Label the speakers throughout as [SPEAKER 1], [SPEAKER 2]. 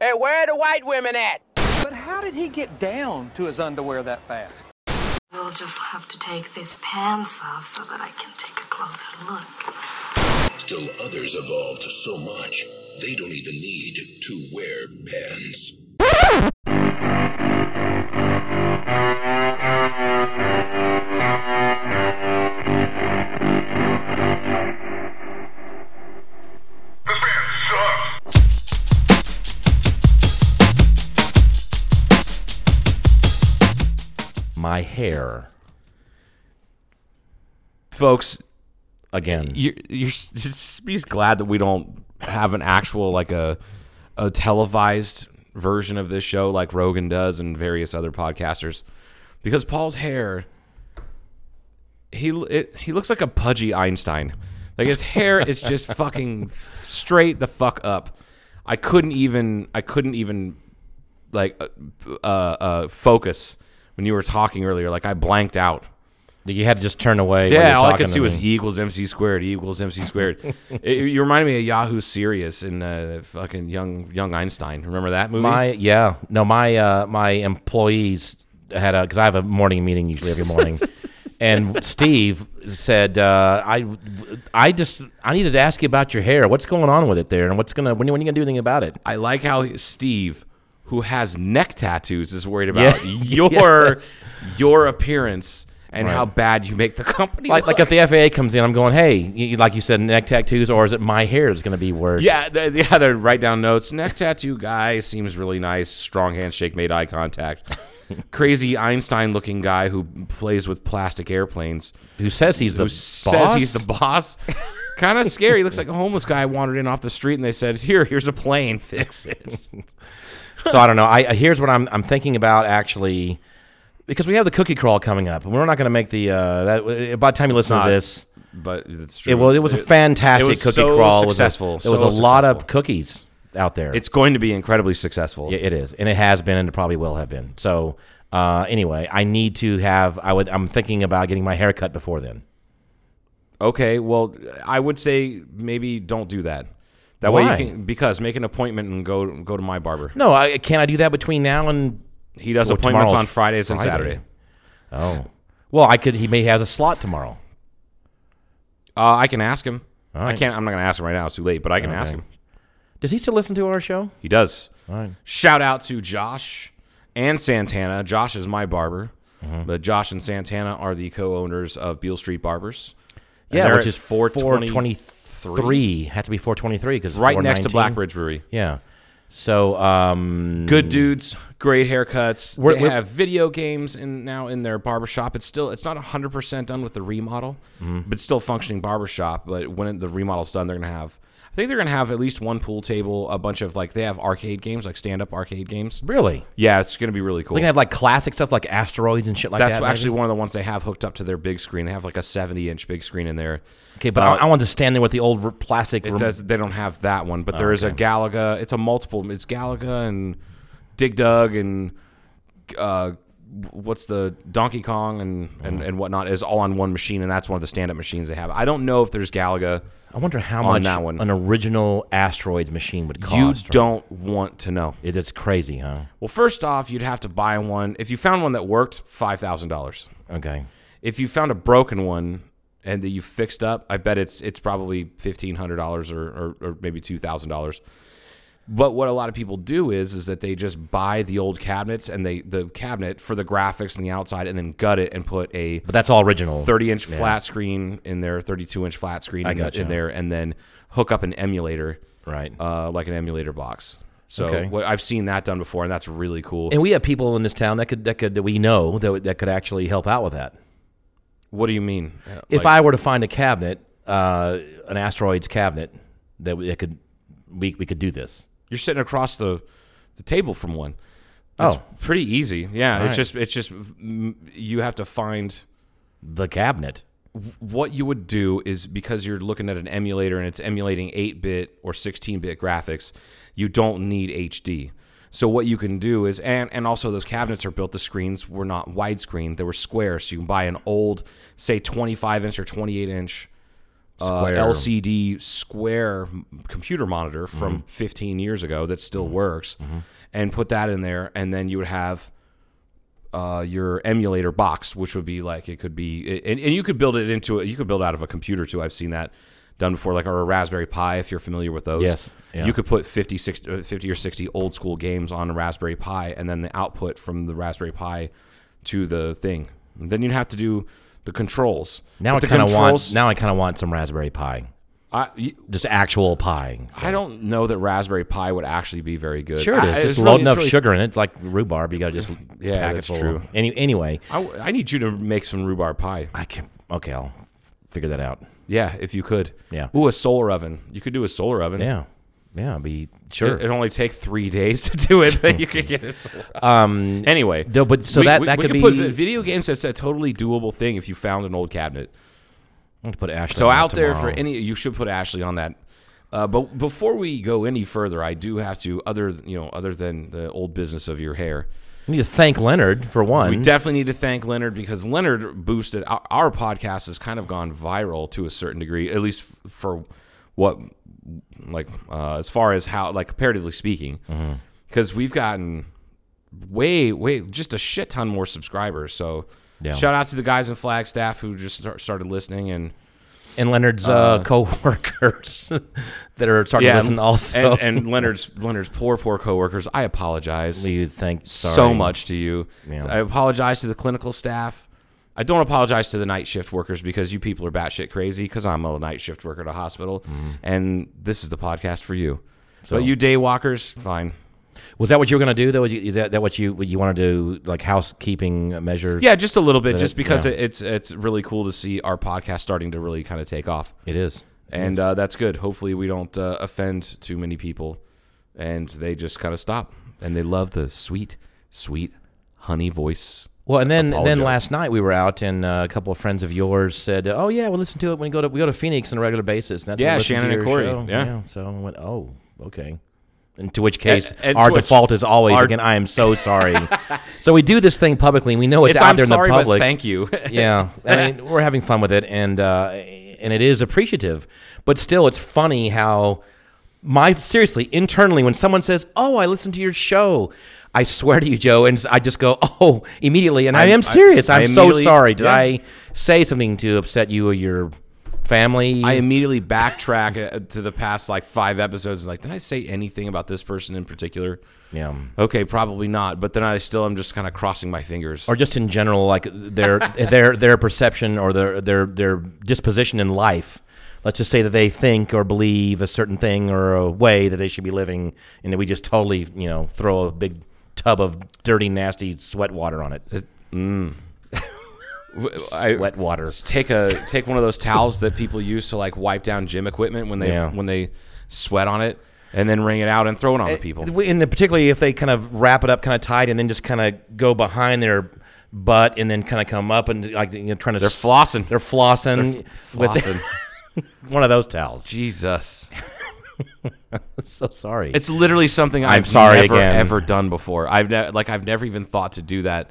[SPEAKER 1] Hey, where are the white women at?
[SPEAKER 2] But how did he get down to his underwear that fast?
[SPEAKER 3] We'll just have to take these pants off so that I can take a closer look.
[SPEAKER 4] Still others evolved so much they don't even need to wear pants.
[SPEAKER 5] My hair. Folks, again.
[SPEAKER 6] you're, you're s- just be glad that we don't have an actual like a a televised version of this show like Rogan does and various other podcasters because Paul's hair he l- it, he looks like a pudgy Einstein like his hair is just fucking straight the fuck up I couldn't even I couldn't even like uh, uh, uh, focus when you were talking earlier like I blanked out
[SPEAKER 5] you had to just turn away. when
[SPEAKER 6] yeah,
[SPEAKER 5] you're
[SPEAKER 6] all I
[SPEAKER 5] talking
[SPEAKER 6] could
[SPEAKER 5] to
[SPEAKER 6] see was
[SPEAKER 5] me.
[SPEAKER 6] equals MC squared, equals MC squared. it, you reminded me of Yahoo Serious and uh, fucking young young Einstein. Remember that movie?
[SPEAKER 5] My yeah, no, my uh, my employees had a because I have a morning meeting usually every morning, and Steve said uh, I I just I needed to ask you about your hair. What's going on with it there, and what's gonna when, when are you gonna do anything about it?
[SPEAKER 6] I like how Steve, who has neck tattoos, is worried about
[SPEAKER 5] Yeah.
[SPEAKER 6] your
[SPEAKER 5] Yes.
[SPEAKER 6] your appearance and
[SPEAKER 5] Right.
[SPEAKER 6] how bad you make the company.
[SPEAKER 5] Like, like
[SPEAKER 6] look.
[SPEAKER 5] if the FAA comes in, I'm going, hey, you, like you said, neck tattoos, or is it my hair that's gonna be worse?
[SPEAKER 6] yeah, they, yeah, they write down notes. Neck tattoo guy seems really nice. Strong handshake, made eye contact. Crazy Einstein looking guy who plays with plastic airplanes.
[SPEAKER 5] Who says he's the
[SPEAKER 6] who
[SPEAKER 5] boss?
[SPEAKER 6] says he's the boss. kind of scary. He looks like a homeless guy wandered in off the street, and they said, "Here, here's a plane. Fix it."
[SPEAKER 5] so I don't know. I I- here's what I'm I'm thinking about actually, because we have the cookie crawl coming up. We're not going to make the uh, that by the time you listen
[SPEAKER 6] not-
[SPEAKER 5] to this.
[SPEAKER 6] But it's true.
[SPEAKER 5] It, well, it was a fantastic
[SPEAKER 6] it was
[SPEAKER 5] cookie
[SPEAKER 6] so
[SPEAKER 5] crawl. It was a-
[SPEAKER 6] Successful.
[SPEAKER 5] It was a,
[SPEAKER 6] so
[SPEAKER 5] lot of
[SPEAKER 6] successful.
[SPEAKER 5] cookies out there.
[SPEAKER 6] It's going to be incredibly successful.
[SPEAKER 5] Yeah, it is, and it has been, and it probably will have been. So uh, anyway, I need to have. I would. I'm thinking about getting my hair cut before then.
[SPEAKER 6] Okay. Well, I would say maybe don't do that. That
[SPEAKER 5] Why?
[SPEAKER 6] way you can because make an appointment and go go to my barber.
[SPEAKER 5] No, I, can I do that between now and?
[SPEAKER 6] He does
[SPEAKER 5] Well,
[SPEAKER 6] appointments
[SPEAKER 5] tomorrow's
[SPEAKER 6] on Fridays and
[SPEAKER 5] Friday.
[SPEAKER 6] Saturday.
[SPEAKER 5] Oh, well, I could. He may has a slot tomorrow.
[SPEAKER 6] Uh, I can ask him.
[SPEAKER 5] right.
[SPEAKER 6] I can't. I'm not going to ask him right now. It's too late. But I can ask
[SPEAKER 5] Okay.
[SPEAKER 6] him.
[SPEAKER 5] Does he still listen to our show?
[SPEAKER 6] He does.
[SPEAKER 5] right.
[SPEAKER 6] Shout out to Josh and Santana. Josh is my barber,
[SPEAKER 5] Mm-hmm.
[SPEAKER 6] but Josh and Santana are the co-owners of Beale Street Barbers. And
[SPEAKER 5] yeah,
[SPEAKER 6] they're
[SPEAKER 5] which
[SPEAKER 6] at
[SPEAKER 5] is four twenty-three. Has to be four Mm-hmm. twenty-three because
[SPEAKER 6] right next to Blackbridge Brewery.
[SPEAKER 5] Yeah. So um,
[SPEAKER 6] Good dudes, great haircuts.
[SPEAKER 5] We're-
[SPEAKER 6] they
[SPEAKER 5] we're-
[SPEAKER 6] have video games in, now in their barbershop. It's still it's not 100% done with the remodel,
[SPEAKER 5] Mm-hmm.
[SPEAKER 6] but it's still functioning barbershop, but when the remodel's done, they're going to have I think they're going to have at least one pool table, a bunch of like they have arcade games, like stand-up arcade games.
[SPEAKER 5] Really?
[SPEAKER 6] Yeah, it's going to be really cool.
[SPEAKER 5] They can have like classic stuff like asteroids and shit like
[SPEAKER 6] That's
[SPEAKER 5] that. maybe?
[SPEAKER 6] actually one of the ones they have hooked up to their big screen. They have like a 70 inch big screen in there.
[SPEAKER 5] Okay, but I, I want to stand there with the old r- plastic.
[SPEAKER 6] It
[SPEAKER 5] rem-
[SPEAKER 6] does, they don't have that one, but there is a Galaga. It's a multiple. It's Galaga and Dig Dug and uh, what's the Donkey Kong and, and, and whatnot is all on one machine, and that's one of the stand up machines they have. I don't know if there's Galaga.
[SPEAKER 5] I wonder how
[SPEAKER 6] on
[SPEAKER 5] much
[SPEAKER 6] that one.
[SPEAKER 5] an original asteroids machine would cost.
[SPEAKER 6] You
[SPEAKER 5] right?
[SPEAKER 6] don't want to know.
[SPEAKER 5] It, it's crazy, huh?
[SPEAKER 6] Well, first off, you'd have to buy one. If you found one that worked, five thousand dollars.
[SPEAKER 5] Okay.
[SPEAKER 6] if you found a broken one and that you fixed up, I bet it's it's probably fifteen hundred dollars or, or or maybe two thousand dollars. But what a lot of people do is is that they just buy the old cabinets and they the cabinet for the graphics and the outside and then gut it and put a
[SPEAKER 5] But that's all original.
[SPEAKER 6] thirty inch flat screen in there, thirty two inch flat screen
[SPEAKER 5] I
[SPEAKER 6] in,
[SPEAKER 5] gotcha.
[SPEAKER 6] in there, and then hook up an emulator,
[SPEAKER 5] Right.
[SPEAKER 6] Uh, like an emulator box. So
[SPEAKER 5] Okay.
[SPEAKER 6] what I've seen that done before, and that's really cool.
[SPEAKER 5] and we have people in this town that could that could that we know that, would- that could actually help out with that.
[SPEAKER 6] what do you mean?
[SPEAKER 5] if I were to find a cabinet, uh, an asteroids cabinet that w- that could we we could do this.
[SPEAKER 6] You're sitting across the the table from one. It's
[SPEAKER 5] Oh.
[SPEAKER 6] pretty easy. Yeah,
[SPEAKER 5] All
[SPEAKER 6] it's
[SPEAKER 5] right.
[SPEAKER 6] just it's just mm, you have to find
[SPEAKER 5] The cabinet.
[SPEAKER 6] what you would do is because you're looking at an emulator and it's emulating 8-bit or 16-bit graphics, you don't need HD. So what you can do is and and also those cabinets are built the screens were not widescreen, they were square, so you can buy an old say 25 inch or 28 inch uh,
[SPEAKER 5] Square.
[SPEAKER 6] LCD square m- computer monitor from
[SPEAKER 5] Mm-hmm.
[SPEAKER 6] 15 years ago that still works, and put that in there, and then you would have uh, your emulator box, which would be like it could be, and, and you could build it into it. You could build out of a computer too. I've seen that done before, like or a Raspberry Pi if you're familiar with those.
[SPEAKER 5] Yes, yeah.
[SPEAKER 6] you could put 50, 60, uh, 50 or 60 old school games on a Raspberry Pi, and then the output from the Raspberry Pi to the thing. And then you'd have to do the controls.
[SPEAKER 5] Now
[SPEAKER 6] But
[SPEAKER 5] I
[SPEAKER 6] the
[SPEAKER 5] kind of want.
[SPEAKER 6] controls-
[SPEAKER 5] Now I kind of want some Raspberry Pi,
[SPEAKER 6] I, y-
[SPEAKER 5] just actual pie.
[SPEAKER 6] I don't know that Raspberry Pi would actually be very good.
[SPEAKER 5] Sure, it
[SPEAKER 6] I-
[SPEAKER 5] is.
[SPEAKER 6] it's
[SPEAKER 5] Just
[SPEAKER 6] really-
[SPEAKER 5] load
[SPEAKER 6] it's
[SPEAKER 5] enough
[SPEAKER 6] really-
[SPEAKER 5] sugar in it, It's like rhubarb. You got to just
[SPEAKER 6] Yeah,
[SPEAKER 5] pack
[SPEAKER 6] that's
[SPEAKER 5] it full.
[SPEAKER 6] true.
[SPEAKER 5] Any, anyway,
[SPEAKER 6] I, w- I need you to make some rhubarb pie.
[SPEAKER 5] I can. Okay, I'll figure that out.
[SPEAKER 6] Yeah, if you could.
[SPEAKER 5] Yeah.
[SPEAKER 6] Ooh, a solar oven. You could do a solar oven.
[SPEAKER 5] Yeah, yeah, I'll be
[SPEAKER 6] It,
[SPEAKER 5] sure.
[SPEAKER 6] it'd only take three days to do it, but you could get a solar Um, anyway.
[SPEAKER 5] no, but so
[SPEAKER 6] we-
[SPEAKER 5] that-
[SPEAKER 6] we-
[SPEAKER 5] that
[SPEAKER 6] we
[SPEAKER 5] could
[SPEAKER 6] Put
[SPEAKER 5] be-
[SPEAKER 6] vi- video games, that's a totally doable thing if you found an old cabinet.
[SPEAKER 5] I'll put Ashley.
[SPEAKER 6] So
[SPEAKER 5] on
[SPEAKER 6] out there for
[SPEAKER 5] tomorrow.
[SPEAKER 6] any, you should put Ashley on that. Uh, but before we go any further, I do have to other you know other than the old business of your hair.
[SPEAKER 5] we need to thank Leonard for one.
[SPEAKER 6] We definitely need to thank Leonard because Leonard boosted our, our podcast has kind of gone viral to a certain degree, at least f- for what like uh, as far as how like comparatively speaking,
[SPEAKER 5] Mm-hmm.
[SPEAKER 6] because we've gotten way way just a shit ton more subscribers. So
[SPEAKER 5] Yeah.
[SPEAKER 6] shout out to the guys in Flagstaff who just start, started listening and
[SPEAKER 5] and Leonard's uh, coworkers that are starting to listen
[SPEAKER 6] and,
[SPEAKER 5] also.
[SPEAKER 6] and, and Leonard's Leonard's poor poor coworkers. I apologize.
[SPEAKER 5] we thank
[SPEAKER 6] so
[SPEAKER 5] sorry.
[SPEAKER 6] much to you.
[SPEAKER 5] Yeah.
[SPEAKER 6] I apologize to the clinical staff. I don't apologize to the night shift workers because you people are batshit crazy because I'm a night shift worker at a hospital and this is the podcast for you. but you day walkers, fine.
[SPEAKER 5] Was that what you were going to do though? Was you- Is that, that what you what you want to do? Like housekeeping measures?
[SPEAKER 6] Yeah, just a little bit,
[SPEAKER 5] That
[SPEAKER 6] just
[SPEAKER 5] it-
[SPEAKER 6] because
[SPEAKER 5] yeah.
[SPEAKER 6] it, it's it's really cool to see our podcast starting to really kind of take off.
[SPEAKER 5] it is.
[SPEAKER 6] And uh, that's good. Hopefully, we don't uh, offend too many people and they just kind of stop and they love the sweet, sweet honey voice.
[SPEAKER 5] Well, and then
[SPEAKER 6] Apologize.
[SPEAKER 5] then last night we were out, and uh, a couple of friends of yours said, "Oh yeah, we listen to it when we go to we go to Phoenix on a regular basis." And that's when
[SPEAKER 6] Yeah,
[SPEAKER 5] we listen to
[SPEAKER 6] Shannon and
[SPEAKER 5] your
[SPEAKER 6] Corey,
[SPEAKER 5] show.
[SPEAKER 6] yeah.
[SPEAKER 5] so I went, "Oh, okay." And to which case,
[SPEAKER 6] And- and
[SPEAKER 5] our
[SPEAKER 6] to which-
[SPEAKER 5] default is always
[SPEAKER 6] our-
[SPEAKER 5] again. I am so sorry. so we do this thing publicly. and We know it's,
[SPEAKER 6] It's,
[SPEAKER 5] out
[SPEAKER 6] I'm
[SPEAKER 5] there in
[SPEAKER 6] sorry,
[SPEAKER 5] the
[SPEAKER 6] but
[SPEAKER 5] public.
[SPEAKER 6] thank you.
[SPEAKER 5] yeah, I mean, we're having fun with it, and uh, and it is appreciative. But still, it's funny how my seriously internally when someone says, "Oh, I listened to your show," I swear to you, Joe, and I just go, "Oh," immediately, and I,
[SPEAKER 6] I-
[SPEAKER 5] am serious.
[SPEAKER 6] I-
[SPEAKER 5] I,
[SPEAKER 6] I
[SPEAKER 5] am so
[SPEAKER 6] immediately-
[SPEAKER 5] sorry. Did
[SPEAKER 6] yeah.
[SPEAKER 5] I say something to upset you or your family?
[SPEAKER 6] I immediately backtrack uh, to the past like five episodes. and Like, did I say anything about this person in particular?
[SPEAKER 5] yeah.
[SPEAKER 6] Okay, probably not. But then I still am just kind of crossing my fingers.
[SPEAKER 5] Or just in general, like their their their perception or their their their disposition in life. Let's just say that they think or believe a certain thing or a way that they should be living, and that we just totally, you know, throw a big tub of dirty, nasty sweat water on it.
[SPEAKER 6] W- I-
[SPEAKER 5] Sweat water.
[SPEAKER 6] take a take one of those towels that people use to like wipe down gym equipment when they
[SPEAKER 5] Yeah.
[SPEAKER 6] when they sweat on it, and then wring it out and throw it on the people.
[SPEAKER 5] And then particularly if they kind of wrap it up kind of tight and then just kind of go behind their butt and then kind of come up and like you know, trying to
[SPEAKER 6] They're
[SPEAKER 5] s-
[SPEAKER 6] flossing.
[SPEAKER 5] They're flossing with
[SPEAKER 6] Flossing.
[SPEAKER 5] one of those towels.
[SPEAKER 6] Jesus,
[SPEAKER 5] So sorry.
[SPEAKER 6] it's literally something I've
[SPEAKER 5] sorry
[SPEAKER 6] never
[SPEAKER 5] again.
[SPEAKER 6] ever done before. I've ne- like I've never even thought to do that.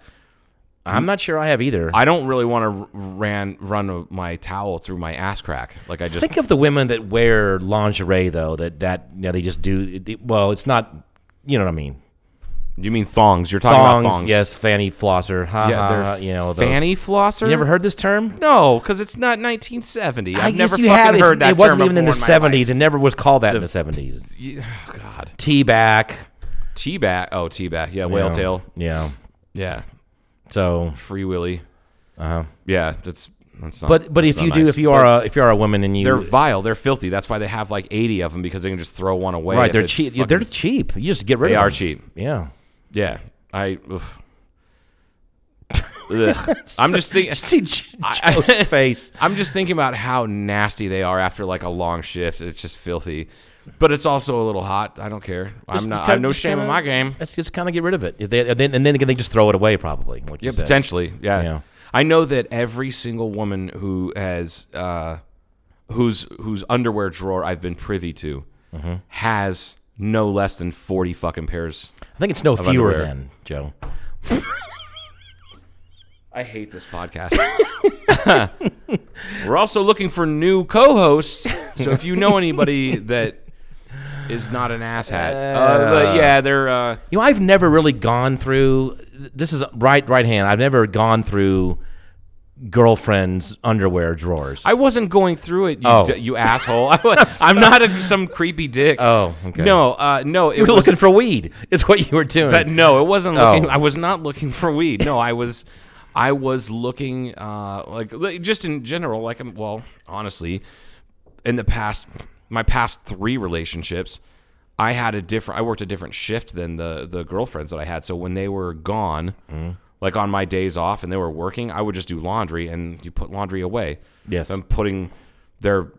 [SPEAKER 5] I'm not sure I have either.
[SPEAKER 6] I don't really want to ran run my towel through my ass crack. Like I just
[SPEAKER 5] Think of the women that wear lingerie though. That that you know, they just do. it- it- Well, it's not. You know what I mean?
[SPEAKER 6] You mean thongs? You're talking
[SPEAKER 5] Thongs,
[SPEAKER 6] about thongs?
[SPEAKER 5] yes. Fanny flosser, ha
[SPEAKER 6] Yeah, they're
[SPEAKER 5] ha. You know, those.
[SPEAKER 6] fanny flosser.
[SPEAKER 5] You never heard this term?
[SPEAKER 6] No, because it's not 1970. I've
[SPEAKER 5] I guess
[SPEAKER 6] never
[SPEAKER 5] you
[SPEAKER 6] fucking
[SPEAKER 5] have. It's-
[SPEAKER 6] heard that.
[SPEAKER 5] it wasn't
[SPEAKER 6] term
[SPEAKER 5] even in the
[SPEAKER 6] before my life.
[SPEAKER 5] '70s. It never was called that in the '70s.
[SPEAKER 6] You- oh, God,
[SPEAKER 5] Tea back,
[SPEAKER 6] T back. Oh, T back. Yeah, whale
[SPEAKER 5] Yeah.
[SPEAKER 6] tail.
[SPEAKER 5] Yeah.
[SPEAKER 6] Yeah,
[SPEAKER 5] So,
[SPEAKER 6] free willy. Uh Yeah, that's that's not.
[SPEAKER 5] Uh-huh. but but
[SPEAKER 6] that's
[SPEAKER 5] if you
[SPEAKER 6] not
[SPEAKER 5] do,
[SPEAKER 6] nice.
[SPEAKER 5] if you are a if you are a woman and you
[SPEAKER 6] they're vile. They're filthy. That's why they have like 80 of them because they can just throw one away.
[SPEAKER 5] right,
[SPEAKER 6] if
[SPEAKER 5] they're
[SPEAKER 6] it's
[SPEAKER 5] cheap.
[SPEAKER 6] fucking-
[SPEAKER 5] they're cheap. You just get rid
[SPEAKER 6] They
[SPEAKER 5] of them.
[SPEAKER 6] are cheap.
[SPEAKER 5] Yeah.
[SPEAKER 6] Yeah, I. oof. Ugh. I'm just thinking.
[SPEAKER 5] See Joe's face.
[SPEAKER 6] I'm just thinking about how nasty they are after like a long shift. It's just filthy, but it's also a little hot. I don't care. I'm not. I have no
[SPEAKER 5] Just
[SPEAKER 6] shame in
[SPEAKER 5] kinda-
[SPEAKER 6] my game.
[SPEAKER 5] Let's just kind of get rid of it. If they, and then, and then they just throw it away, probably. Like you
[SPEAKER 6] Yeah,
[SPEAKER 5] said.
[SPEAKER 6] potentially. Yeah.
[SPEAKER 5] Yeah.
[SPEAKER 6] I know that every single woman who has uh, whose whose underwear drawer I've been privy to
[SPEAKER 5] Mm-hmm.
[SPEAKER 6] has no less than forty fucking pairs.
[SPEAKER 5] I think it's no fewer
[SPEAKER 6] underwear.
[SPEAKER 5] than Joe.
[SPEAKER 6] I hate this podcast. We're also looking for new co-hosts, so if you know anybody that is not an asshat, uh, but yeah, they're uh,
[SPEAKER 5] You know, I've never really gone through. This is right, right hand. I've never gone through girlfriends' underwear drawers.
[SPEAKER 6] I wasn't going through it, you,
[SPEAKER 5] Oh.
[SPEAKER 6] d- you asshole. I was, I'm not a, some creepy dick.
[SPEAKER 5] Oh, okay.
[SPEAKER 6] No, uh, no. It
[SPEAKER 5] you were
[SPEAKER 6] was,
[SPEAKER 5] looking for weed. Is what you were doing.
[SPEAKER 6] but no, it wasn't looking.
[SPEAKER 5] Oh.
[SPEAKER 6] I was not looking for weed. No, I was, I was looking uh, like like, just in general. Like, I'm, well, honestly, in the past, my past three relationships, I had a different. I worked a different shift than the the girlfriends that I had. So when they were gone.
[SPEAKER 5] Mm.
[SPEAKER 6] Like on my days off and they were working, I would just do laundry and you put laundry away.
[SPEAKER 5] Yes.
[SPEAKER 6] I'm putting their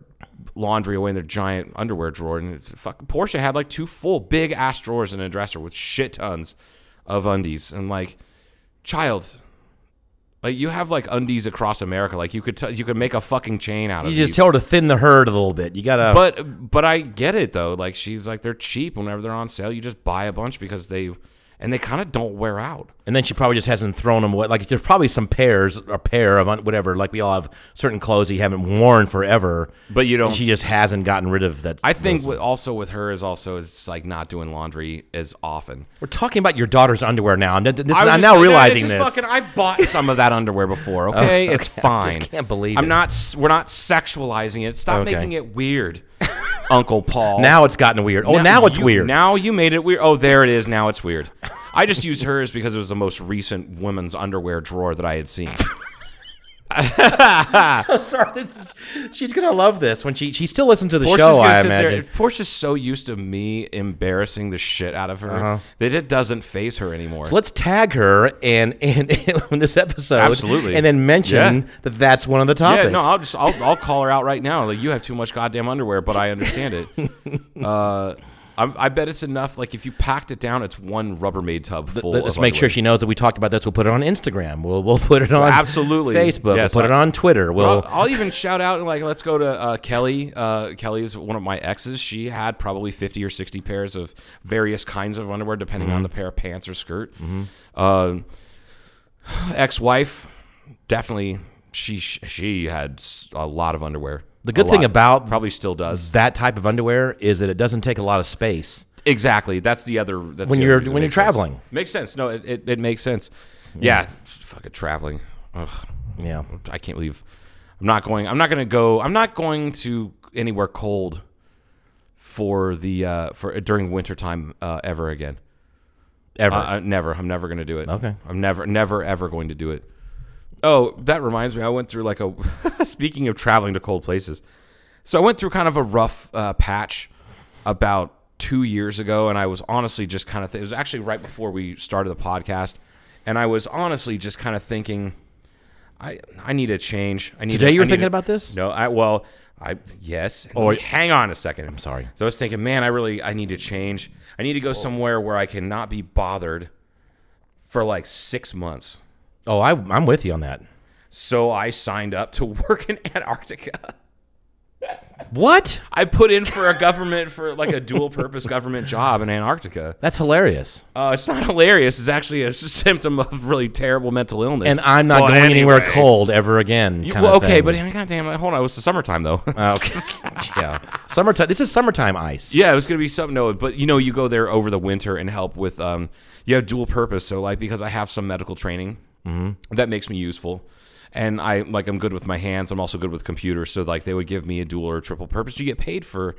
[SPEAKER 6] laundry away in their giant underwear drawer. And it's- fuck, Porsche had like two full big ass drawers and a dresser with shit tons of undies. And like, child, like you have like undies across America. Like you could t- you could make a fucking chain out of
[SPEAKER 5] you just
[SPEAKER 6] these.
[SPEAKER 5] tell her to thin the herd a little bit. You gotta.
[SPEAKER 6] But but I get it though. Like she's like they're cheap whenever they're on sale. You just buy a bunch because they and they kind of don't wear out.
[SPEAKER 5] and then she probably just hasn't thrown them away. Like there's probably some pairs, a pair of un- whatever. Like we all have certain clothes that you haven't worn forever,
[SPEAKER 6] But you don't-
[SPEAKER 5] and She just hasn't gotten rid of that.
[SPEAKER 6] I think
[SPEAKER 5] those-
[SPEAKER 6] with, also with her is also it's like not doing laundry as often.
[SPEAKER 5] we're talking about your daughter's underwear now. And th- this,
[SPEAKER 6] I was
[SPEAKER 5] I'm
[SPEAKER 6] just
[SPEAKER 5] now
[SPEAKER 6] like, no,
[SPEAKER 5] realizing
[SPEAKER 6] it's
[SPEAKER 5] this.
[SPEAKER 6] just Fucking, I bought some of that underwear before. Okay, it's fine.
[SPEAKER 5] can't believe
[SPEAKER 6] I'm
[SPEAKER 5] it.
[SPEAKER 6] not. s- We're not sexualizing it. Stop
[SPEAKER 5] Okay.
[SPEAKER 6] making it weird, Uncle Paul.
[SPEAKER 5] now it's gotten weird. Oh, now, it's
[SPEAKER 6] you-
[SPEAKER 5] weird.
[SPEAKER 6] Now you made it weird. Oh, there it is. Now it's weird. I just used hers because it was the most recent women's underwear drawer that I had seen.
[SPEAKER 5] Sorry, this is, she's gonna love this when she she still listens to the
[SPEAKER 6] Porsche's
[SPEAKER 5] show.
[SPEAKER 6] gonna
[SPEAKER 5] I
[SPEAKER 6] sit there-
[SPEAKER 5] imagine.
[SPEAKER 6] Porsche's so used to me embarrassing the shit out of her
[SPEAKER 5] Uh-huh.
[SPEAKER 6] that it doesn't phase her anymore.
[SPEAKER 5] So let's tag her and and in this episode,
[SPEAKER 6] Absolutely.
[SPEAKER 5] and then mention
[SPEAKER 6] Yeah.
[SPEAKER 5] that that's one of the topics.
[SPEAKER 6] Yeah, no, I'll just I'll, I'll call her out right now. Like you have too much goddamn underwear, but I understand it. Uh, I'm, I bet it's enough. Like if you packed it down, it's one Rubbermaid tub full.
[SPEAKER 5] Let- Let's
[SPEAKER 6] of
[SPEAKER 5] make sure
[SPEAKER 6] underwear.
[SPEAKER 5] she knows that we talked about this. We'll put it on Instagram. We'll we'll put it on
[SPEAKER 6] absolutely.
[SPEAKER 5] Facebook.
[SPEAKER 6] Yes,
[SPEAKER 5] we'll put
[SPEAKER 6] I-
[SPEAKER 5] it on Twitter. We'll
[SPEAKER 6] I'll, I'll even shout out and like let's go to uh, Kelly. Uh, Kelly is one of my exes. She had probably fifty or sixty pairs of various kinds of underwear, depending
[SPEAKER 5] Mm-hmm.
[SPEAKER 6] on the pair of pants or skirt. Uh, ex-wife, definitely. She she had s- a lot of underwear.
[SPEAKER 5] The good
[SPEAKER 6] A
[SPEAKER 5] thing
[SPEAKER 6] lot.
[SPEAKER 5] about-
[SPEAKER 6] probably still does.
[SPEAKER 5] that type of underwear is that it doesn't take a lot of space.
[SPEAKER 6] Exactly. That's the other. That's
[SPEAKER 5] When
[SPEAKER 6] the other
[SPEAKER 5] you're-
[SPEAKER 6] reason it
[SPEAKER 5] when you're
[SPEAKER 6] makes sense.
[SPEAKER 5] traveling. Hmm.
[SPEAKER 6] makes sense. No, it, it, it makes sense. Yeah, fucking traveling. Ugh,
[SPEAKER 5] Yeah.
[SPEAKER 6] I can't believe I'm not going. I'm not going to go. I'm not going to anywhere cold for the uh, for during wintertime uh, ever again.
[SPEAKER 5] Ever.
[SPEAKER 6] Uh, I, never. I'm never going to do it.
[SPEAKER 5] Okay.
[SPEAKER 6] I'm never, never, ever going to do it. Oh, that reminds me. I went through like a. speaking of traveling to cold places, so I went through kind of a rough uh, patch about two years ago, and I was honestly just kind of. Th- it was actually right before we started the podcast, and I was honestly just kind of thinking, I I need a change. I need
[SPEAKER 5] Today
[SPEAKER 6] a-
[SPEAKER 5] you were
[SPEAKER 6] I need
[SPEAKER 5] thinking
[SPEAKER 6] a-
[SPEAKER 5] about this? Oh,
[SPEAKER 6] No, I well, I yes. Or hang on a second. I'm
[SPEAKER 5] sorry. Oh.
[SPEAKER 6] So I was thinking, man, I really I need to change. I need to go somewhere where I can not be bothered for like six months.
[SPEAKER 5] oh, I, I'm with you on that.
[SPEAKER 6] So I signed up to work in Antarctica.
[SPEAKER 5] What?
[SPEAKER 6] I put in for a government for like a dual purpose government job in Antarctica.
[SPEAKER 5] That's hilarious.
[SPEAKER 6] Uh, it's not hilarious. It's actually a symptom of really terrible mental illness.
[SPEAKER 5] And I'm not
[SPEAKER 6] Well,
[SPEAKER 5] going anywhere
[SPEAKER 6] anyway.
[SPEAKER 5] cold ever again.
[SPEAKER 6] You-
[SPEAKER 5] kind
[SPEAKER 6] well,
[SPEAKER 5] of
[SPEAKER 6] okay,
[SPEAKER 5] thing.
[SPEAKER 6] but goddamn, hold on. It was the summertime though.
[SPEAKER 5] Oh, okay. yeah. Summertime. This is summertime ice.
[SPEAKER 6] Yeah, it was gonna be something. No, but you know, you go there over the winter and help with. Um, you have dual purpose. So like, because I have some medical training, that makes me useful, and I like I'm good with my hands. I'm also good with computers. So like, they would give me a dual or triple purpose. You get paid for,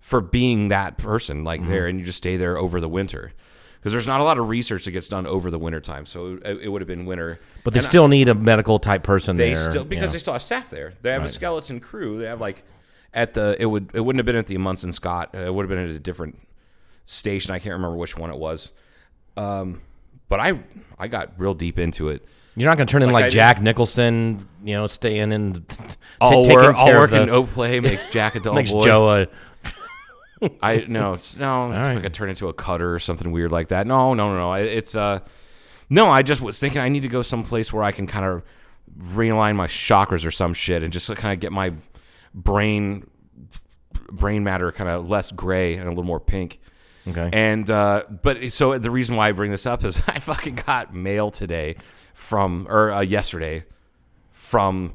[SPEAKER 6] for being that person like there, and you just stay there over the winter. Because there's not a lot of research that gets done over the winter time, so it, it would have been winter.
[SPEAKER 5] But they
[SPEAKER 6] And
[SPEAKER 5] still need a medical type person
[SPEAKER 6] they
[SPEAKER 5] there.
[SPEAKER 6] still because
[SPEAKER 5] yeah.
[SPEAKER 6] they still have staff there. They have a skeleton crew. They have like at the it would it wouldn't have been at the Munson Scott. Uh, It would have been at a different station. I can't remember which one it was. Um, but I I got real deep into it.
[SPEAKER 5] You're not going to turn in like,
[SPEAKER 6] I-
[SPEAKER 5] Jack Nicholson, you know, staying in. T- t-
[SPEAKER 6] All
[SPEAKER 5] taking
[SPEAKER 6] work, all
[SPEAKER 5] care of
[SPEAKER 6] work
[SPEAKER 5] the-
[SPEAKER 6] and no play makes Jack a dull
[SPEAKER 5] makes
[SPEAKER 6] boy.
[SPEAKER 5] Joe a.
[SPEAKER 6] I no, it's, no, it's
[SPEAKER 5] right.
[SPEAKER 6] like I turn into a cutter or something weird like that. No, no, no, no. I- It's uh, no. I just was thinking I need to go someplace where I can kind of realign my chakras or some shit and just kind of get my brain brain matter kind of less gray and a little more pink.
[SPEAKER 5] Okay.
[SPEAKER 6] And uh, but so the reason why I bring this up is I fucking got mail today from or uh, yesterday from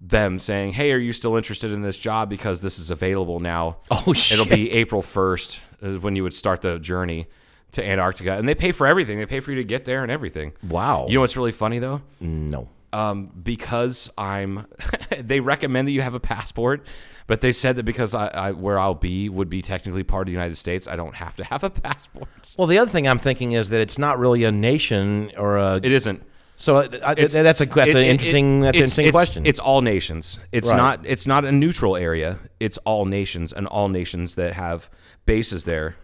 [SPEAKER 6] them saying, "Hey, are you still interested in this job? Because this is available now.
[SPEAKER 5] Oh, shit.
[SPEAKER 6] It'll be April first uh, when you would start the journey to Antarctica, and they pay for everything. They pay for you to get there and everything.
[SPEAKER 5] Wow.
[SPEAKER 6] You know what's really funny though?
[SPEAKER 5] no.
[SPEAKER 6] um, because I'm. they recommend that you have a passport, but they said that because I, I where I'll be would be technically part of the United States, I don't have to have a passport.
[SPEAKER 5] Well, the other thing I'm thinking is that it's not really a nation or a.
[SPEAKER 6] It isn't.
[SPEAKER 5] so I, I-
[SPEAKER 6] It's-
[SPEAKER 5] that's a that's
[SPEAKER 6] it-
[SPEAKER 5] an
[SPEAKER 6] it-
[SPEAKER 5] interesting
[SPEAKER 6] it-
[SPEAKER 5] that's an
[SPEAKER 6] it's-
[SPEAKER 5] interesting
[SPEAKER 6] it's-
[SPEAKER 5] question.
[SPEAKER 6] It's all nations. It's
[SPEAKER 5] Right.
[SPEAKER 6] not. It's not a neutral area. It's all nations, and all nations that have bases there.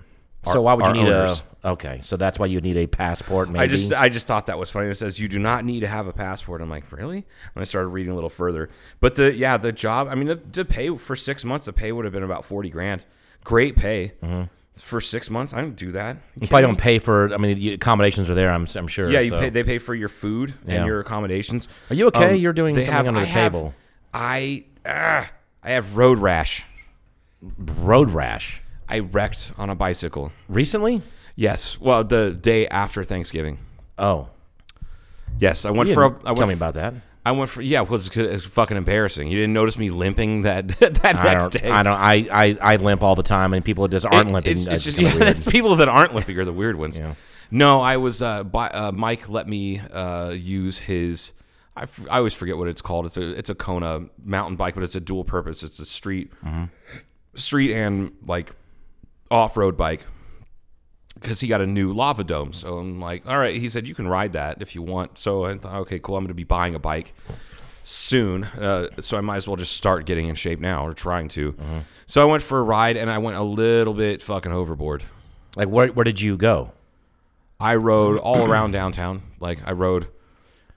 [SPEAKER 6] Are,
[SPEAKER 5] so why would you
[SPEAKER 6] are
[SPEAKER 5] need
[SPEAKER 6] owners.
[SPEAKER 5] a? Okay, so that's why you would need a passport. Maybe
[SPEAKER 6] I just I just thought that was funny. It says you do not need to have a passport. I'm like, really? And I started reading a little further. But the yeah, the job. I mean, the, to pay for six months, the pay would have been about forty grand. Great pay for six months. I don't do that.
[SPEAKER 5] Mm-hmm. you probably don't pay for. I mean, the accommodations are there. I'm I'm sure.
[SPEAKER 6] Yeah, you
[SPEAKER 5] so.
[SPEAKER 6] pay. They pay for your food
[SPEAKER 5] Yeah.
[SPEAKER 6] and your accommodations. Um,
[SPEAKER 5] Are you okay? You're doing
[SPEAKER 6] they
[SPEAKER 5] something under the
[SPEAKER 6] I have-
[SPEAKER 5] table.
[SPEAKER 6] I ah, I have road rash.
[SPEAKER 5] Road rash
[SPEAKER 6] I wrecked on a bicycle.
[SPEAKER 5] recently.
[SPEAKER 6] Yes. Well, the day after Thanksgiving.
[SPEAKER 5] Oh,
[SPEAKER 6] Yes, I went
[SPEAKER 5] you
[SPEAKER 6] for. A,
[SPEAKER 5] didn't
[SPEAKER 6] I went
[SPEAKER 5] tell me
[SPEAKER 6] f-
[SPEAKER 5] about that.
[SPEAKER 6] I went for yeah, it was, it was fucking embarrassing. You didn't notice me limping that that
[SPEAKER 5] I
[SPEAKER 6] next
[SPEAKER 5] don't.
[SPEAKER 6] day.
[SPEAKER 5] I don't. I, I I limp all the time, and people that just aren't
[SPEAKER 6] It-
[SPEAKER 5] limping.
[SPEAKER 6] It's,
[SPEAKER 5] that's
[SPEAKER 6] it's just
[SPEAKER 5] kinda
[SPEAKER 6] yeah,
[SPEAKER 5] weird.
[SPEAKER 6] it's people that aren't limping are the weird ones.
[SPEAKER 5] Yeah.
[SPEAKER 6] No, I was. Uh, by, uh, Mike let me uh, use his. I, f- I always forget what it's called. It's a it's a Kona mountain bike, but it's a dual purpose. It's a street
[SPEAKER 5] Mm-hmm.
[SPEAKER 6] street and like off road bike because he got a new lava dome. So I'm like, all right. He said you can ride that if you want. So I thought, okay, cool. I'm going to be buying a bike soon, uh, so I might as well just start getting in shape now or trying to. So I went for a ride and I went a little bit fucking overboard.
[SPEAKER 5] Like where where did you go?
[SPEAKER 6] I rode all around downtown. Like I rode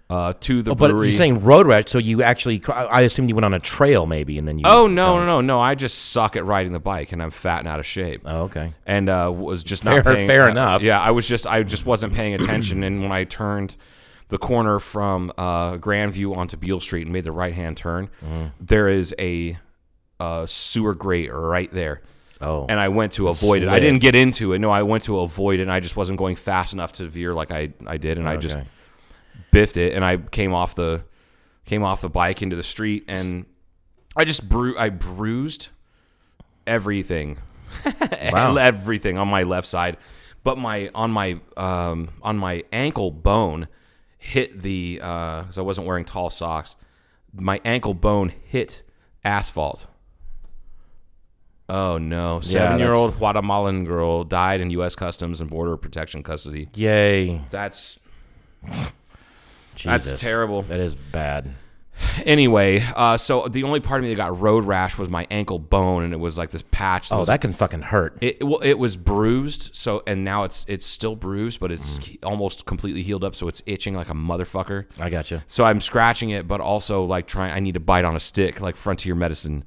[SPEAKER 6] uh, to the
[SPEAKER 5] Oh, But
[SPEAKER 6] brewery.
[SPEAKER 5] you're saying road rash, so you actually. I- I assume you went on a trail, maybe, and then you.
[SPEAKER 6] oh no, no, no, no! I just suck at riding the bike, and I'm fat and out of shape.
[SPEAKER 5] Oh, okay.
[SPEAKER 6] and uh, was just not
[SPEAKER 5] Fair-
[SPEAKER 6] paying,
[SPEAKER 5] fair enough.
[SPEAKER 6] Yeah, I was just I just wasn't paying attention, and when I turned the corner from uh, Grandview onto Beale Street and made the right hand turn, there is a, uh sewer grate right there.
[SPEAKER 5] Oh.
[SPEAKER 6] and I went to avoid it. I
[SPEAKER 5] Slid.
[SPEAKER 6] didn't get into it. No, I went to avoid it. and I just wasn't going fast enough to veer like I I did, and I just
[SPEAKER 5] Okay.
[SPEAKER 6] biffed it, and I came off the came off the bike into the street, and I just bru- I bruised everything
[SPEAKER 5] Wow.
[SPEAKER 6] everything on my left side, but my on my um, on my ankle bone hit the because I wasn't wearing tall socks. My ankle bone hit asphalt. Oh no! Seven-year-old Guatemalan girl died in U.S. Customs and Border Protection custody.
[SPEAKER 5] Yay.
[SPEAKER 6] That's
[SPEAKER 5] Jesus.
[SPEAKER 6] terrible.
[SPEAKER 5] That is bad.
[SPEAKER 6] anyway. Uh, so the only part of me that got road rash was my ankle bone, and it was like this patch. that
[SPEAKER 5] Oh,
[SPEAKER 6] was
[SPEAKER 5] that can fucking hurt.
[SPEAKER 6] It well, it was bruised, so and now it's it's still bruised, but
[SPEAKER 5] Mm.
[SPEAKER 6] it's he- almost completely healed up, so it's itching like a motherfucker.
[SPEAKER 5] I got you.
[SPEAKER 6] So I'm scratching it, but also like trying. I need to bite on a stick, like frontier medicine,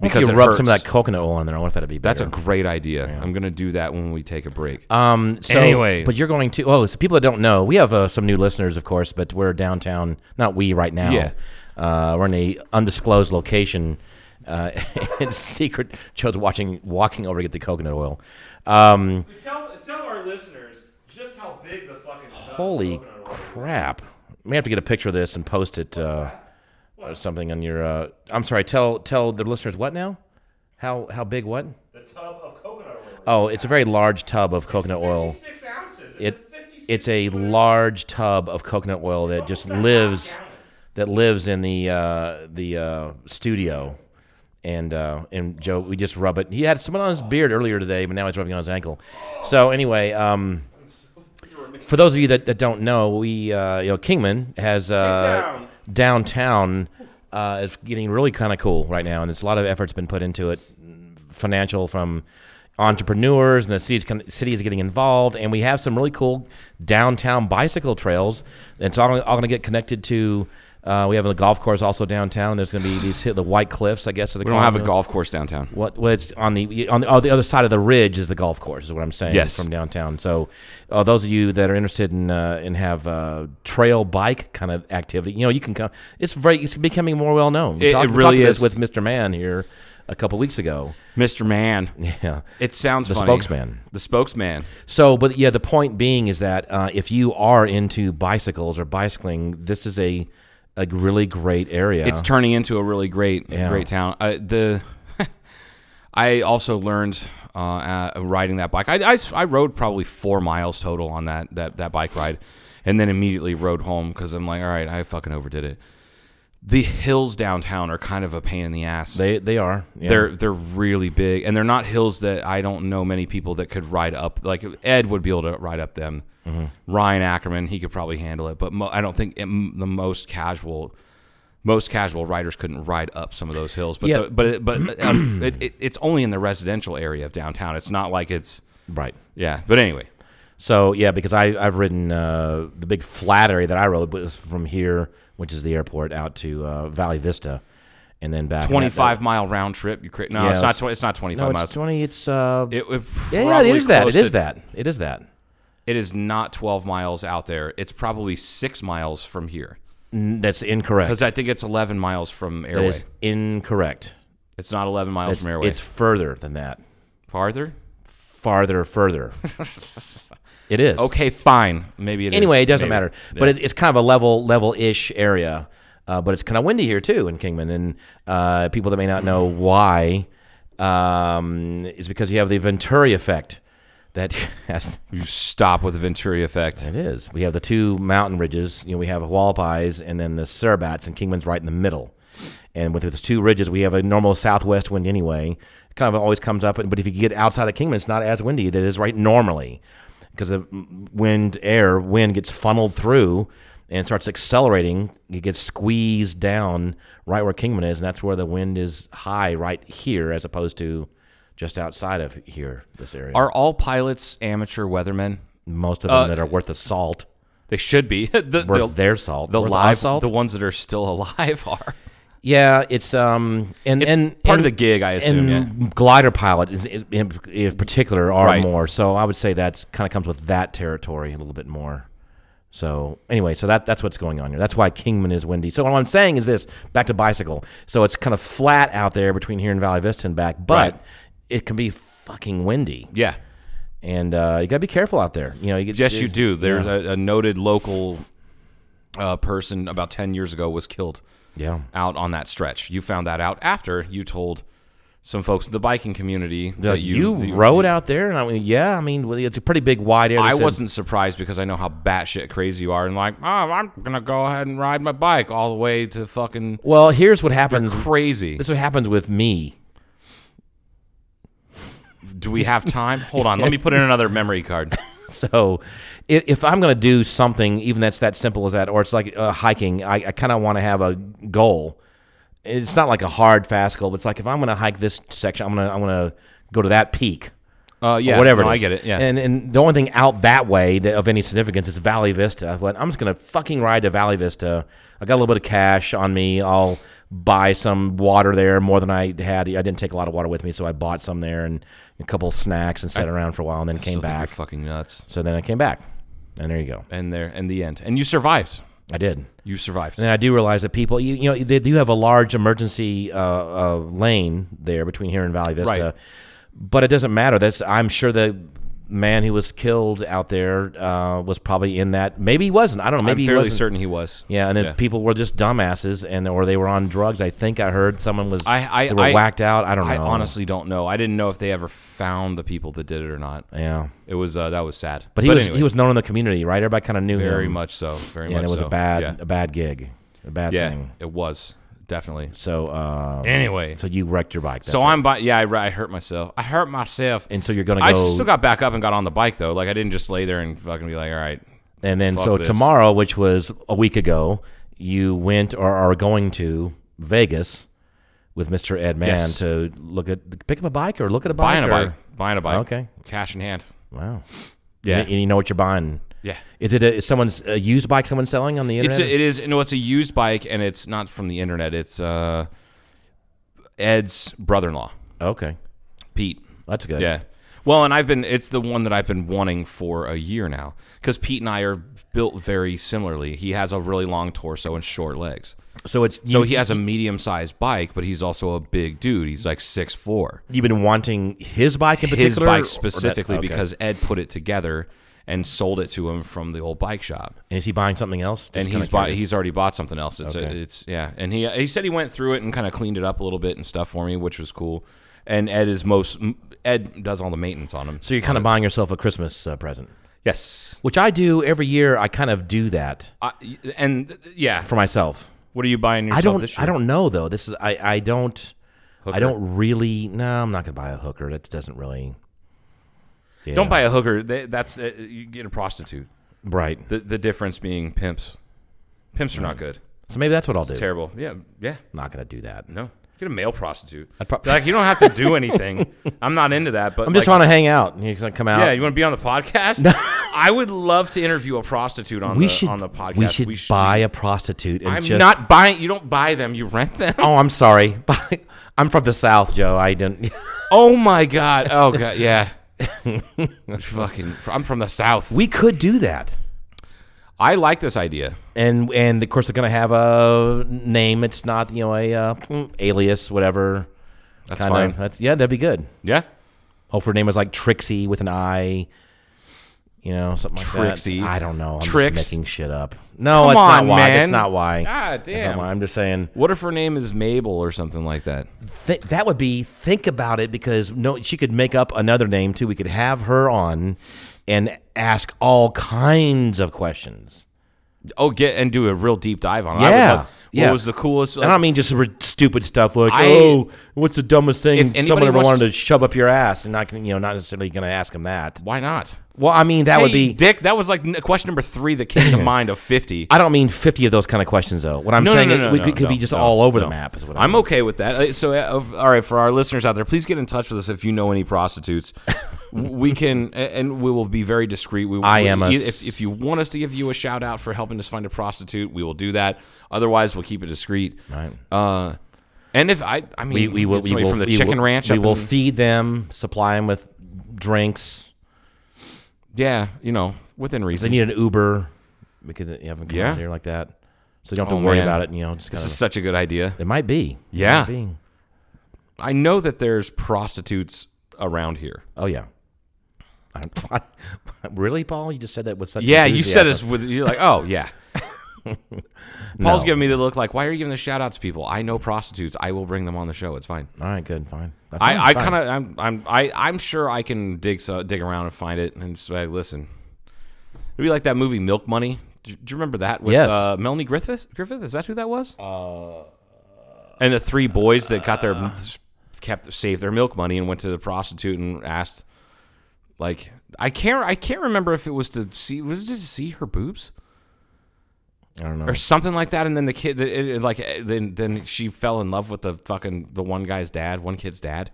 [SPEAKER 6] because
[SPEAKER 5] you
[SPEAKER 6] it
[SPEAKER 5] rub
[SPEAKER 6] hurts.
[SPEAKER 5] some of that coconut oil on there. I wonder if that'd be
[SPEAKER 6] That's
[SPEAKER 5] better.
[SPEAKER 6] a great idea. I'm gonna do that when we take a break.
[SPEAKER 5] Um, so,
[SPEAKER 6] Anyway.
[SPEAKER 5] but you're going to oh, so people that don't know, we have uh, some new listeners, of course, but we're downtown. Not we right now.
[SPEAKER 6] Yeah.
[SPEAKER 5] uh, we're in a undisclosed location. Uh, in secret, Joe's watching, walking over to get the coconut oil. Um,
[SPEAKER 1] Tell, tell our listeners just how big the fucking
[SPEAKER 5] holy crap! We have to get a picture of this and post it uh, or something on your. Uh, I'm sorry. Tell tell the listeners what now? How how big what?
[SPEAKER 1] the tub of coconut oil.
[SPEAKER 5] Oh, it's a very large tub of coconut oil.
[SPEAKER 1] Six ounces. It's
[SPEAKER 5] it
[SPEAKER 1] a 56
[SPEAKER 5] it's a large tub of coconut oil that just lives that lives in the uh, the uh, studio. And uh, and Joe, we just rub it. He had someone on his beard earlier today, but now he's rubbing it on his ankle. So anyway, um, for those of you that, that don't know, we uh, you know Kingman has uh, downtown uh, is getting really kind of cool right now, and there's a lot of effort's been put into it financial from entrepreneurs and the city's con- city is getting involved and we have some really cool downtown bicycle trails it's all, all going to get connected to Uh, we have a golf course also downtown. There's going to be these hit the White Cliffs, I guess. Are the
[SPEAKER 6] We don't have a golf course downtown.
[SPEAKER 5] What? Well, it's on the on the, on the other side of the ridge is the golf course. Is what I'm saying.
[SPEAKER 6] Yes.
[SPEAKER 5] from downtown. So, uh, those of you that are interested in uh, and have uh, trail bike kind of activity, you know, you can come. It's very. It's becoming more well known.
[SPEAKER 6] It- it really
[SPEAKER 5] this
[SPEAKER 6] is.
[SPEAKER 5] with Mr. Man here a couple weeks ago.
[SPEAKER 6] Mr. Man.
[SPEAKER 5] Yeah.
[SPEAKER 6] It sounds
[SPEAKER 5] The
[SPEAKER 6] funny.
[SPEAKER 5] spokesman.
[SPEAKER 6] The spokesman.
[SPEAKER 5] So, but yeah, the point being is that uh, if you are into bicycles or bicycling, this is a a really great area.
[SPEAKER 6] It's turning into a really great,
[SPEAKER 5] Yeah.
[SPEAKER 6] great town. Uh, the I also learned uh, uh, riding that bike. I, I s- I rode probably four miles total on that that that bike ride, and then immediately rode home because I'm like, all right, I fucking overdid it. The hills downtown are kind of a pain in the ass.
[SPEAKER 5] they they are. Yeah.
[SPEAKER 6] They're they're really big, and they're not hills that I don't know many people that could ride up. Like Ed would be able to ride up them.
[SPEAKER 5] Mm-hmm.
[SPEAKER 6] Ryan Ackerman, he could probably handle it, but mo- I don't think m- the most casual, most casual riders couldn't ride up some of those hills. But
[SPEAKER 5] Yeah.
[SPEAKER 6] the, but but um, it, it, it's only in the residential area of downtown. It's not like it's
[SPEAKER 5] right.
[SPEAKER 6] yeah. But anyway,
[SPEAKER 5] So yeah, because I I've ridden uh, the big flat area that I rode was from here, which is the airport, out to uh, Valley Vista, and then back.
[SPEAKER 6] twenty five mile round trip. You cra- no,
[SPEAKER 5] Yeah,
[SPEAKER 6] it's not
[SPEAKER 5] it's-
[SPEAKER 6] tw- it's not twenty
[SPEAKER 5] No,
[SPEAKER 6] five
[SPEAKER 5] it's
[SPEAKER 6] miles.
[SPEAKER 5] twenty. It's uh.
[SPEAKER 6] it, it
[SPEAKER 5] yeah, it
[SPEAKER 6] probably
[SPEAKER 5] is that.
[SPEAKER 6] close
[SPEAKER 5] It is
[SPEAKER 6] to-
[SPEAKER 5] that. It is that.
[SPEAKER 6] It is not twelve miles out there. It's probably six miles from here.
[SPEAKER 5] N- That's incorrect.
[SPEAKER 6] Because I think it's 11 miles from
[SPEAKER 5] that
[SPEAKER 6] Airway.
[SPEAKER 5] is incorrect.
[SPEAKER 6] it's not 11 miles
[SPEAKER 5] It's,
[SPEAKER 6] from Airway.
[SPEAKER 5] it's further than that.
[SPEAKER 6] farther.
[SPEAKER 5] Farther, further. it is
[SPEAKER 6] Okay, fine. Maybe it is.
[SPEAKER 5] anyway, it doesn't
[SPEAKER 6] Maybe.
[SPEAKER 5] matter.
[SPEAKER 6] Yeah.
[SPEAKER 5] But it, it's kind of a level level ish area. Uh, but it's kind of windy here too in Kingman, and uh, people that may not know
[SPEAKER 6] Mm.
[SPEAKER 5] why um, is because you have the Venturi effect. That has,
[SPEAKER 6] you stop with the Venturi effect.
[SPEAKER 5] it is. We have the two mountain ridges. You know, we have Hualpais and then the Cerbats, and Kingman's right in the middle. And with those two ridges, we have a normal southwest wind anyway. It kind of always comes up, but if you get outside of Kingman, it's not as windy. That is right normally because the wind, air, wind gets funneled through and starts accelerating. It gets squeezed down right where Kingman is, and that's where the wind is high right here, as opposed to just outside of here, this area.
[SPEAKER 6] Are all pilots amateur weathermen?
[SPEAKER 5] Most of them that are worth the salt.
[SPEAKER 6] They should be. the,
[SPEAKER 5] Worth
[SPEAKER 6] the,
[SPEAKER 5] their salt.
[SPEAKER 6] the
[SPEAKER 5] Worth our
[SPEAKER 6] live,
[SPEAKER 5] salt?
[SPEAKER 6] the ones that are still alive are.
[SPEAKER 5] Yeah, it's um and and
[SPEAKER 6] part of
[SPEAKER 5] and-
[SPEAKER 6] the gig, I assume,
[SPEAKER 5] And glider pilot is, in, in particular are
[SPEAKER 6] Right.
[SPEAKER 5] more. So I would say that's kind of comes with that territory a little bit more. So anyway, so that that's what's going on here. That's why Kingman is windy. So what I'm saying is this: back to bicycle. So it's kind of flat out there between here and Valley Vista and back, but
[SPEAKER 6] Right.
[SPEAKER 5] it can be fucking windy,
[SPEAKER 6] Yeah.
[SPEAKER 5] and uh, you gotta be careful out there. You know, you get
[SPEAKER 6] Yes, you do. There's a, a noted local uh, person about 10 years ago was killed
[SPEAKER 5] yeah.
[SPEAKER 6] out on that stretch. You found that out after you told some folks in the biking community that
[SPEAKER 5] you,
[SPEAKER 6] you
[SPEAKER 5] rode out there, and I mean, yeah, I mean, well, it's a pretty big wide area.
[SPEAKER 6] I
[SPEAKER 5] They said-
[SPEAKER 6] wasn't surprised because I know how batshit crazy you are, and like, oh, I'm gonna go ahead and ride my bike all the way to fucking
[SPEAKER 5] Well, here's what happens.
[SPEAKER 6] crazy.
[SPEAKER 5] This is what happens with me.
[SPEAKER 6] Do we have time? Hold on, let me put in another memory card.
[SPEAKER 5] So, if, if I'm going to do something, even that's that simple as that, or it's like uh, hiking, I, I kind of want to have a goal. It's not like a hard fast goal, but it's like if I'm going to hike this section, I'm going to I'm going to go to that peak.
[SPEAKER 6] Uh, yeah,
[SPEAKER 5] or whatever.
[SPEAKER 6] no,
[SPEAKER 5] it
[SPEAKER 6] I
[SPEAKER 5] is.
[SPEAKER 6] get it. Yeah,
[SPEAKER 5] and and the only thing out that way that of any significance is Valley Vista. But I'm just gonna fucking ride to Valley Vista. I got a little bit of cash on me. I'll buy some water there, more than I had. I didn't take a lot of water with me, so I bought some there and a couple snacks and sat around for a while, and then
[SPEAKER 6] Still
[SPEAKER 5] came
[SPEAKER 6] think you're
[SPEAKER 5] back.
[SPEAKER 6] fucking nuts.
[SPEAKER 5] So then I came back, and there you go.
[SPEAKER 6] And there, in the end, and you survived.
[SPEAKER 5] I did.
[SPEAKER 6] You survived.
[SPEAKER 5] And I do realize that people, you, you know, they do have a large emergency uh, uh, lane there between here and Valley Vista,
[SPEAKER 6] Right.
[SPEAKER 5] but it doesn't matter. That's I'm sure the man who was killed out there uh, was probably in that. Maybe he wasn't. I don't know. Maybe
[SPEAKER 6] I'm
[SPEAKER 5] he
[SPEAKER 6] fairly
[SPEAKER 5] wasn't.
[SPEAKER 6] certain he was.
[SPEAKER 5] Yeah, and then people were just dumbasses, and or they were on drugs. I think I heard someone was.
[SPEAKER 6] I, I,
[SPEAKER 5] they were
[SPEAKER 6] I
[SPEAKER 5] whacked out. I don't know.
[SPEAKER 6] I honestly don't know. I didn't know if they ever found the people that did it or not.
[SPEAKER 5] yeah.
[SPEAKER 6] It was uh, that was sad.
[SPEAKER 5] But he was
[SPEAKER 6] anyway,
[SPEAKER 5] he was known in the community, right? Everybody kind of knew him.
[SPEAKER 6] very much so. Very
[SPEAKER 5] Yeah,
[SPEAKER 6] much.
[SPEAKER 5] and it was
[SPEAKER 6] so.
[SPEAKER 5] a bad
[SPEAKER 6] Yeah.
[SPEAKER 5] a bad gig, a bad
[SPEAKER 6] yeah,
[SPEAKER 5] thing.
[SPEAKER 6] it was definitely.
[SPEAKER 5] So uh,
[SPEAKER 6] Anyway,
[SPEAKER 5] so you wrecked your bike.
[SPEAKER 6] So
[SPEAKER 5] that's it.
[SPEAKER 6] I'm by yeah, I, ri- I hurt myself. I hurt myself.
[SPEAKER 5] and so you're gonna
[SPEAKER 6] I
[SPEAKER 5] go.
[SPEAKER 6] still got back up and got on the bike though. Like I didn't just lay there and fucking be like, all right.
[SPEAKER 5] And then
[SPEAKER 6] Fuck
[SPEAKER 5] so
[SPEAKER 6] this.
[SPEAKER 5] tomorrow, which was a week ago, you went or are going to Vegas with Mr. Ed Mann
[SPEAKER 6] Yes.
[SPEAKER 5] to look at pick up a bike or look at a bike.
[SPEAKER 6] Buying a
[SPEAKER 5] or-
[SPEAKER 6] bike. Buying a bike.
[SPEAKER 5] Okay.
[SPEAKER 6] Cash in hand.
[SPEAKER 5] Wow.
[SPEAKER 6] Yeah.
[SPEAKER 5] And you know what you're buying.
[SPEAKER 6] Yeah.
[SPEAKER 5] Is it a, is someone's a used bike someone's selling on the
[SPEAKER 6] It's
[SPEAKER 5] internet?
[SPEAKER 6] a, it is no, it's a used bike, and it's not from the internet. It's uh, Ed's brother-in-law,
[SPEAKER 5] okay.
[SPEAKER 6] Pete.
[SPEAKER 5] That's good.
[SPEAKER 6] Yeah. Well, and I've been it's the one that I've been wanting for a year now because Pete and I are built very similarly. He has a really long torso and short legs,
[SPEAKER 5] So it's
[SPEAKER 6] so
[SPEAKER 5] you-
[SPEAKER 6] he has a medium-sized bike, but he's also a big dude. He's like six four.
[SPEAKER 5] You've been wanting his bike in
[SPEAKER 6] His
[SPEAKER 5] particular, or
[SPEAKER 6] bike
[SPEAKER 5] that-
[SPEAKER 6] specifically
[SPEAKER 5] okay.
[SPEAKER 6] because Ed put it together and sold it to him from the old bike shop.
[SPEAKER 5] and is he buying something else? Just
[SPEAKER 6] and
[SPEAKER 5] kinda
[SPEAKER 6] he's bought,
[SPEAKER 5] curious.
[SPEAKER 6] he's already bought something else. It's a,
[SPEAKER 5] Okay.
[SPEAKER 6] it's yeah, and he he said he went through it and kind of cleaned it up a little bit and stuff for me, which was cool. And Ed is most Ed does all the maintenance on him.
[SPEAKER 5] so you're kind of buying yourself a Christmas uh, present,
[SPEAKER 6] yes,
[SPEAKER 5] which I do every year. I kind of do that
[SPEAKER 6] I, and yeah,
[SPEAKER 5] for myself.
[SPEAKER 6] what are you buying yourself
[SPEAKER 5] I don't.
[SPEAKER 6] this year?
[SPEAKER 5] I don't know though. This is. I. I don't.
[SPEAKER 6] Hooker?
[SPEAKER 5] I don't really. No, I'm not gonna buy a hooker. That doesn't really. Yeah.
[SPEAKER 6] Don't buy a hooker. They, that's uh, you get a prostitute.
[SPEAKER 5] Right.
[SPEAKER 6] The the difference being pimps. Pimps are not good.
[SPEAKER 5] So maybe that's what I'll do.
[SPEAKER 6] It's terrible. Yeah, yeah.
[SPEAKER 5] I'm not gonna do that.
[SPEAKER 6] No, get a male prostitute.
[SPEAKER 5] I'd prob-
[SPEAKER 6] like you don't have to do anything. I'm not into that. But
[SPEAKER 5] I'm just
[SPEAKER 6] like,
[SPEAKER 5] want to hang out. You're gonna come out.
[SPEAKER 6] Yeah, you want to be on the podcast? I would love to interview a prostitute on
[SPEAKER 5] we
[SPEAKER 6] the
[SPEAKER 5] should.
[SPEAKER 6] on the podcast.
[SPEAKER 5] We should,
[SPEAKER 6] We
[SPEAKER 5] buy a prostitute and
[SPEAKER 6] I'm
[SPEAKER 5] just.
[SPEAKER 6] not buying. You don't buy them. You rent them.
[SPEAKER 5] Oh, I'm sorry. I'm from the South, Joe. I didn't.
[SPEAKER 6] Oh my god. Oh god. Yeah. Fucking. I'm from the south.
[SPEAKER 5] We could do that.
[SPEAKER 6] I like this idea.
[SPEAKER 5] and and of course they're gonna have a name. It's not you know a uh, mm, alias, whatever.
[SPEAKER 6] That's
[SPEAKER 5] kinda-
[SPEAKER 6] fine.
[SPEAKER 5] That's yeah, that'd be good.
[SPEAKER 6] Yeah.
[SPEAKER 5] Hopefully, her Oh, name was like Trixie with an I. You know, something like
[SPEAKER 6] Trixie.
[SPEAKER 5] that. I don't know. I'm
[SPEAKER 6] Trix.
[SPEAKER 5] just making shit up. No,
[SPEAKER 6] Come
[SPEAKER 5] it's not
[SPEAKER 6] on,
[SPEAKER 5] why. That's
[SPEAKER 6] man.
[SPEAKER 5] not why.
[SPEAKER 6] God
[SPEAKER 5] That's not
[SPEAKER 6] damn.
[SPEAKER 5] why. I'm just saying
[SPEAKER 6] What if her name is Mabel or something like that?
[SPEAKER 5] th- that would be think about it because no, she could make up another name too. We could have her on and ask all kinds of questions.
[SPEAKER 6] Oh, get and do a real deep dive on it. I would
[SPEAKER 5] Yeah,
[SPEAKER 6] love-
[SPEAKER 5] yeah.
[SPEAKER 6] What was the coolest?
[SPEAKER 5] And I don't mean just re- stupid stuff like,
[SPEAKER 6] I-
[SPEAKER 5] oh, what's the dumbest
[SPEAKER 6] If
[SPEAKER 5] thing
[SPEAKER 6] anybody
[SPEAKER 5] someone ever
[SPEAKER 6] wants
[SPEAKER 5] wanted
[SPEAKER 6] to-
[SPEAKER 5] to shove up your ass? And not, gonna- you know, not necessarily going to ask him that.
[SPEAKER 6] why not?
[SPEAKER 5] Well, I mean, that
[SPEAKER 6] Hey,
[SPEAKER 5] would be.
[SPEAKER 6] Dick. That was like n- question number three that came to mind of fifty.
[SPEAKER 5] I don't mean fifty of those kind of questions though. What I'm
[SPEAKER 6] no,
[SPEAKER 5] saying,
[SPEAKER 6] no,
[SPEAKER 5] is
[SPEAKER 6] no, no,
[SPEAKER 5] we
[SPEAKER 6] no,
[SPEAKER 5] could, could
[SPEAKER 6] no,
[SPEAKER 5] be just
[SPEAKER 6] no,
[SPEAKER 5] all over the
[SPEAKER 6] no.
[SPEAKER 5] map. Is what
[SPEAKER 6] I'm
[SPEAKER 5] mean.
[SPEAKER 6] okay with that. Uh, So, uh, of- all right, for our listeners out there, please get in touch with us if you know any prostitutes. we can, a- and we will be very discreet. We,
[SPEAKER 5] I
[SPEAKER 6] we-
[SPEAKER 5] am a
[SPEAKER 6] if, if you want us to give you a shout out for helping us find a prostitute, we will do that. Otherwise, we'll keep it discreet.
[SPEAKER 5] Right.
[SPEAKER 6] Uh, and if I, I mean,
[SPEAKER 5] We, we will.
[SPEAKER 6] get
[SPEAKER 5] We
[SPEAKER 6] somebody
[SPEAKER 5] will
[SPEAKER 6] from the
[SPEAKER 5] we
[SPEAKER 6] chicken
[SPEAKER 5] will-
[SPEAKER 6] ranch.
[SPEAKER 5] We
[SPEAKER 6] up
[SPEAKER 5] will
[SPEAKER 6] in-
[SPEAKER 5] feed them, supply them with drinks.
[SPEAKER 6] yeah, you know, within
[SPEAKER 5] They
[SPEAKER 6] reason.
[SPEAKER 5] need an Uber. We could have them come
[SPEAKER 6] Yeah.
[SPEAKER 5] out here like that, so you don't have
[SPEAKER 6] Oh,
[SPEAKER 5] to worry
[SPEAKER 6] man.
[SPEAKER 5] about it. You know, just kind
[SPEAKER 6] this
[SPEAKER 5] of.
[SPEAKER 6] is such a good idea.
[SPEAKER 5] it might be. It
[SPEAKER 6] Yeah.
[SPEAKER 5] might be.
[SPEAKER 6] I know that there's prostitutes around here.
[SPEAKER 5] Oh yeah. I, really, Paul? You just said that with such
[SPEAKER 6] Yeah, you said
[SPEAKER 5] enthusiasm.
[SPEAKER 6] this with you're like, oh yeah. Paul's giving me the look like, why are you giving the shout out to people? I know prostitutes. I will bring them on the show. It's fine.
[SPEAKER 5] All right, good, fine. That's fine,
[SPEAKER 6] I, I
[SPEAKER 5] fine.
[SPEAKER 6] kind of I'm I'm I I'm sure I can dig so, dig around and find it and just be like, listen. It'd be like that movie Milk Money. Do, do you remember that with
[SPEAKER 5] Yes.
[SPEAKER 6] uh, Melanie Griffith? Griffith is that who that was? Uh, and the three boys that got their kept saved their milk money and went to the prostitute and asked, like I can't I can't remember if it was to see was it just to see her boobs
[SPEAKER 5] I don't know.
[SPEAKER 6] or something like that. And then the kid, it, it, like, eh, then then she fell in love with the fucking the one guy's dad, one kid's dad.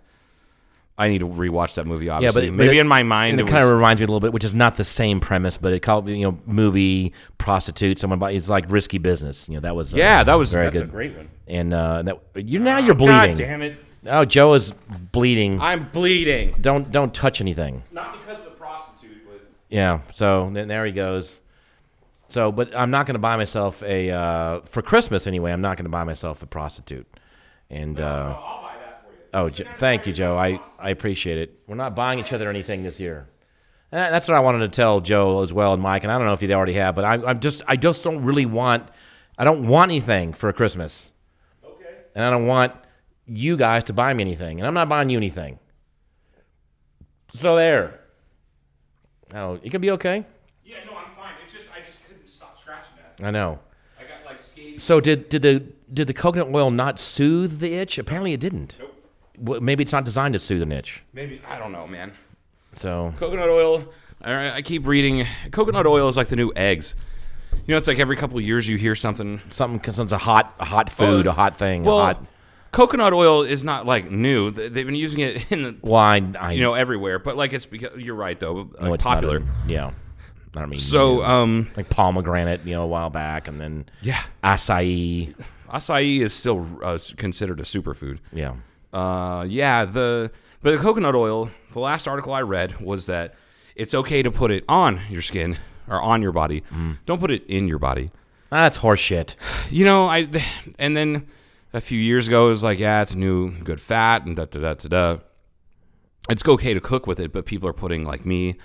[SPEAKER 6] I need to rewatch that movie.
[SPEAKER 5] Yeah,
[SPEAKER 6] Obviously,
[SPEAKER 5] but
[SPEAKER 6] maybe
[SPEAKER 5] but it-
[SPEAKER 6] in my
[SPEAKER 5] and
[SPEAKER 6] mind it,
[SPEAKER 5] it, kind
[SPEAKER 6] was-
[SPEAKER 5] of reminds me a little bit, which is not the same premise, but it called you know movie prostitute someone. By, it's like risky business. You know that was uh,
[SPEAKER 6] yeah, that was
[SPEAKER 5] very
[SPEAKER 6] that's
[SPEAKER 5] good.
[SPEAKER 6] a great one.
[SPEAKER 5] And uh, that you now you're bleeding.
[SPEAKER 6] God damn it!
[SPEAKER 5] Oh, Joe is bleeding.
[SPEAKER 6] I'm bleeding.
[SPEAKER 5] don't don't touch anything.
[SPEAKER 6] Not because of the prostitute, but
[SPEAKER 5] Yeah. So then there he goes. So, but I'm not going to buy myself a uh, for Christmas anyway. I'm not going to buy myself a prostitute. And uh,
[SPEAKER 6] I'll buy that for you.
[SPEAKER 5] Oh, Jo- thank you, Joe. I, I appreciate it. We're not buying each other anything this year. And that- that's what I wanted to tell Joe as well and Mike. And I don't know if you already have, but I, I'm just I just don't really want I don't want anything for Christmas. Okay. And I don't want you guys to buy me anything, and I'm not buying you anything. So there. Oh, you can be okay.
[SPEAKER 6] Yeah, no, I'm fine. It's just I just couldn't stop scratching that.
[SPEAKER 5] I know.
[SPEAKER 6] I got like skating.
[SPEAKER 5] So did did the did the coconut oil not soothe the itch? Apparently it didn't. Nope. Well, maybe it's not designed to soothe an itch.
[SPEAKER 6] Maybe I don't know, man.
[SPEAKER 5] So
[SPEAKER 6] coconut oil. All right, I keep reading. Coconut oil is like the new eggs. You know, it's like every couple of years you hear something.
[SPEAKER 5] something something's a hot a hot food,
[SPEAKER 6] Oh,
[SPEAKER 5] a hot thing,
[SPEAKER 6] Well,
[SPEAKER 5] a hot
[SPEAKER 6] coconut oil is not like new. Th- They've been using it in the
[SPEAKER 5] wine. I
[SPEAKER 6] you know everywhere, but like it's because you're right though,
[SPEAKER 5] no,
[SPEAKER 6] like
[SPEAKER 5] it's not
[SPEAKER 6] popular.
[SPEAKER 5] a- yeah. I don't mean
[SPEAKER 6] So, um,
[SPEAKER 5] like pomegranate, you know, a while back, and then
[SPEAKER 6] Yeah.
[SPEAKER 5] acai.
[SPEAKER 6] acai is still uh, considered a superfood.
[SPEAKER 5] Yeah,
[SPEAKER 6] Uh, yeah, the but the coconut oil. The last article I read was that it's okay to put it on your skin or on your body.
[SPEAKER 5] Mm.
[SPEAKER 6] Don't put it in your body.
[SPEAKER 5] Ah, that's horseshit.
[SPEAKER 6] You know, I and then a few years ago it was like, yeah, it's new good fat and da da da da da. It's okay to cook with it, but people are putting like me.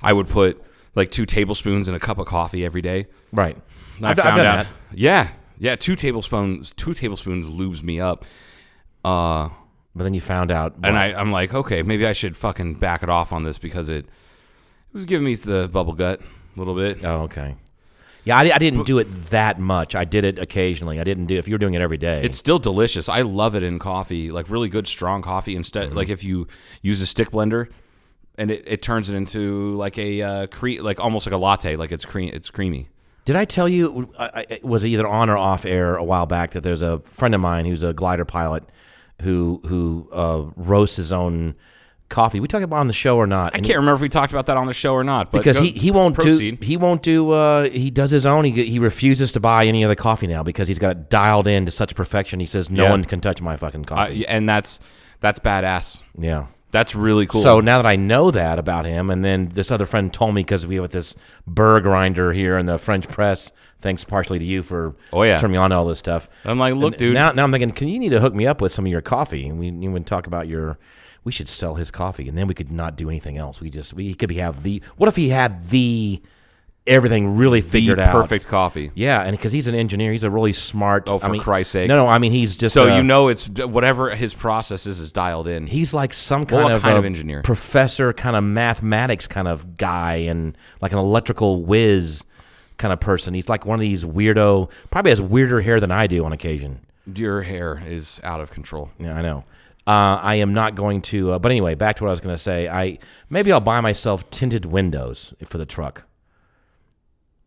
[SPEAKER 6] I would put like two tablespoons in a cup of coffee every day.
[SPEAKER 5] Right.
[SPEAKER 6] And I
[SPEAKER 5] I've- I've
[SPEAKER 6] found
[SPEAKER 5] done
[SPEAKER 6] out.
[SPEAKER 5] that.
[SPEAKER 6] Yeah, yeah, two tablespoons. Two tablespoons lubes me up. Uh,
[SPEAKER 5] But then you found out,
[SPEAKER 6] and I, I'm like, okay, maybe I should fucking back it off on this because it it was giving me the bubble gut a little bit.
[SPEAKER 5] oh, okay. Yeah, I, di- I didn't do it that much. I did it occasionally. I didn't do. If you were doing it every day,
[SPEAKER 6] It's still delicious. I love it in coffee, like really good strong coffee. Instead,
[SPEAKER 5] Mm-hmm.
[SPEAKER 6] like if you use a stick blender, and it, it turns it into like a uh, cre- like almost like a latte, like it's cream, it's creamy.
[SPEAKER 5] Did I tell you? I, I, was it either on or off air a while back that there's a friend of mine who's a glider pilot who who uh, roasts his own coffee. We talk about on the show or not?
[SPEAKER 6] I can't remember if we talked about that on the show or not, but
[SPEAKER 5] because
[SPEAKER 6] go-
[SPEAKER 5] he, he won't
[SPEAKER 6] proceed.
[SPEAKER 5] do he won't do uh, he does his own. He he refuses to buy any other coffee now because he's got it dialed in to such perfection. He says no
[SPEAKER 6] Yeah.
[SPEAKER 5] one can touch my fucking
[SPEAKER 6] I-
[SPEAKER 5] coffee.
[SPEAKER 6] and that's that's badass.
[SPEAKER 5] yeah.
[SPEAKER 6] That's really cool.
[SPEAKER 5] So now that I know that about him, and then this other friend told me because we have this burr grinder here in the French press. Thanks partially to you for
[SPEAKER 6] Oh, yeah.
[SPEAKER 5] turning me on to all this stuff.
[SPEAKER 6] I'm like, look,
[SPEAKER 5] And
[SPEAKER 6] dude.
[SPEAKER 5] Now, now I'm thinking, can you need to hook me up with some of your coffee? And we you would talk about your. We should sell his coffee, and then we could not do anything else. We just we he could be have the. What if he had the everything really
[SPEAKER 6] the
[SPEAKER 5] figured out?
[SPEAKER 6] perfect coffee.
[SPEAKER 5] Yeah, and because he's an engineer, he's a really smart.
[SPEAKER 6] Oh, for
[SPEAKER 5] I mean-
[SPEAKER 6] Christ's sake.
[SPEAKER 5] No, no, I mean he's just.
[SPEAKER 6] So
[SPEAKER 5] uh,
[SPEAKER 6] you know it's whatever his process is is dialed in.
[SPEAKER 5] he's like some
[SPEAKER 6] Well,
[SPEAKER 5] kind
[SPEAKER 6] what
[SPEAKER 5] of
[SPEAKER 6] kind
[SPEAKER 5] a
[SPEAKER 6] of engineer?
[SPEAKER 5] professor, kind of mathematics kind of guy, and like an electrical whiz kind of person. He's like one of these weirdo. Probably has weirder hair than I do on occasion.
[SPEAKER 6] Your hair is out of control.
[SPEAKER 5] Yeah, I know. Uh, I am not going to. Uh, but anyway, back to what I was going to say. I maybe I'll buy myself tinted windows for the truck.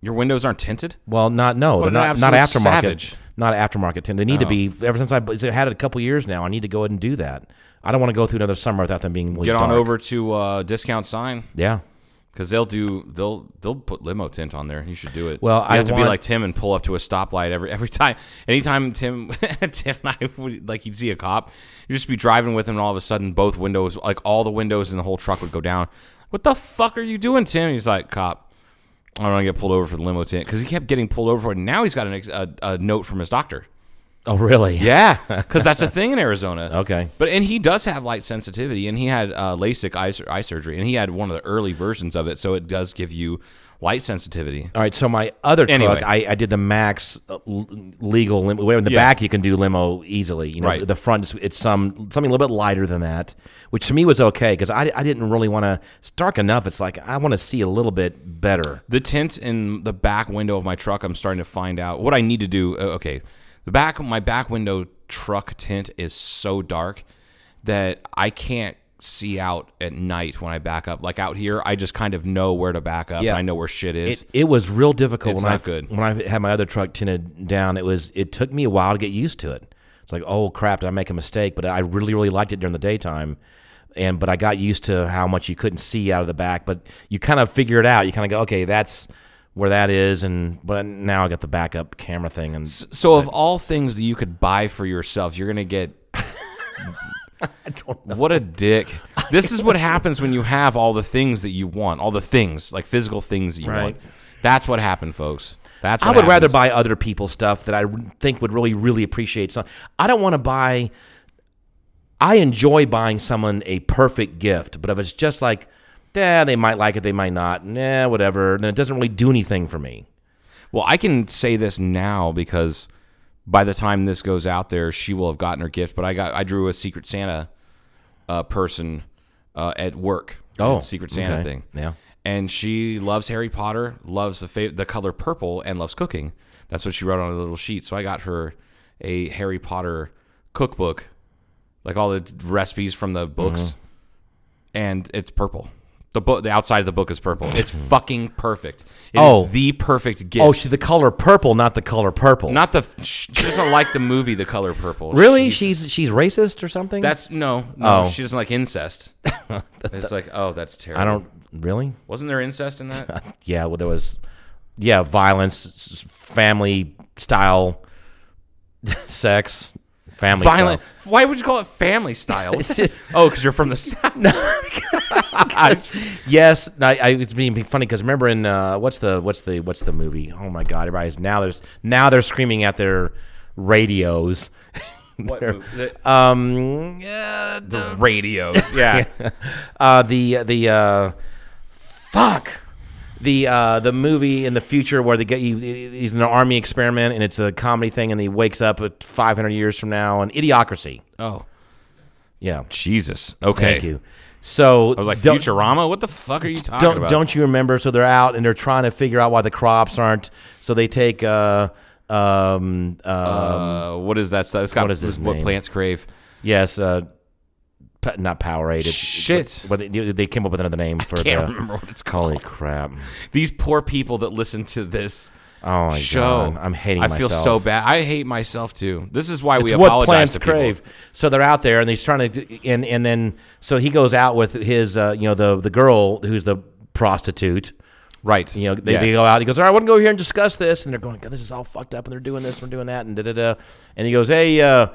[SPEAKER 6] Your windows aren't tinted?
[SPEAKER 5] Well, not no,
[SPEAKER 6] What
[SPEAKER 5] they're
[SPEAKER 6] an
[SPEAKER 5] not not
[SPEAKER 6] absolute
[SPEAKER 5] aftermarket.
[SPEAKER 6] savage. Oh.
[SPEAKER 5] Not aftermarket tin. They need to be. Ever since I it's had it a couple years now, I need to go ahead and do that. I don't want to go through another summer without them being really
[SPEAKER 6] Get on
[SPEAKER 5] dark.
[SPEAKER 6] over to uh, Discount Sign
[SPEAKER 5] Yeah,
[SPEAKER 6] because they'll do they'll they'll put limo tint on there. You should do it.
[SPEAKER 5] Well,
[SPEAKER 6] you
[SPEAKER 5] I
[SPEAKER 6] have to be
[SPEAKER 5] want-
[SPEAKER 6] like Tim and pull up to a stoplight every every time. Anytime Tim Tim and I would, like you'd see a cop, you'd just be driving with him, and all of a sudden both windows like all the windows in the whole truck would go down. What the fuck are you doing, Tim? He's like cop. I don't want to get pulled over for the limo tint because he kept getting pulled over for it. And now he's got an ex- a, a note from his doctor.
[SPEAKER 5] Oh, really?
[SPEAKER 6] Yeah, because that's a thing in Arizona.
[SPEAKER 5] Okay.
[SPEAKER 6] but and he does have light sensitivity, and he had uh, LASIK eye, sur- eye surgery, and he had one of the early versions of it, so it does give you light sensitivity.
[SPEAKER 5] All right. So my other
[SPEAKER 6] Anyway.
[SPEAKER 5] truck, I, I did the max uh, l- legal limo. Where in the
[SPEAKER 6] Yeah.
[SPEAKER 5] back you can do limo easily. You know,
[SPEAKER 6] Right.
[SPEAKER 5] the front is- it's some something a little bit lighter than that, which to me was okay because I, I didn't really want to. It's dark enough. It's like I want to see a little bit better.
[SPEAKER 6] The tint in the back window of my truck, I'm starting to find out what I need to do. uh, Okay, the back my back window truck tint is so dark that I can't see out at night when I back up. Like out here, I just kind of know where to back up.
[SPEAKER 5] Yeah.
[SPEAKER 6] and I know where shit is.
[SPEAKER 5] It, it was real difficult
[SPEAKER 6] It's
[SPEAKER 5] when I
[SPEAKER 6] not good.
[SPEAKER 5] when I had my other truck tinted down. It was it took me a while to get used to it. It's like oh crap, did I make a mistake? But I really really liked it during the daytime, and but I got used to how much you couldn't see out of the back. But you kind of figure it out. You kind of go okay, that's where that is, and but now I got the backup camera thing, and
[SPEAKER 6] So of all things that you could buy for yourself, you're gonna get. What a dick! This is what happens when you have all the things that you want, all the things like physical things that you
[SPEAKER 5] Right.
[SPEAKER 6] want. That's what happened, folks. That's
[SPEAKER 5] I
[SPEAKER 6] what
[SPEAKER 5] would rather
[SPEAKER 6] happens.
[SPEAKER 5] buy other people's stuff that I think would really really appreciate. Some I don't want to buy. I enjoy buying someone a perfect gift, but if it's just like, yeah, they might like it, they might not, nah, whatever, then it doesn't really do anything for me.
[SPEAKER 6] Well, I can say this now because by the time this goes out there, she will have gotten her gift. But I got I drew a Secret Santa uh, person uh, at work.
[SPEAKER 5] Oh,
[SPEAKER 6] at Secret Santa
[SPEAKER 5] okay.
[SPEAKER 6] thing.
[SPEAKER 5] Yeah.
[SPEAKER 6] and she loves Harry Potter, loves the fa- the color purple, and loves cooking. That's what she wrote on a little sheet. So I got her a Harry Potter cookbook, like all the recipes from the books,
[SPEAKER 5] Mm-hmm.
[SPEAKER 6] and it's purple. The book, the outside of the book is purple. It's fucking perfect. It is
[SPEAKER 5] Oh.
[SPEAKER 6] the perfect gift.
[SPEAKER 5] Oh, she's the color purple, not the color purple.
[SPEAKER 6] Not the. She doesn't like the movie The Color Purple.
[SPEAKER 5] really.
[SPEAKER 6] Jesus.
[SPEAKER 5] She's she's racist or something.
[SPEAKER 6] That's no, no.
[SPEAKER 5] Oh.
[SPEAKER 6] She doesn't like incest. it's like, oh, that's terrible.
[SPEAKER 5] I don't. Really?
[SPEAKER 6] Wasn't there incest in that?
[SPEAKER 5] Yeah. Well, there was, yeah, violence, s- s- family style, sex, family
[SPEAKER 6] Violent.
[SPEAKER 5] style.
[SPEAKER 6] Why would you call it family style?
[SPEAKER 5] It's just-
[SPEAKER 6] oh, because you're from the south.
[SPEAKER 5] Yes, no, I, I, it's being funny because remember in uh, what's the what's the what's the movie? Oh my God! Everybody's now there's now they're screaming at their radios.
[SPEAKER 6] What
[SPEAKER 5] They're-
[SPEAKER 6] move? The,
[SPEAKER 5] Um, yeah,
[SPEAKER 6] the radios. Yeah.
[SPEAKER 5] uh, the the uh, fuck the uh, the movie in the future where they get you he's in an army experiment and it's a comedy thing and he wakes up at 500 years from now and idiocracy
[SPEAKER 6] oh,
[SPEAKER 5] yeah
[SPEAKER 6] Jesus. Okay.
[SPEAKER 5] thank you so
[SPEAKER 6] I was like,
[SPEAKER 5] don't-
[SPEAKER 6] Futurama? What the fuck are you talking
[SPEAKER 5] don't
[SPEAKER 6] about?
[SPEAKER 5] don't you remember so they're out and they're trying to figure out why the crops aren't so they take uh um uh,
[SPEAKER 6] Uh, what is that stuff? It's got,
[SPEAKER 5] What is his
[SPEAKER 6] What
[SPEAKER 5] name?
[SPEAKER 6] plants crave?
[SPEAKER 5] yes uh pa- not Powerade. It's,
[SPEAKER 6] Shit.
[SPEAKER 5] but they, they came up with another name for
[SPEAKER 6] Can't
[SPEAKER 5] the
[SPEAKER 6] remember what it's
[SPEAKER 5] holy
[SPEAKER 6] called.
[SPEAKER 5] crap.
[SPEAKER 6] These poor people that listen to this
[SPEAKER 5] Oh my
[SPEAKER 6] show.
[SPEAKER 5] god, I'm hating.
[SPEAKER 6] I
[SPEAKER 5] myself.
[SPEAKER 6] feel so bad. I hate myself too. This is why
[SPEAKER 5] It's
[SPEAKER 6] we
[SPEAKER 5] what
[SPEAKER 6] apologize
[SPEAKER 5] plants
[SPEAKER 6] to people.
[SPEAKER 5] crave. So they're out there and he's trying to, do- and and then so he goes out with his, uh, you know, the the girl who's the prostitute.
[SPEAKER 6] Right.
[SPEAKER 5] You know, they,
[SPEAKER 6] Yeah.
[SPEAKER 5] they go out. He goes, all right, I want to go here and discuss this. And they're going, God, this is all fucked up. And they're doing this, and we're doing that, and da da da. And he goes, hey, uh,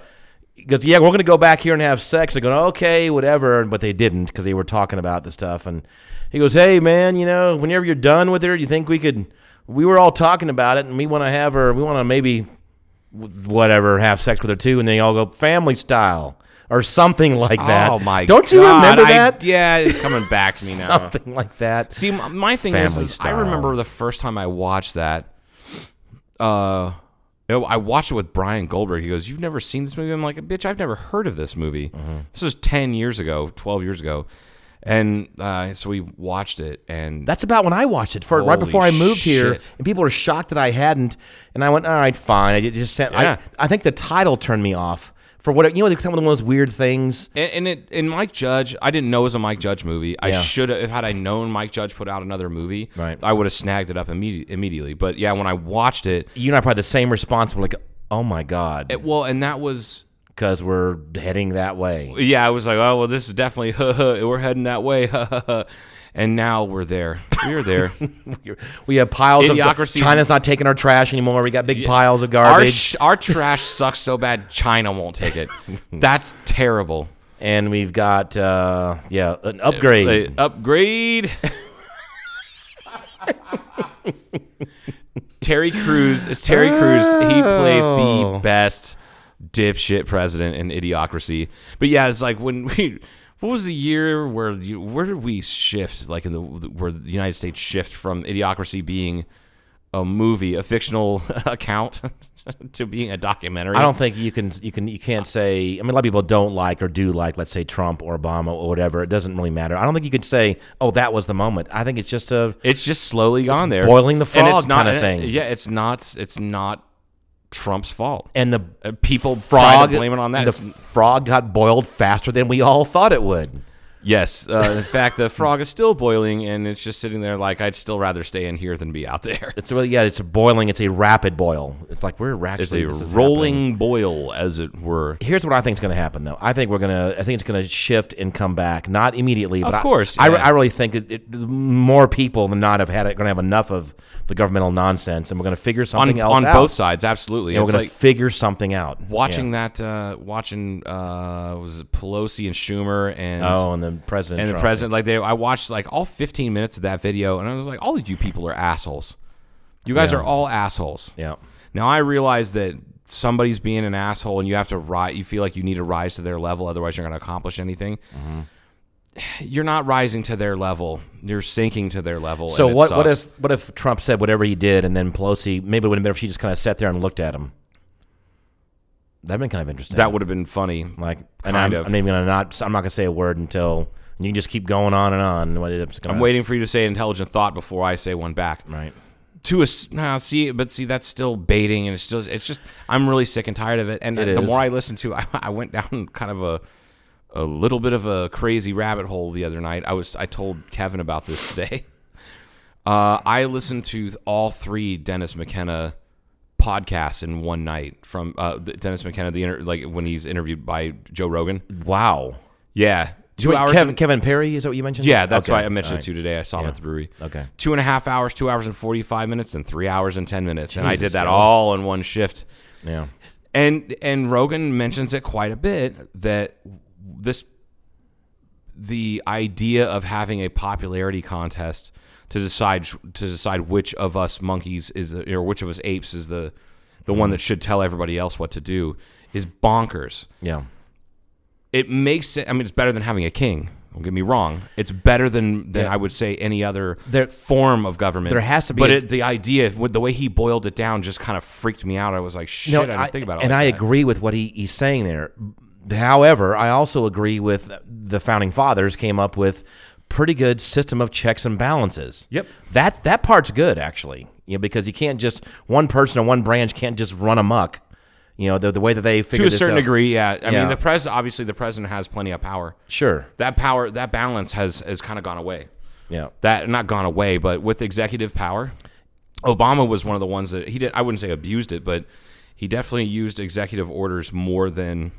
[SPEAKER 5] he goes, yeah, we're going to go back here and have sex. They're going, okay, whatever. But they didn't because they were talking about the stuff. And he goes, hey, man, you know, whenever you're done with her, you think we could? We were all talking about it, and we want to have her. We want to maybe whatever, have sex with her too, and they all go family style or something like that.
[SPEAKER 6] Oh my
[SPEAKER 5] Don't you
[SPEAKER 6] God,
[SPEAKER 5] remember
[SPEAKER 6] I-
[SPEAKER 5] that?
[SPEAKER 6] yeah, it's coming back to me now.
[SPEAKER 5] Something like that.
[SPEAKER 6] See, m- my thing is,
[SPEAKER 5] Family
[SPEAKER 6] is I
[SPEAKER 5] style.
[SPEAKER 6] remember the first time I watched that. Uh, you know, I watched it with Brian Goldberg. He goes, "You've never seen this movie?" I'm like, "Bitch, I've never heard of this movie."
[SPEAKER 5] Mm-hmm.
[SPEAKER 6] This was ten years ago, twelve years ago, and uh, so we watched it. And
[SPEAKER 5] That's about when I watched it for right
[SPEAKER 6] Holy
[SPEAKER 5] before I moved here,
[SPEAKER 6] shit.
[SPEAKER 5] and people were shocked that I hadn't. And I went, all right, fine. I ju- just sent.
[SPEAKER 6] Yeah.
[SPEAKER 5] I, I think the title turned me off for what you know. Some of those weird things.
[SPEAKER 6] And, and it and Mike Judge, I didn't know it was a Mike Judge movie. I
[SPEAKER 5] Yeah.
[SPEAKER 6] should have had I known Mike Judge put out another movie.
[SPEAKER 5] Right.
[SPEAKER 6] I would have snagged it up immedi- immediately. But yeah, when I watched it,
[SPEAKER 5] You and I probably the same response. We're like, oh my god,
[SPEAKER 6] it Eh, well, and that was
[SPEAKER 5] because we're heading that way.
[SPEAKER 6] yeah, I was like, oh well, this is definitely we're heading that way. and now we're there. We're there.
[SPEAKER 5] We have piles
[SPEAKER 6] Idiocracy-
[SPEAKER 5] of China's not taking our trash anymore. We got big piles of
[SPEAKER 6] our
[SPEAKER 5] garbage,
[SPEAKER 6] sh- our trash sucks so bad China won't take it. That's terrible.
[SPEAKER 5] and we've got uh, yeah an
[SPEAKER 6] They
[SPEAKER 5] upgrade.
[SPEAKER 6] upgrade. Terry Crews is Terry Crews. He
[SPEAKER 5] Oh.
[SPEAKER 6] plays the best dipshit president in Idiocracy. But yeah, it's like when we. What was the year where you, where did we shift? Like in the where the United States shift from Idiocracy being a movie, a fictional account, to being a documentary.
[SPEAKER 5] I don't think you can you can you can't say. I mean, a lot of people don't like or do like, let's say Trump or Obama or whatever. It doesn't really matter. I don't think you could say, "Oh, that was the moment." I think it's just a
[SPEAKER 6] It's just slowly gone there,
[SPEAKER 5] boiling the
[SPEAKER 6] And it's
[SPEAKER 5] frog
[SPEAKER 6] not- uh,
[SPEAKER 5] kinda thing.
[SPEAKER 6] Yeah, it's not. It's not Trump's fault.
[SPEAKER 5] and the
[SPEAKER 6] Uh, people try
[SPEAKER 5] frog
[SPEAKER 6] to blame it on that.
[SPEAKER 5] The
[SPEAKER 6] It's-
[SPEAKER 5] frog got boiled faster than we all thought it would.
[SPEAKER 6] yes, uh, in fact, the frog is still boiling, and it's just sitting there like I'd still rather stay in here than be out there.
[SPEAKER 5] It's really yeah. It's a boiling. It's a rapid boil. It's like we're
[SPEAKER 6] It's
[SPEAKER 5] actually
[SPEAKER 6] a
[SPEAKER 5] this is
[SPEAKER 6] rolling
[SPEAKER 5] happening.
[SPEAKER 6] boil, as it were.
[SPEAKER 5] Here's what I think is going to happen, though. I think we're gonna. I think it's going to shift and come back. Not immediately, but
[SPEAKER 6] Of
[SPEAKER 5] I-
[SPEAKER 6] course,
[SPEAKER 5] I,
[SPEAKER 6] yeah.
[SPEAKER 5] I really think it, it, more people than not have had it. Going to have enough of the governmental nonsense, and we're going to figure
[SPEAKER 6] On,
[SPEAKER 5] something else
[SPEAKER 6] on
[SPEAKER 5] out.
[SPEAKER 6] both sides, absolutely.
[SPEAKER 5] and
[SPEAKER 6] It's
[SPEAKER 5] we're gonna
[SPEAKER 6] like
[SPEAKER 5] figure something out.
[SPEAKER 6] watching that, uh, watching uh, was it Pelosi and Schumer and
[SPEAKER 5] Oh, and the president
[SPEAKER 6] and the
[SPEAKER 5] Trump.
[SPEAKER 6] president like they i watched like all 15 minutes of that video and i was like all of you people are assholes you guys are all assholes
[SPEAKER 5] Yeah,
[SPEAKER 6] now i realize that somebody's being an asshole and you have to rise you feel like you need to rise to their level otherwise you're not going to accomplish anything
[SPEAKER 5] Mm-hmm.
[SPEAKER 6] you're not rising to their level you're sinking to their level
[SPEAKER 5] So
[SPEAKER 6] and it
[SPEAKER 5] what? What
[SPEAKER 6] sucks.
[SPEAKER 5] if? What if Trump said whatever he did, and then Pelosi? Maybe it would have been better if she just kind of sat there and looked at him. That'd been kind of interesting.
[SPEAKER 6] that would have been funny
[SPEAKER 5] like, and
[SPEAKER 6] kind
[SPEAKER 5] I'm,
[SPEAKER 6] of.
[SPEAKER 5] I'm even gonna not. I'm not gonna say a word until you can just keep going on and on. and what it's gonna-
[SPEAKER 6] i'm waiting for you to say an intelligent thought before i say one back
[SPEAKER 5] Right.
[SPEAKER 6] to a s- nah, see, but see, that's still baiting, and it's still, it's just, I'm really sick and tired of it. And
[SPEAKER 5] It
[SPEAKER 6] the
[SPEAKER 5] is.
[SPEAKER 6] more I listen to, I, I went down kind of a, a little bit of a crazy rabbit hole the other night. I was, I told Kevin about this today. Uh, I listened to all three Dennis McKenna podcasts in one night from uh, Dennis McKenna, the inter- like when he's interviewed by Joe Rogan.
[SPEAKER 5] Wow.
[SPEAKER 6] Yeah. Two
[SPEAKER 5] Wait,
[SPEAKER 6] hours.
[SPEAKER 5] Kevin
[SPEAKER 6] and-
[SPEAKER 5] Kevin Perry is that what you mentioned?
[SPEAKER 6] yeah, that's
[SPEAKER 5] Okay.
[SPEAKER 6] why I mentioned
[SPEAKER 5] All
[SPEAKER 6] it to you today. I saw him
[SPEAKER 5] Yeah.
[SPEAKER 6] at the brewery.
[SPEAKER 5] Okay.
[SPEAKER 6] Two and a half hours, two hours and forty-five minutes, and three hours and ten minutes, and I
[SPEAKER 5] Jesus,
[SPEAKER 6] did that
[SPEAKER 5] Joe.
[SPEAKER 6] all in one shift.
[SPEAKER 5] right. Yeah.
[SPEAKER 6] And and Rogan mentions it quite a bit that this the idea of having a popularity contest to decide to decide which of us monkeys is the, or which of us apes is the the
[SPEAKER 5] Hmm.
[SPEAKER 6] one that should tell everybody else what to do is bonkers.
[SPEAKER 5] Yeah.
[SPEAKER 6] It makes it. I mean, it's better than having a king. Don't get me wrong. It's better than than
[SPEAKER 5] Yeah.
[SPEAKER 6] I would say any other
[SPEAKER 5] There-
[SPEAKER 6] form of government.
[SPEAKER 5] There has to be
[SPEAKER 6] But
[SPEAKER 5] a-
[SPEAKER 6] it, the idea, with the way he boiled it down, just kind of freaked me out. I was like, shit. I didn't think about it.
[SPEAKER 5] And
[SPEAKER 6] like
[SPEAKER 5] I
[SPEAKER 6] that.
[SPEAKER 5] agree with what he, he's saying there. However, I also agree with the founding fathers came up with pretty good system of checks and balances.
[SPEAKER 6] Yep.
[SPEAKER 5] That that part's good actually. You know, because you can't just one person or one branch can't just run amok. You know, the, the way that they figure
[SPEAKER 6] to a certain degree. Yeah. I
[SPEAKER 5] Yeah.
[SPEAKER 6] mean, the president obviously the president has plenty of power.
[SPEAKER 5] Sure.
[SPEAKER 6] That power, that balance has has kind of gone away.
[SPEAKER 5] Yeah.
[SPEAKER 6] That not gone away, but with executive power, Obama was one of the ones that he did. I wouldn't say abused it, but he definitely used executive orders more than.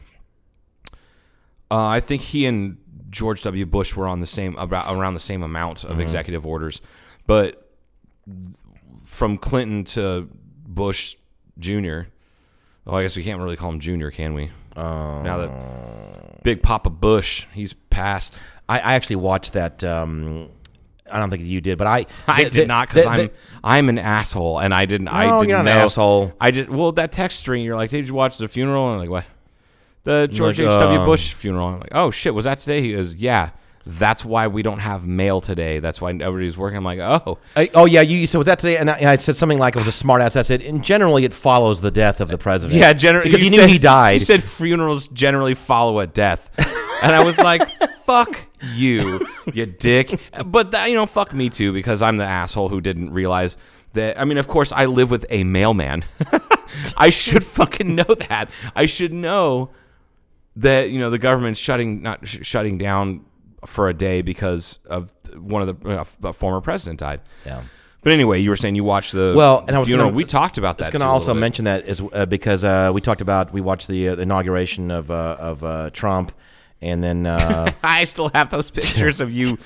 [SPEAKER 6] Uh, I think he and George W. Bush were on the same about around the same amount of executive orders, but from Clinton to Bush Jr. Well, I guess we can't really call him Jr. Can we? Oh, now that Big Papa Bush, he's passed.
[SPEAKER 5] I, I actually watched that um, I don't think you did, but I
[SPEAKER 6] I
[SPEAKER 5] the-
[SPEAKER 6] did
[SPEAKER 5] the-
[SPEAKER 6] not because
[SPEAKER 5] the-
[SPEAKER 6] I'm
[SPEAKER 5] the-
[SPEAKER 6] I'm an asshole and I didn't
[SPEAKER 5] No,
[SPEAKER 6] I didn't
[SPEAKER 5] you're not
[SPEAKER 6] know.
[SPEAKER 5] an asshole.
[SPEAKER 6] I just well that text string you're like did you watch the funeral and I'm like what the George
[SPEAKER 5] like,
[SPEAKER 6] H W
[SPEAKER 5] um,
[SPEAKER 6] Bush funeral I'm like oh shit was that today he goes yeah that's why we don't have mail today that's why everybody's working I'm like oh
[SPEAKER 5] I- oh yeah, you, you said was that today, and I, and I said something like it was a smartass. I said, and generally it follows the death of the president.
[SPEAKER 6] yeah generally
[SPEAKER 5] because you, knew he died.
[SPEAKER 6] he said funerals generally follow a death and I was like fuck you you dick but that, you know fuck me too because I'm the asshole who didn't realize. That, I mean, of course, I live with a mailman. I should fucking know that. I should know that you know the government's shutting not sh- shutting down for a day because of one of the uh, f- a former president died.
[SPEAKER 5] Yeah.
[SPEAKER 6] But anyway, you were saying you watched the
[SPEAKER 5] Well, and I was
[SPEAKER 6] funeral.
[SPEAKER 5] gonna-
[SPEAKER 6] we talked about that.
[SPEAKER 5] It's going to
[SPEAKER 6] too a
[SPEAKER 5] also
[SPEAKER 6] little bit.
[SPEAKER 5] mention that is uh, because uh, we talked about we watched the, uh, the inauguration of uh, of uh, Trump, and then uh,
[SPEAKER 6] I still have those pictures of you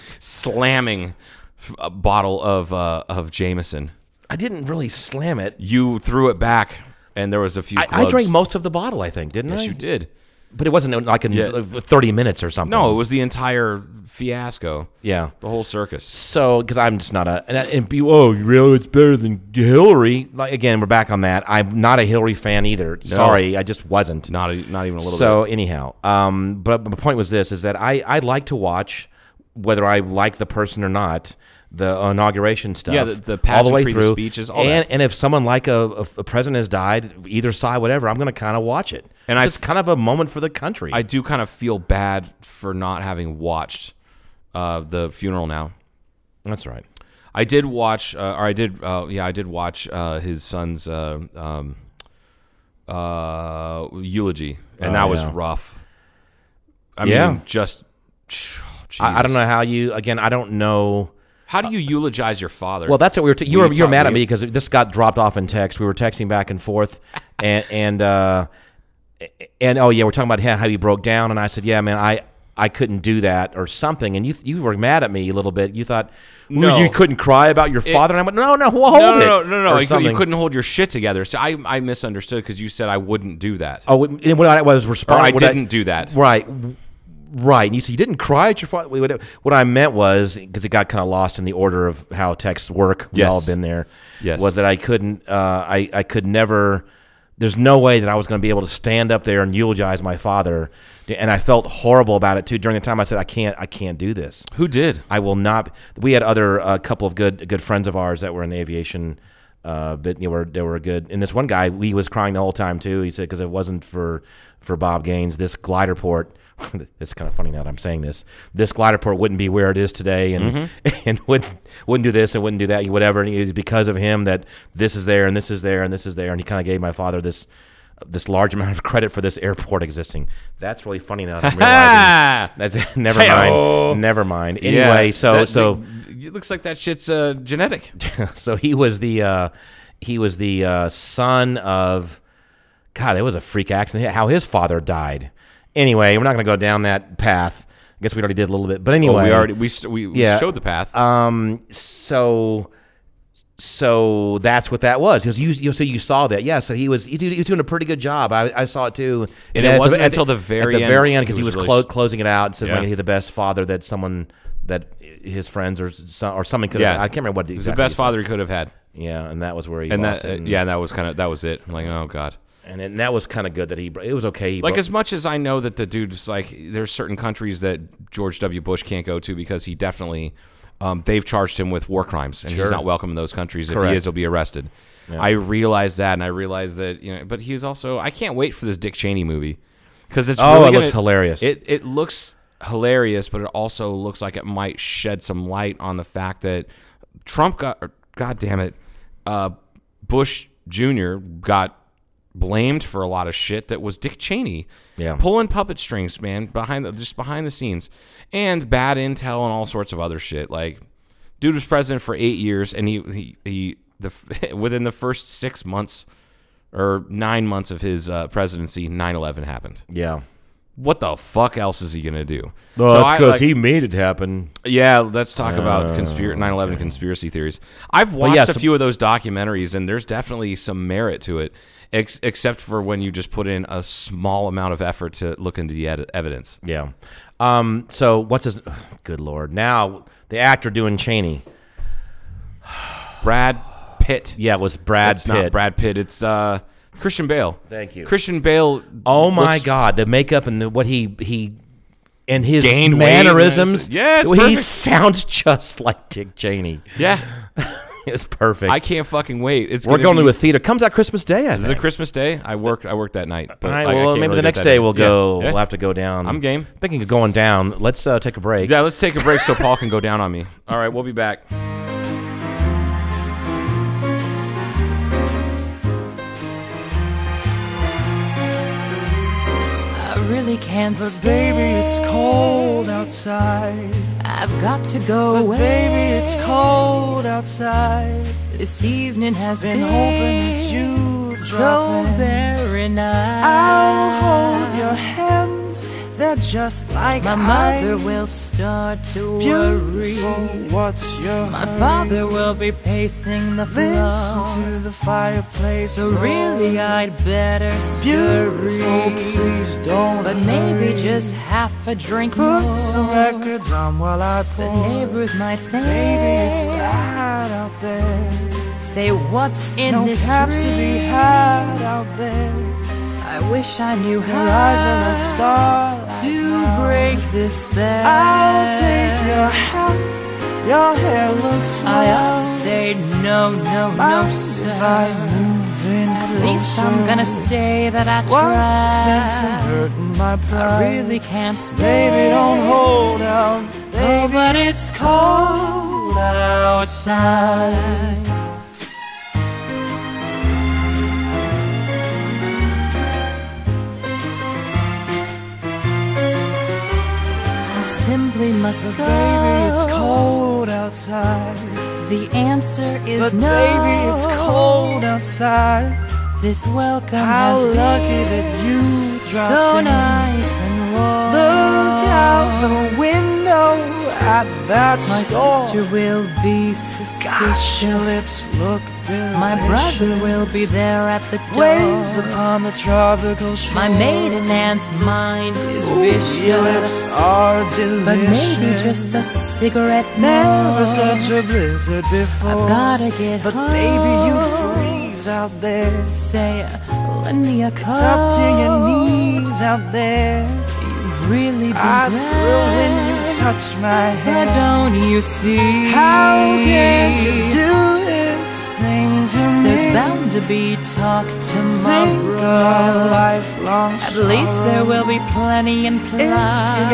[SPEAKER 6] slamming f- a bottle of uh, of Jameson.
[SPEAKER 5] I didn't really slam it.
[SPEAKER 6] You threw it back, and there was a few.
[SPEAKER 5] I, I
[SPEAKER 6] glugs.
[SPEAKER 5] drank most of the bottle, I think, didn't I?
[SPEAKER 6] Yes, you did.
[SPEAKER 5] But it wasn't like in
[SPEAKER 6] Yeah.
[SPEAKER 5] uh, thirty minutes or something.
[SPEAKER 6] No, it was the entire fiasco.
[SPEAKER 5] yeah.
[SPEAKER 6] the whole circus.
[SPEAKER 5] So, because I'm just not a and, I- and be, oh really, it's better than Hillary. Like again, we're back on that. I'm not a Hillary fan either. Sorry, I just wasn't.
[SPEAKER 6] Not a, not even a little.
[SPEAKER 5] so anyhow um but my point was this is that i i like to watch whether i like the person or not the inauguration stuff
[SPEAKER 6] Yeah, the- the
[SPEAKER 5] all the way
[SPEAKER 6] pageantry, the
[SPEAKER 5] through
[SPEAKER 6] speeches, all
[SPEAKER 5] and
[SPEAKER 6] that.
[SPEAKER 5] and if someone like a, a, a president has died either side whatever i'm gonna kind of watch it
[SPEAKER 6] And I-
[SPEAKER 5] it's kind of a moment for the country
[SPEAKER 6] I do kind of feel bad for not having watched uh, the funeral now.
[SPEAKER 5] that's right
[SPEAKER 6] I did watch, uh, or I did, uh, yeah, I did watch uh, his son's uh, um, uh, eulogy, and
[SPEAKER 5] Oh,
[SPEAKER 6] that was
[SPEAKER 5] yeah.
[SPEAKER 6] rough. I
[SPEAKER 5] Yeah.
[SPEAKER 6] mean, just
[SPEAKER 5] I, I don't
[SPEAKER 6] Jesus.
[SPEAKER 5] know how you again i don't know
[SPEAKER 6] How do you eulogize your father?
[SPEAKER 5] well that's what we were t- you
[SPEAKER 6] We
[SPEAKER 5] were you were
[SPEAKER 6] talk-
[SPEAKER 5] mad at
[SPEAKER 6] we-
[SPEAKER 5] me because this got dropped off in text we were texting back and forth and and uh and oh yeah, we're talking about how how you broke down, and I said, yeah, man, I I couldn't do that or something, and you you were mad at me a little bit. You thought "Ooh,
[SPEAKER 6] No.
[SPEAKER 5] you couldn't cry about your father, and I went, no, no, well, hold
[SPEAKER 6] no, no, no,
[SPEAKER 5] it,
[SPEAKER 6] no, no, no.
[SPEAKER 5] or
[SPEAKER 6] You,
[SPEAKER 5] something.
[SPEAKER 6] you couldn't hold your shit together. So I, I misunderstood because you said I wouldn't do that.
[SPEAKER 5] Oh, and what I was responding,
[SPEAKER 6] Or I
[SPEAKER 5] what
[SPEAKER 6] didn't do that.
[SPEAKER 5] Right, right. And you said you didn't cry at your father. What what I meant was because it got kind of lost in the order of how texts work. We've
[SPEAKER 6] Yes.
[SPEAKER 5] all been there.
[SPEAKER 6] Yes.
[SPEAKER 5] was that I couldn't. Uh, I I could never. There's no way that I was going to be able to stand up there and eulogize my father, and I felt horrible about it too. During the time, I said, "I can't, I can't do this.
[SPEAKER 6] Who did?
[SPEAKER 5] I will not." We had other uh, couple of good good friends of ours that were in the aviation, uh, but you know, were they were good. And this one guy, he was crying the whole time too. He said, "Because it wasn't for for Bob Gaines, this glider port." it's kind of funny now that I'm saying this. This glider port wouldn't be where it is today, and and wouldn't wouldn't do this and wouldn't do that, whatever. And it was because of him that this is there and this is there and this is there. And he kind of gave my father this. This large amount of credit for this airport existing. That's really funny now. That I'm realizing. That's never
[SPEAKER 6] Hey-oh.
[SPEAKER 5] mind. Never mind. Anyway,
[SPEAKER 6] Yeah,
[SPEAKER 5] so
[SPEAKER 6] that-
[SPEAKER 5] so
[SPEAKER 6] it looks like that shit's uh, genetic.
[SPEAKER 5] so he was the uh, he was the uh, son of God. It was a freak accident. How his father died. Anyway, we're not going to go down that path. I guess we already did a little bit, but anyway,
[SPEAKER 6] Well, we already we s- we, we
[SPEAKER 5] Yeah.
[SPEAKER 6] showed the path.
[SPEAKER 5] Um, so, so that's what that was. He goes, you, you, so you saw that, yeah. So he was, he, did- he was doing a pretty good job. I, I saw it too.
[SPEAKER 6] And it
[SPEAKER 5] at the-
[SPEAKER 6] wasn't
[SPEAKER 5] at
[SPEAKER 6] until the very
[SPEAKER 5] at the
[SPEAKER 6] end
[SPEAKER 5] very end
[SPEAKER 6] he
[SPEAKER 5] because he
[SPEAKER 6] was
[SPEAKER 5] was,
[SPEAKER 6] really
[SPEAKER 5] clo-
[SPEAKER 6] s-
[SPEAKER 5] closing it out and said,
[SPEAKER 6] Yeah.
[SPEAKER 5] "He's the best father that someone that his friends or some, or something could.
[SPEAKER 6] yeah,
[SPEAKER 5] have, I can't remember what
[SPEAKER 6] He
[SPEAKER 5] the
[SPEAKER 6] was the
[SPEAKER 5] exact-
[SPEAKER 6] best father he could have had.
[SPEAKER 5] Yeah, and that was where he
[SPEAKER 6] And
[SPEAKER 5] lost
[SPEAKER 6] that
[SPEAKER 5] it,
[SPEAKER 6] uh, yeah, that was kind of that was it. I'm like, oh god.
[SPEAKER 5] and, and that was kind of good that he. It was okay. He
[SPEAKER 6] Like
[SPEAKER 5] bro-
[SPEAKER 6] as much as I know that the dude's like, there's certain countries that George W. Bush can't go to because he definitely, um, they've charged him with war crimes and he's not welcome in those countries. If
[SPEAKER 5] Correct.
[SPEAKER 6] he is, he'll be arrested. I realize that, and I realize that you know. But he's also, I can't wait for this Dick Cheney movie because it's
[SPEAKER 5] Oh,
[SPEAKER 6] really
[SPEAKER 5] it
[SPEAKER 6] gonna-
[SPEAKER 5] looks hilarious.
[SPEAKER 6] It it looks hilarious, but it also looks like it might shed some light on the fact that Trump got, or, God damn it, uh, Bush Jr. got blamed for a lot of shit that was Dick Cheney.
[SPEAKER 5] Yeah.
[SPEAKER 6] Pulling puppet strings, man, behind the, just behind the scenes. And bad intel and all sorts of other shit. Like dude was president for 8 years and he he, he the f- within the first 6 months or 9 months of his uh, presidency, 9/11 happened.
[SPEAKER 5] yeah.
[SPEAKER 6] What the fuck else is he going to do?
[SPEAKER 5] Well,
[SPEAKER 6] I, like-
[SPEAKER 5] he made it happen.
[SPEAKER 6] yeah, let's talk about conspiracy 9/11 conspiracy theories. I've watched
[SPEAKER 5] Oh, yeah,
[SPEAKER 6] a
[SPEAKER 5] some-
[SPEAKER 6] few of those documentaries and there's definitely some merit to it ex- except for when you just put in a small amount of effort to look into the ed- evidence.
[SPEAKER 5] Yeah. Um, so what's his? Good lord! Now the actor doing Cheney.
[SPEAKER 6] Brad Pitt.
[SPEAKER 5] Yeah, it was Brad
[SPEAKER 6] it's
[SPEAKER 5] Pitt.
[SPEAKER 6] not Brad Pitt, it's uh, Christian Bale.
[SPEAKER 5] Thank you.
[SPEAKER 6] Christian Bale
[SPEAKER 5] Oh my
[SPEAKER 6] looks-
[SPEAKER 5] God! The makeup and the, what he he and his
[SPEAKER 6] Gained weight and
[SPEAKER 5] mannerisms.
[SPEAKER 6] it's- yeah, it's
[SPEAKER 5] he
[SPEAKER 6] perfect.
[SPEAKER 5] sounds just like Dick Cheney.
[SPEAKER 6] Yeah.
[SPEAKER 5] It's perfect.
[SPEAKER 6] I can't fucking wait. It's
[SPEAKER 5] We're
[SPEAKER 6] gonna
[SPEAKER 5] going
[SPEAKER 6] be-
[SPEAKER 5] to a theater. Comes out Christmas Day. I
[SPEAKER 6] Is it
[SPEAKER 5] think.
[SPEAKER 6] Christmas Day? I worked I worked that night. But
[SPEAKER 5] All right.
[SPEAKER 6] like, I
[SPEAKER 5] well,
[SPEAKER 6] can't
[SPEAKER 5] maybe
[SPEAKER 6] really
[SPEAKER 5] the
[SPEAKER 6] get
[SPEAKER 5] next
[SPEAKER 6] that
[SPEAKER 5] day
[SPEAKER 6] in.
[SPEAKER 5] we'll
[SPEAKER 6] Yeah.
[SPEAKER 5] go.
[SPEAKER 6] Yeah.
[SPEAKER 5] We'll have to go down.
[SPEAKER 6] I'm game.
[SPEAKER 5] Thinking of going down. Let's uh, take a break.
[SPEAKER 6] Yeah, let's take a break so Paul can go down on me. All right, we'll be back.
[SPEAKER 7] I really can't but Baby, it's cold outside. I've got to go away. Baby, it's cold outside. This evening has been, hoping that you so very nice. I'll hold your hands. They're just like my mother will start to worry. What's your my father will be pacing the floor. to the fireplace. So really, I'd better scurry. But maybe just half a drink Put more. some records on while I The neighbors might think. Maybe it's bad out there. Say what's in this caps to be had out there. I wish I knew how eyes are like to break this spell. I'll take your hat. Your hair looks I have to say no, no, no, sir. At least I'm gonna say that I tried. I really can't stay. Baby, don't hold out. Baby. Oh, but it's cold outside. I simply must go. Baby, it's cold outside. The answer is no. Baby, it's cold outside. This welcome How has lucky that you dropped so nice and warm. Look out the window at that My sister will be suspicious. your lips look My brother will be there at the door. Waves upon the tropical shore. My maiden aunt's mind is vicious. Your lips are delicious. But maybe just a cigarette Never such a blizzard before. I've gotta get but home. But baby, you freeze out there. Say, lend me a cup. It's up to your knees out there. You've really been I thrill when you touch my hand. But don't you see? How can you do this thing to me? There's bound to be talk tomorrow. Think of lifelong At least there will be plenty in play. If you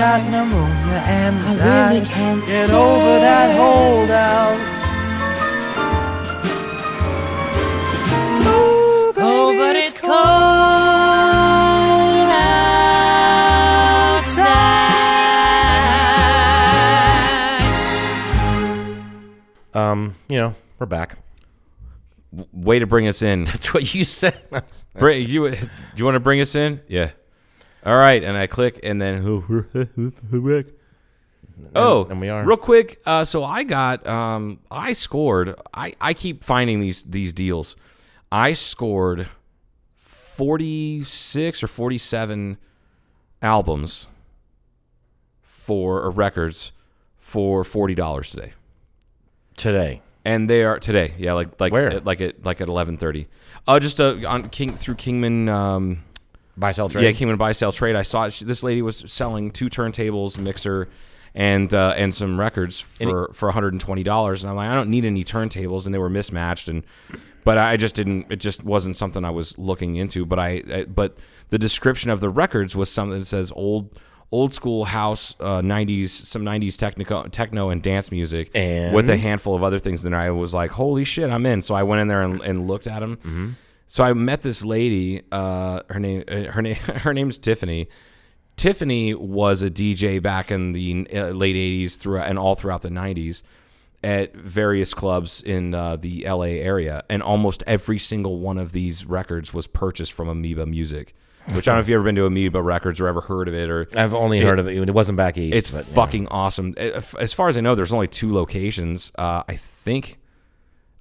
[SPEAKER 7] got pneumonia and I really can't get over that holdout. Oh, but it's cold outside.
[SPEAKER 5] Um. You know, we're back.
[SPEAKER 6] Way to bring us in.
[SPEAKER 5] That's what you said.
[SPEAKER 6] Bring, you do you want to bring us in? Yeah. All right, and I click, and then who? who- who- who- who- Oh,
[SPEAKER 5] and we are.
[SPEAKER 6] real quick. Uh, so I got, um, I scored. I, I keep finding these these deals. I scored forty six or forty seven albums for or records for forty dollars today,
[SPEAKER 5] today.
[SPEAKER 6] and they are today. Yeah, like like
[SPEAKER 5] Where?
[SPEAKER 6] at- like at like at eleven thirty. Uh, just uh, on King through Kingman. Um,
[SPEAKER 5] Buy sell trade.
[SPEAKER 6] yeah, came in buy sell trade. I saw it. She- this lady was selling two turntables, mixer, and uh, and some records for for 120 dollars. And I'm like, I don't need any turntables, and they were mismatched. And but I just didn't. It just wasn't something I was looking into. But I, I but the description of the records was something that says old. Old school house, uh, '90s, some '90s technico, techno and dance music,
[SPEAKER 5] And?
[SPEAKER 6] with a handful of other things. And I was like, "Holy shit, I'm in!" So I went in there and, and looked at them. So I met this lady. Uh, her name, uh, her name, her name's Tiffany. Tiffany was a DJ back in the uh, late '80s through and all throughout the '90s at various clubs in uh, the LA area, and almost every single one of these records was purchased from Amoeba Music. Which I don't know if you've ever been to Amoeba Records or ever heard of it, or
[SPEAKER 5] I've only
[SPEAKER 6] It-
[SPEAKER 5] heard of it. It wasn't back east.
[SPEAKER 6] it's
[SPEAKER 5] but, yeah.
[SPEAKER 6] fucking awesome. If- As far as I know, there's only two locations. Uh, I think,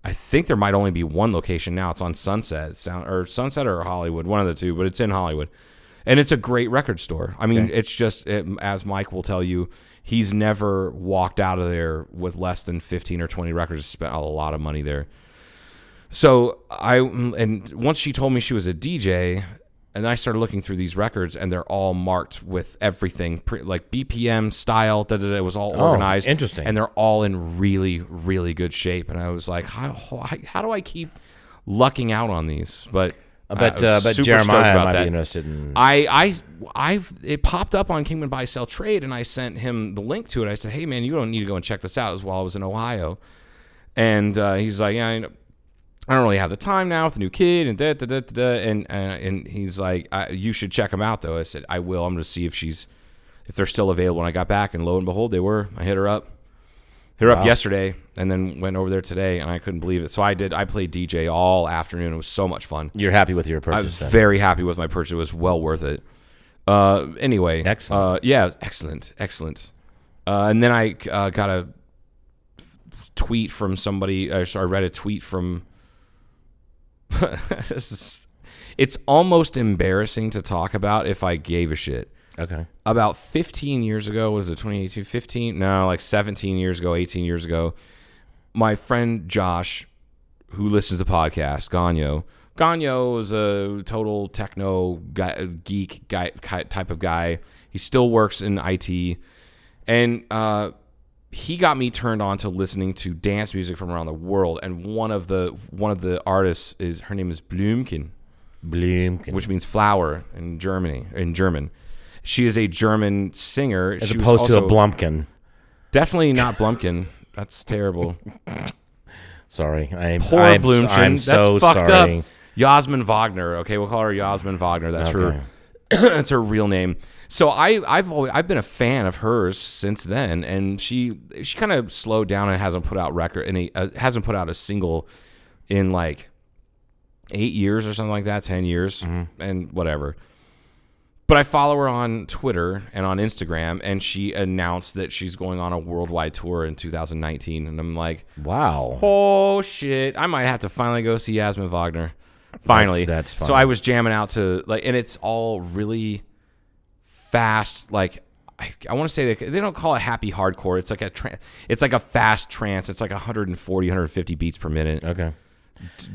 [SPEAKER 6] I think there might only be one location now. It's on Sunset, it's down, or Sunset or Hollywood, one of the two. But it's in Hollywood, and it's a great record store. I mean, it's just it, as Mike will tell you, he's never walked out of there with less than fifteen or twenty records. Spent a lot of money there. So I and once she told me she was a DJ, and then I started looking through these records, and they're all marked with everything pre, like BPM style. Da, da, da, it was all organized.
[SPEAKER 5] Oh, interesting.
[SPEAKER 6] And they're all in really, really good shape. And I was like, how how do I keep lucking out on these? But
[SPEAKER 5] I bet,
[SPEAKER 6] I was
[SPEAKER 5] uh, but
[SPEAKER 6] super
[SPEAKER 5] Jeremiah
[SPEAKER 6] stoked about
[SPEAKER 5] might
[SPEAKER 6] that.
[SPEAKER 5] be interested in.
[SPEAKER 6] I I I've it popped up on Kingman Buy Sell Trade, and I sent him the link to it. I said, "Hey man, you don't need to go and check this out." It was while I was in Ohio, and uh, he's like, "Yeah, I, know- I don't really have the time now with the new kid and da da da da." da." And uh, and he's like, I, "You should check him out though." I said, "I will. I'm going to see if she's if they're still available." And I got back, and lo and behold, they were. I hit her up. Hit her up yesterday, and then went over there today, and I couldn't believe it. So I did. I played DJ all afternoon. It was so much fun.
[SPEAKER 5] You're happy with your
[SPEAKER 6] I
[SPEAKER 5] purchase?
[SPEAKER 6] was
[SPEAKER 5] then.
[SPEAKER 6] very happy with my purchase. It was well worth it. Uh, anyway,
[SPEAKER 5] Excellent.
[SPEAKER 6] Uh, yeah, it was excellent, excellent. Uh, and then I uh, got a tweet from somebody. Uh, sorry, I read a tweet from. this is, it's almost embarrassing to talk about if I gave a shit
[SPEAKER 5] okay.
[SPEAKER 6] about 15 years ago was it 2018 15 no like 17 years ago 18 years ago my friend josh who listens to the podcast ganyo ganyo is a total techno guy, geek guy ki- type of guy he still works in it and uh, he got me turned on to listening to dance music from around the world and one of the one of the artists is her name is bloomkin
[SPEAKER 5] Bloomkin.
[SPEAKER 6] which means flower in Germany in German. She is a German singer,
[SPEAKER 5] as
[SPEAKER 6] She was
[SPEAKER 5] opposed to a
[SPEAKER 6] also-
[SPEAKER 5] Blumpkin.
[SPEAKER 6] Definitely not Blumpkin. That's terrible.
[SPEAKER 5] Sorry, I'm
[SPEAKER 6] Poor
[SPEAKER 5] I'm,
[SPEAKER 6] Blumchen.
[SPEAKER 5] I'm
[SPEAKER 6] That's
[SPEAKER 5] so
[SPEAKER 6] fucked
[SPEAKER 5] sorry.
[SPEAKER 6] up. Yasmin Wagner. Okay, we'll call her Yasmin Wagner. That's
[SPEAKER 5] Okay.
[SPEAKER 6] her. that's her real name. So I, I've always, I've been a fan of hers since then, and she she kind of slowed down and hasn't put out record any uh, hasn't put out a single in like eight years or something like that, ten years
[SPEAKER 5] Mm-hmm.
[SPEAKER 6] and whatever. But I follow her on Twitter and on Instagram, and she announced that she's going on a worldwide tour in 2019, and I'm like,
[SPEAKER 5] Wow.
[SPEAKER 6] Oh shit! I might have to finally go see Yasmin Wagner. Finally,
[SPEAKER 5] That's- that's
[SPEAKER 6] So
[SPEAKER 5] fine.
[SPEAKER 6] I was jamming out to like, and it's all really fast. Like I, I want to say they, they don't call it happy hardcore. It's like a tran it's like a fast trance. It's like 140, 150 beats per minute.
[SPEAKER 5] Okay.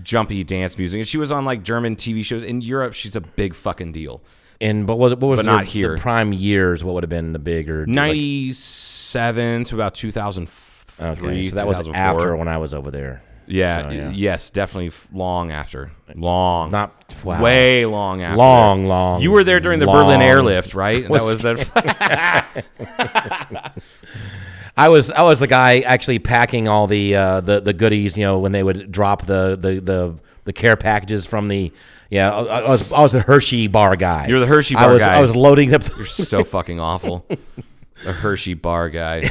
[SPEAKER 6] Jumpy dance music. And she was on like German TV shows in Europe. She's a big fucking deal.
[SPEAKER 5] And but what, what was
[SPEAKER 6] But
[SPEAKER 5] the,
[SPEAKER 6] not here.
[SPEAKER 5] the prime years? What would have been the bigger Like,
[SPEAKER 6] Ninety seven to about two thousand three.
[SPEAKER 5] okay, so that was after when I was over there.
[SPEAKER 6] Yeah,
[SPEAKER 5] So,
[SPEAKER 6] y-
[SPEAKER 5] yeah.
[SPEAKER 6] Yes. Definitely f- long after. Long.
[SPEAKER 5] Not wow.
[SPEAKER 6] Way long after.
[SPEAKER 5] Long,
[SPEAKER 6] that.
[SPEAKER 5] long,
[SPEAKER 6] You were there during the
[SPEAKER 5] long.
[SPEAKER 6] Berlin airlift, right?
[SPEAKER 5] Was-
[SPEAKER 6] that was that.
[SPEAKER 5] I was I was the guy actually packing all the uh, the the goodies. You know when they would drop the the the, the care packages from the yeah. I, I was I was the Hershey bar guy.
[SPEAKER 6] You're the Hershey
[SPEAKER 5] I
[SPEAKER 6] bar
[SPEAKER 5] was,
[SPEAKER 6] guy.
[SPEAKER 5] I was loading up. The,
[SPEAKER 6] so fucking awful. A Hershey bar guy.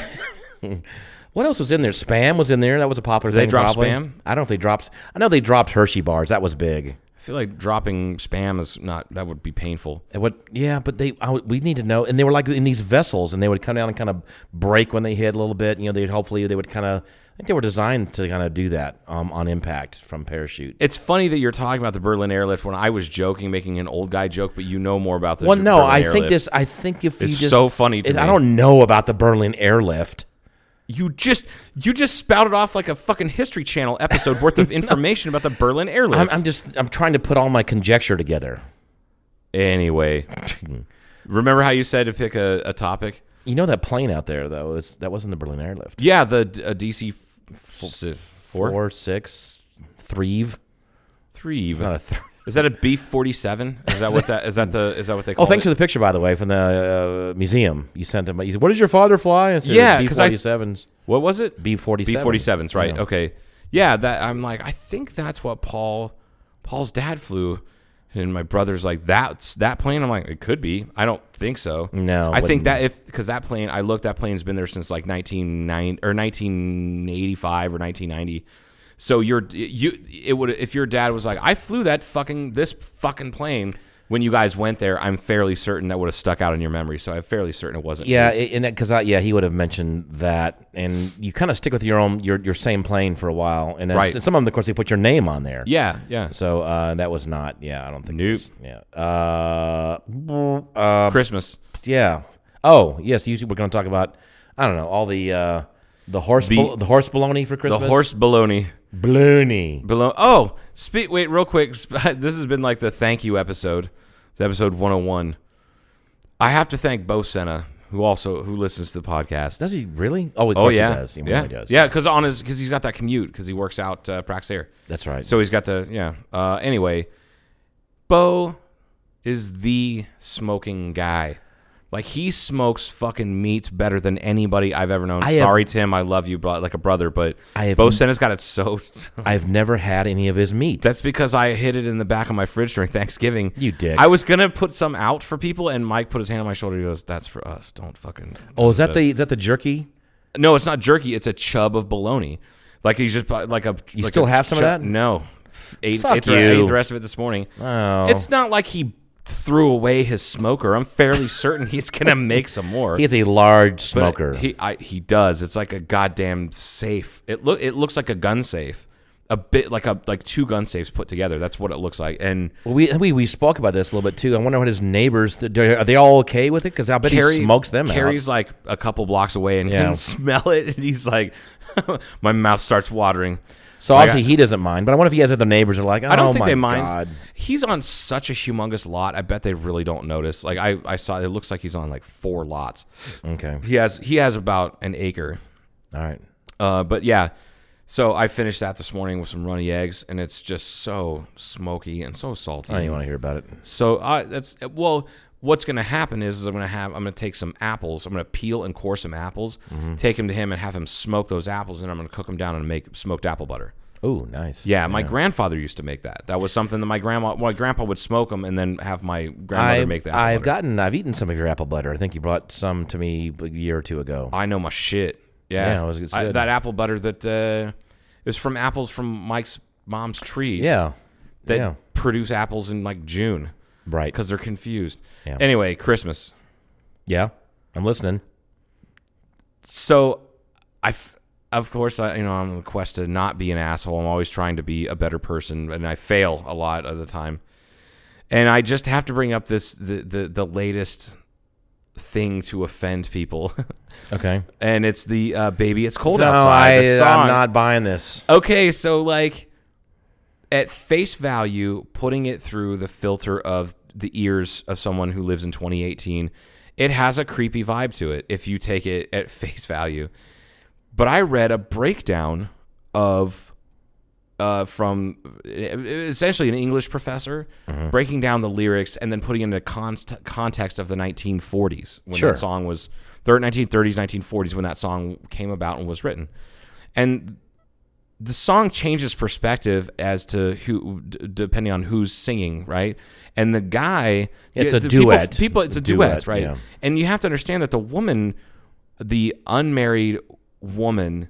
[SPEAKER 5] what else was in there? Spam was in there. That was a popular
[SPEAKER 6] They
[SPEAKER 5] thing.
[SPEAKER 6] dropped
[SPEAKER 5] probably.
[SPEAKER 6] Spam?
[SPEAKER 5] I don't know if they dropped. I know they dropped Hershey bars. That was big.
[SPEAKER 6] feel like dropping spam is not that would be painful.
[SPEAKER 5] And what? Yeah, but they I, would- we need to know. And they were like in these vessels, and they would come down and kind of break when they hit a little bit. You know, they'd hopefully they would kind of. I think they were designed to kind of do that um, on impact from parachute.
[SPEAKER 6] It's funny that you're talking about the Berlin airlift when I was joking, making an old guy joke, but you know more about the
[SPEAKER 5] well, no,
[SPEAKER 6] Berlin
[SPEAKER 5] I
[SPEAKER 6] airlift.
[SPEAKER 5] think this. I think if
[SPEAKER 6] It's
[SPEAKER 5] you just
[SPEAKER 6] so funny to
[SPEAKER 5] I
[SPEAKER 6] me.
[SPEAKER 5] don't know about the Berlin airlift.
[SPEAKER 6] You just you just spouted off like a fucking History Channel episode worth of information about the Berlin airlift.
[SPEAKER 5] I'm, I'm just I'm trying to put all my conjecture together.
[SPEAKER 6] anyway, remember how you said to pick a, a topic?
[SPEAKER 5] You know that plane out there though is that wasn't the Berlin airlift.
[SPEAKER 6] Yeah, the d- uh, DC f- f- four,
[SPEAKER 5] Four, six, three.
[SPEAKER 6] three even.
[SPEAKER 5] Not a three.
[SPEAKER 6] Is that a B forty seven? Is that what that is that the is that what they call
[SPEAKER 5] Oh, thanks
[SPEAKER 6] it?
[SPEAKER 5] for the picture, by the way, from the uh, museum. You sent him. He said, "What does your father fly?" I said,
[SPEAKER 6] Yeah,
[SPEAKER 5] B
[SPEAKER 6] 'cause I-
[SPEAKER 5] forty sevens,
[SPEAKER 6] what was it?
[SPEAKER 5] B forty
[SPEAKER 6] B
[SPEAKER 5] seven,
[SPEAKER 6] forty sevens, right? Okay, yeah. That I'm like, I think that's what Paul Paul's dad flew, and my brother's like, that's that plane. I'm like, it could be. I don't think so.
[SPEAKER 5] No,
[SPEAKER 6] I think
[SPEAKER 5] wouldn't.
[SPEAKER 6] that if because that plane, I looked, that plane's been there since like 1990 or 1985 or 1990. So your you it would if your dad was like, I flew that fucking this fucking plane. When you guys went there, I'm fairly certain that would have stuck out in your memory. So I'm fairly certain it wasn't.
[SPEAKER 5] Yeah,
[SPEAKER 6] his.
[SPEAKER 5] it, and because I yeah he would have mentioned that, and you kind of stick with your own your your same plane for a while, and, that's-
[SPEAKER 6] Right.
[SPEAKER 5] and some of them, of course, they put your name on there.
[SPEAKER 6] yeah, yeah.
[SPEAKER 5] So uh, that was not. Yeah, I don't think. it
[SPEAKER 6] Nope.
[SPEAKER 5] was- yeah. Uh, Um,
[SPEAKER 6] Christmas.
[SPEAKER 5] yeah. Oh yes, you we're going to talk about. I don't know all the uh, the horse
[SPEAKER 6] The-
[SPEAKER 5] the, the horse baloney for Christmas.
[SPEAKER 6] The horse baloney.
[SPEAKER 5] baloney.
[SPEAKER 6] below. Oh, spe- wait, real quick. Sp- This has been like the thank you episode. It's episode 101. I have to thank Bo Senna, who also who listens to the podcast.
[SPEAKER 5] Does he really? Oh, of
[SPEAKER 6] oh
[SPEAKER 5] course
[SPEAKER 6] yeah,
[SPEAKER 5] he does. He
[SPEAKER 6] yeah,
[SPEAKER 5] really does.
[SPEAKER 6] yeah. Because on his because he's got that commute because he works out uh, Prax Air.
[SPEAKER 5] That's right.
[SPEAKER 6] So he's got the yeah. Uh, anyway, Bo is the smoking guy. Like he smokes fucking meats better than anybody I've ever known.
[SPEAKER 5] I have-
[SPEAKER 6] Sorry, Tim, I love you bro- like a brother, but
[SPEAKER 5] I have-
[SPEAKER 6] Bo Senna's got it so
[SPEAKER 5] I've never had any of his meat.
[SPEAKER 6] That's because I hid it in the back of my fridge during Thanksgiving.
[SPEAKER 5] You dick.
[SPEAKER 6] I was gonna put some out for people, and Mike put his hand on my shoulder. He goes, "That's for us. Don't fucking."
[SPEAKER 5] oh, is that the is that the jerky?
[SPEAKER 6] No, it's not jerky. It's a chub of bologna. Like he's just bought- like a.
[SPEAKER 5] You
[SPEAKER 6] like
[SPEAKER 5] still
[SPEAKER 6] a
[SPEAKER 5] have some of that?
[SPEAKER 6] chub- No. F- Ate,
[SPEAKER 5] Fuck
[SPEAKER 6] ate, the, ate
[SPEAKER 5] you.
[SPEAKER 6] the rest of it this morning.
[SPEAKER 5] Oh.
[SPEAKER 6] It's not like he threw away his smoker. I'm fairly certain he's gonna make some more.
[SPEAKER 5] He is a large
[SPEAKER 6] But
[SPEAKER 5] smoker.
[SPEAKER 6] He I, he does. It's like a goddamn safe. It look it looks like a gun safe. A bit like a like two gun safes put together. That's what it looks like. And
[SPEAKER 5] Well, we, we we spoke about this a little bit too. I wonder what his neighbors do- are they all okay with it? Because I bet he smokes them
[SPEAKER 6] Carrie's like a couple blocks away and
[SPEAKER 5] Yeah.
[SPEAKER 6] can smell it, and he's like, my mouth starts watering.
[SPEAKER 5] out. So
[SPEAKER 6] Like,
[SPEAKER 5] obviously
[SPEAKER 6] I-
[SPEAKER 5] he doesn't mind. But I wonder if he has other neighbors who are like, oh,
[SPEAKER 6] I don't think
[SPEAKER 5] my
[SPEAKER 6] they mind.
[SPEAKER 5] God.
[SPEAKER 6] He's on such a humongous lot. I bet they really don't notice. Like I, I saw it looks like he's on like four lots.
[SPEAKER 5] Okay,
[SPEAKER 6] He has he has about an acre.
[SPEAKER 5] all right.
[SPEAKER 6] Uh, but yeah, so I finished that this morning with some runny eggs, and it's just so smoky and so salty.
[SPEAKER 5] I don't even Oh, want to hear about it.
[SPEAKER 6] So I that's well. What's going to happen is, is I'm going to have I'm going to take some apples. I'm going to peel and core some apples,
[SPEAKER 5] Mm-hmm.
[SPEAKER 6] take them to him, and have him smoke those apples, and I'm going to cook them down and make smoked apple butter.
[SPEAKER 5] Oh, nice.
[SPEAKER 6] Yeah, my grandfather used to make that. That was something that my grandma, my grandpa would smoke them and then have my grandmother
[SPEAKER 5] I,
[SPEAKER 6] make that.
[SPEAKER 5] I've gotten I've eaten some of your apple butter. I think you brought some to me a year or two ago.
[SPEAKER 6] I know my shit. Yeah,
[SPEAKER 5] Yeah, it was- it's
[SPEAKER 6] I-
[SPEAKER 5] good.
[SPEAKER 6] that apple butter that uh, it was from apples from Mike's mom's trees.
[SPEAKER 5] yeah,
[SPEAKER 6] that
[SPEAKER 5] yeah.
[SPEAKER 6] produce apples in like June
[SPEAKER 5] right.
[SPEAKER 6] because they're confused.
[SPEAKER 5] Yeah.
[SPEAKER 6] Anyway, Christmas.
[SPEAKER 5] yeah, I'm listening.
[SPEAKER 6] so I, f- of course, I, you know, I'm on the quest to not be an asshole. I'm always trying to be a better person, and I fail a lot of the time. And I just have to bring up this the the, the latest thing to offend people,
[SPEAKER 5] Okay.
[SPEAKER 6] and it's the uh, baby. It's cold outside. the
[SPEAKER 5] I'm
[SPEAKER 6] song.
[SPEAKER 5] not buying this.
[SPEAKER 6] Okay, so like at face value, putting it through the filter of the ears of someone who lives in 2018, it has a creepy vibe to it if you take it at face value. But I read a breakdown of uh, from essentially an English professor breaking down the lyrics and then putting it into const- context of the 1940s when
[SPEAKER 5] Sure.
[SPEAKER 6] that song was, thir- 1930s, 1940s when that song came about and was written. And the song changes perspective as to who, d- depending on who's singing, right? And the guy,
[SPEAKER 5] It's a
[SPEAKER 6] the people-
[SPEAKER 5] duet.
[SPEAKER 6] People, it's a duet,
[SPEAKER 5] Duet,
[SPEAKER 6] right?
[SPEAKER 5] yeah.
[SPEAKER 6] And you have to understand that the woman, the unmarried woman,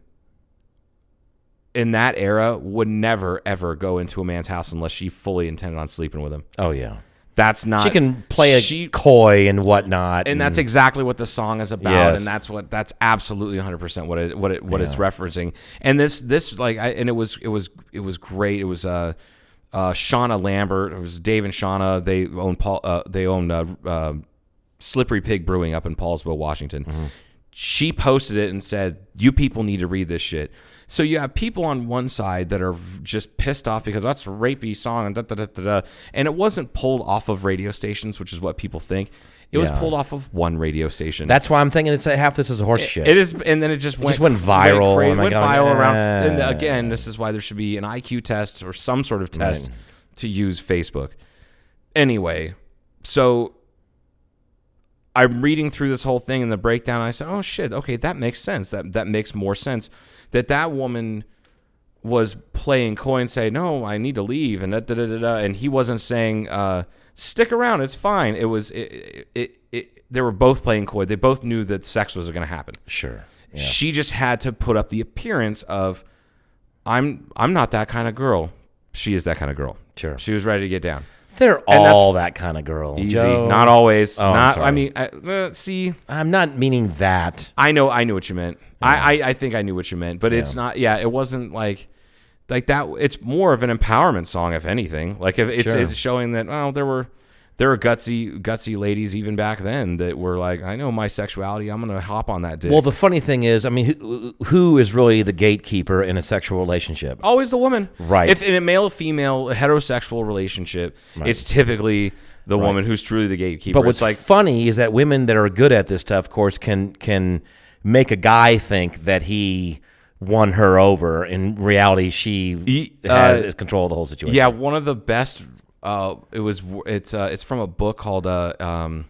[SPEAKER 6] in that era would never ever go into a man's house unless she fully intended on sleeping with him.
[SPEAKER 5] Oh yeah,
[SPEAKER 6] That's not
[SPEAKER 5] she can play a
[SPEAKER 6] she-
[SPEAKER 5] coy and whatnot,
[SPEAKER 6] and that's exactly what the song is about
[SPEAKER 5] Yes.
[SPEAKER 6] and that's what that's absolutely 100% what it what it what it's referencing and this this like I, and it was it was it was great it was uh uh Shauna Lambert it was Dave and Shauna they own Paul uh, they own uh, uh Slippery Pig Brewing up in Paulsville Washington
[SPEAKER 5] Mm-hmm.
[SPEAKER 6] she posted it and said, "You people need to read this shit." So you have people on one side that are just pissed off because that's a rapey song and da da da da, da. and it wasn't pulled off of radio stations, which is what people think. It was
[SPEAKER 5] Yeah.
[SPEAKER 6] pulled off of one radio station.
[SPEAKER 5] That's why I'm thinking it's half this is horse shit.
[SPEAKER 6] it is, and then it just went,
[SPEAKER 5] just went viral,
[SPEAKER 6] cra-
[SPEAKER 5] and I
[SPEAKER 6] went
[SPEAKER 5] go,
[SPEAKER 6] viral around. And
[SPEAKER 5] "Nah."
[SPEAKER 6] again, this is why there should be an IQ test or some sort of test to use Facebook. Anyway, so I'm reading through this whole thing and the breakdown. And I said, "Oh shit, okay, that makes sense. That that makes more sense. That that woman was playing coy and say, "No, I need to leave," and da da da da. da. And he wasn't saying, uh, "Stick around, it's fine." It was it it. it they were both playing coy. They both knew that sex was going to happen.
[SPEAKER 5] Sure.
[SPEAKER 6] She just had to put up the appearance of, "I'm I'm not that kind of girl." She is that kind of girl.
[SPEAKER 5] Sure.
[SPEAKER 6] She was ready to get down.
[SPEAKER 5] They're
[SPEAKER 6] And that's-
[SPEAKER 5] all that kind of girl.
[SPEAKER 6] Easy.
[SPEAKER 5] Joe.
[SPEAKER 6] Not always.
[SPEAKER 5] Oh, I'm
[SPEAKER 6] not. I
[SPEAKER 5] sorry.
[SPEAKER 6] mean, I, uh, see.
[SPEAKER 5] I'm not meaning that.
[SPEAKER 6] I know, I knew what you meant. I, I, I think I knew what you meant, but it's not. Yeah, it wasn't like like that. It's more of an empowerment song, if anything. Like if it's,
[SPEAKER 5] Sure.
[SPEAKER 6] it's showing that well, there were there were gutsy gutsy ladies even back then that were like, I know my sexuality. I'm gonna hop on that dick.
[SPEAKER 5] Well, the funny thing is, I mean, who, who is really the gatekeeper in a sexual relationship?
[SPEAKER 6] always the woman,
[SPEAKER 5] Right.
[SPEAKER 6] If in a male female heterosexual relationship, it's typically the woman who's truly the gatekeeper.
[SPEAKER 5] But
[SPEAKER 6] it's
[SPEAKER 5] what's
[SPEAKER 6] like
[SPEAKER 5] funny is that women that are good at this stuff, of course, can can make a guy think that he won her over. In reality, she
[SPEAKER 6] Ye-
[SPEAKER 5] has
[SPEAKER 6] uh,
[SPEAKER 5] is control of the whole situation.
[SPEAKER 6] Yeah, one of the best. Uh, it was it's uh, it's from a book called uh, um,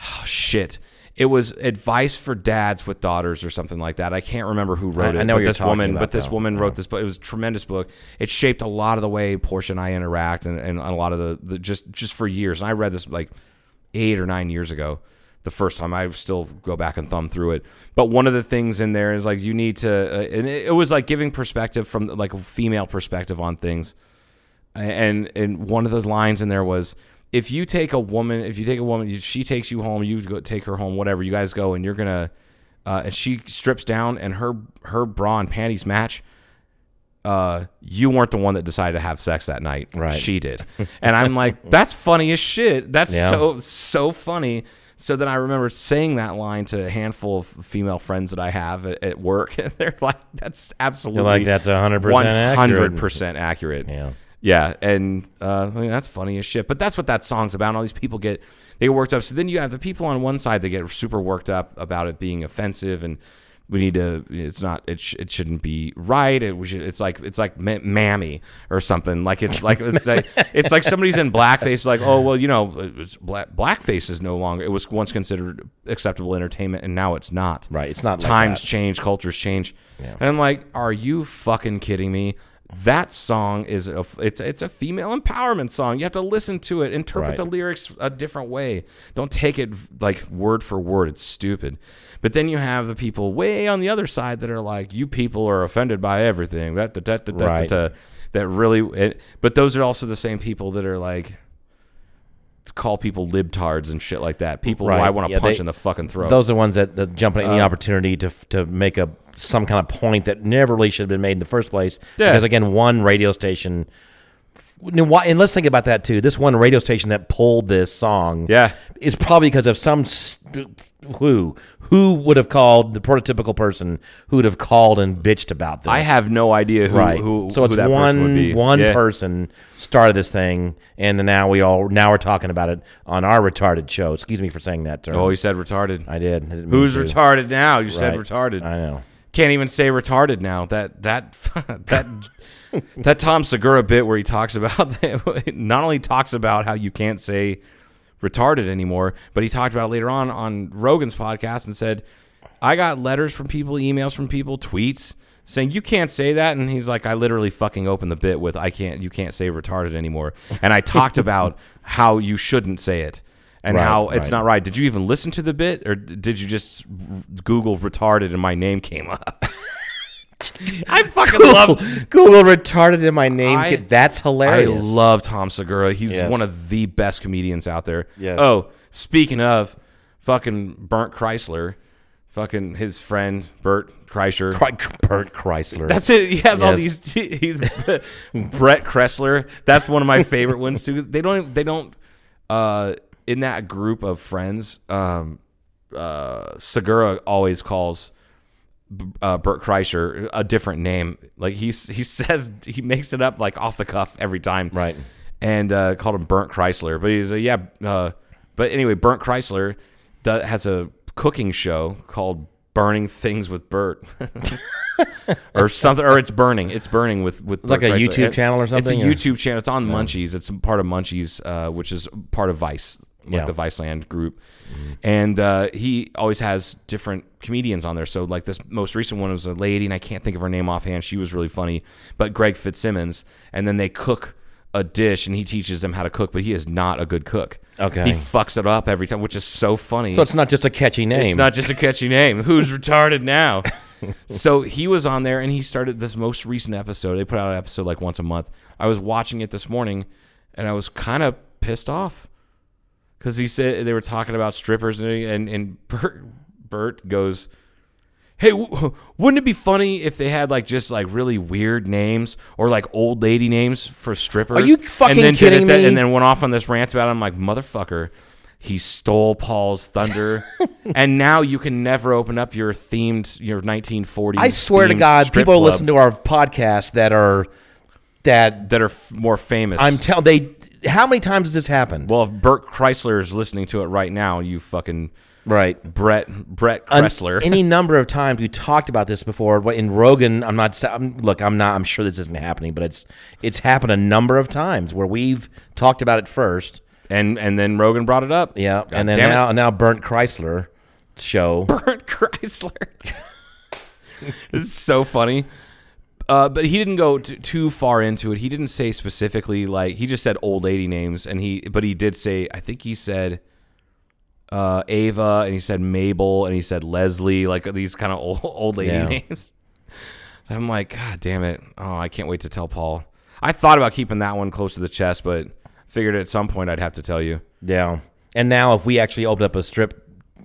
[SPEAKER 6] oh, shit. It was advice for dads with daughters or something like that. I can't remember who wrote
[SPEAKER 5] I-
[SPEAKER 6] it.
[SPEAKER 5] I know
[SPEAKER 6] but
[SPEAKER 5] what you're
[SPEAKER 6] this
[SPEAKER 5] talking
[SPEAKER 6] woman,
[SPEAKER 5] about,
[SPEAKER 6] but this
[SPEAKER 5] though.
[SPEAKER 6] woman wrote this book. It was a tremendous book. It shaped a lot of the way Portia and I interact, and, and a lot of the, the just just for years. And I read this like eight or nine years ago the first time i still go back and thumb through it but one of the things in there is like you need to uh, and it, it was like giving perspective from like a female perspective on things and and one of the lines in there was if you take a woman if you take a woman you- she takes you home you go take her home whatever you guys go and you're gonna uh, and she strips down and her her bra and panties match uh, you weren't the one that decided to have sex that night.
[SPEAKER 5] Right.
[SPEAKER 6] She did. And I'm like, that's funny as shit. That's
[SPEAKER 5] Yeah.
[SPEAKER 6] so, so funny. So then I remember saying that line to a handful of female friends that I have at, at work. And they're like, that's absolutely
[SPEAKER 5] like, "That's 100% accurate."
[SPEAKER 6] 100% accurate.
[SPEAKER 5] Yeah.
[SPEAKER 6] Yeah, and uh, I mean, that's funny as shit. But that's what that song's about. And all these people get they get worked up. So then you have the people on one side that get super worked up about it being offensive, and we need to. It's not. It, sh- it shouldn't be right. It we should, It's like it's like ma- mammy or something. Like it's like it's like it's like somebody's in blackface. Like oh well, you know, it's black blackface is no longer. It was once considered acceptable entertainment, and now it's not.
[SPEAKER 5] Right, it's not like
[SPEAKER 6] Times
[SPEAKER 5] that.
[SPEAKER 6] change, cultures change. And I'm like, are you fucking kidding me? That song is a it's it's a female empowerment song. You have to listen to it, interpret
[SPEAKER 5] Right.
[SPEAKER 6] the lyrics a different way. Don't take it like word for word. It's stupid. But then you have the people way on the other side that are like, you people are offended by everything. That that that that,
[SPEAKER 5] Right.
[SPEAKER 6] that, that really. It, but those are also the same people that are like call people libtards and shit like that. People who
[SPEAKER 5] Right.
[SPEAKER 6] I want to
[SPEAKER 5] Yeah,
[SPEAKER 6] punch
[SPEAKER 5] they-
[SPEAKER 6] in the fucking throat.
[SPEAKER 5] Those are the ones that, that jump at
[SPEAKER 6] Uh,
[SPEAKER 5] any opportunity to to make a some kind of point that never really should have been made in the first place.
[SPEAKER 6] Yeah.
[SPEAKER 5] Because again, one radio station. Now, why- And let's think about that too. This one radio station that pulled this song,
[SPEAKER 6] Yeah.
[SPEAKER 5] is probably because of some st- who who would have called the prototypical person who would have called and bitched about this.
[SPEAKER 6] I have no idea who,
[SPEAKER 5] right.
[SPEAKER 6] who,
[SPEAKER 5] so it's
[SPEAKER 6] who that
[SPEAKER 5] one
[SPEAKER 6] person would be.
[SPEAKER 5] one
[SPEAKER 6] Yeah.
[SPEAKER 5] person started this thing, and then now we all now we're talking about it on our retarded show. Excuse me for saying that term.
[SPEAKER 6] Oh, you said retarded.
[SPEAKER 5] I did. I didn't mean
[SPEAKER 6] Who's
[SPEAKER 5] to.
[SPEAKER 6] retarded now? You said
[SPEAKER 5] Right.
[SPEAKER 6] retarded.
[SPEAKER 5] I know.
[SPEAKER 6] Can't even say retarded now. That that that that Tom Segura bit where he talks about that, not only talks about how you can't say retarded anymore, but he talked about it later on on Rogan's podcast and said, "I got letters from people, emails from people, tweets." Saying you can't say that, and he's like, I literally fucking opened the bit with I can't, you can't say retarded anymore, and I talked about how you shouldn't say it, and
[SPEAKER 5] Right,
[SPEAKER 6] how it's
[SPEAKER 5] right.
[SPEAKER 6] not right. Did you even listen to the bit, or d- did you just r- Google retarded and my name came up? I fucking
[SPEAKER 5] Google,
[SPEAKER 6] love.
[SPEAKER 5] Google retarded in my name.
[SPEAKER 6] I-
[SPEAKER 5] kid. That's
[SPEAKER 6] I
[SPEAKER 5] hilarious.
[SPEAKER 6] love Tom Segura. He's
[SPEAKER 5] Yes.
[SPEAKER 6] one of the best comedians out there.
[SPEAKER 5] Yes.
[SPEAKER 6] Oh, speaking of fucking Burnt Chrysler, fucking his friend Bert Kreischer.
[SPEAKER 5] Bert Chrysler.
[SPEAKER 6] That's it. He has all
[SPEAKER 5] Yes.
[SPEAKER 6] these. He's Brett Kressler. That's one of my favorite ones too. They don't. They don't. Uh, in that group of friends, um, uh, Segura always calls uh, Bert Kreischer a different name. Like he he says he makes it up like off the cuff every time.
[SPEAKER 5] Right.
[SPEAKER 6] And uh, called him Burnt Chrysler, but he's a yeah. Uh, but anyway, Burnt Chrysler do- has a cooking show called Burning Things with Bert. or something, or it's burning. It's burning with with
[SPEAKER 5] Like
[SPEAKER 6] Bert
[SPEAKER 5] a
[SPEAKER 6] Kreisler.
[SPEAKER 5] YouTube channel or something,
[SPEAKER 6] It's
[SPEAKER 5] or-
[SPEAKER 6] a YouTube channel. It's on Munchies. It's part of Munchies, uh, which is part of Vice, like
[SPEAKER 5] Yeah. Mm-hmm.
[SPEAKER 6] the Viceland group. And uh, he always has different comedians on there. So like this most recent one was a lady, and I can't think of her name offhand. She was really funny, but Greg Fitzsimmons. And then they cook a dish, and he teaches them how to cook, but he is not a good cook.
[SPEAKER 5] Okay.
[SPEAKER 6] he fucks it up every time, which is so funny.
[SPEAKER 5] So it's not just a catchy name.
[SPEAKER 6] It's not just a catchy name. Who's retarded now? so he was on there and he started this most recent episode. They put out an episode like once a month. I was watching it this morning and I was kind of pissed off because he said they were talking about strippers and and, and Bert, Bert goes, "Hey, w- wouldn't it be funny if they had like just like really weird names or like old lady names for strippers?"
[SPEAKER 5] you fucking
[SPEAKER 6] and then did
[SPEAKER 5] kidding
[SPEAKER 6] it that-
[SPEAKER 5] me?
[SPEAKER 6] And then went off on this rant about. It. I'm like, motherfucker. He stole Paul's thunder, and now you can never open up your themed your 1940s.
[SPEAKER 5] I swear to
[SPEAKER 6] themed
[SPEAKER 5] God,
[SPEAKER 6] strip
[SPEAKER 5] people
[SPEAKER 6] club
[SPEAKER 5] listen to our podcast that are that
[SPEAKER 6] that are f- more famous.
[SPEAKER 5] I'm telling they. How many times has this happened?
[SPEAKER 6] well, if Burt Chrysler is listening to it right now, you fucking
[SPEAKER 5] right.
[SPEAKER 6] Brett Brett
[SPEAKER 5] Un-
[SPEAKER 6] Kressler.
[SPEAKER 5] any number of times we talked about this before. What in Rogan? I'm not. sa- I'm, look, I'm not. I'm sure this isn't happening, but it's it's happened a number of times where we've talked about it first.
[SPEAKER 6] and and then Rogan brought it up.
[SPEAKER 5] Yeah,
[SPEAKER 6] God
[SPEAKER 5] and then
[SPEAKER 6] damn it.
[SPEAKER 5] now now burnt Chrysler show.
[SPEAKER 6] Bert Chrysler. it's so funny. Uh, but he didn't go t- too far into it. He didn't say specifically like he just said old lady names, and he but he did say I think he said uh, Ava, and he said Mabel, and he said Leslie, like these kind of old old lady
[SPEAKER 5] Yeah.
[SPEAKER 6] names. I'm like, God damn it! Oh, I can't wait to tell Paul. I thought about keeping that one close to the chest, but figured at some point I'd have to tell you.
[SPEAKER 5] Yeah, and now if we actually opened up a strip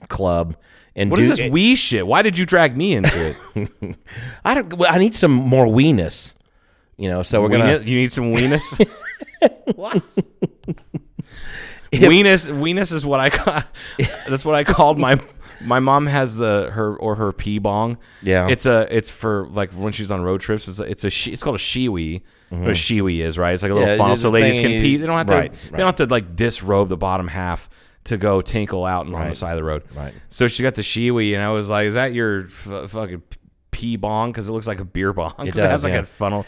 [SPEAKER 5] club and
[SPEAKER 6] What
[SPEAKER 5] do,
[SPEAKER 6] is this wee shit? Why did you drag me into it?
[SPEAKER 5] I don't. well, I need some more weenus. You know, so we're
[SPEAKER 6] Weenus-
[SPEAKER 5] gonna.
[SPEAKER 6] you need some weenus. what? weenus, weenus is what I call. That's what I called my. My mom has the her or her pee bong.
[SPEAKER 5] Yeah.
[SPEAKER 6] it's a it's for like when she's on road trips. It's a, it's a she, it's called a shiwi. What a shiwi is right. It's like a little
[SPEAKER 5] Mm-hmm. Yeah,
[SPEAKER 6] funnel,
[SPEAKER 5] it's
[SPEAKER 6] so
[SPEAKER 5] a
[SPEAKER 6] ladies
[SPEAKER 5] thing
[SPEAKER 6] can
[SPEAKER 5] you-
[SPEAKER 6] pee. They don't have to.
[SPEAKER 5] right,
[SPEAKER 6] They don't have to like disrobe the bottom half to go tinkle out and on the
[SPEAKER 5] Right,
[SPEAKER 6] side of the road.
[SPEAKER 5] right.
[SPEAKER 6] So she got the shiwi, and I was like, "Is that your f- fucking pee bong? Because it looks like a beer bong.
[SPEAKER 5] It
[SPEAKER 6] 'Cause it has
[SPEAKER 5] does,
[SPEAKER 6] like
[SPEAKER 5] yeah.
[SPEAKER 6] a funnel."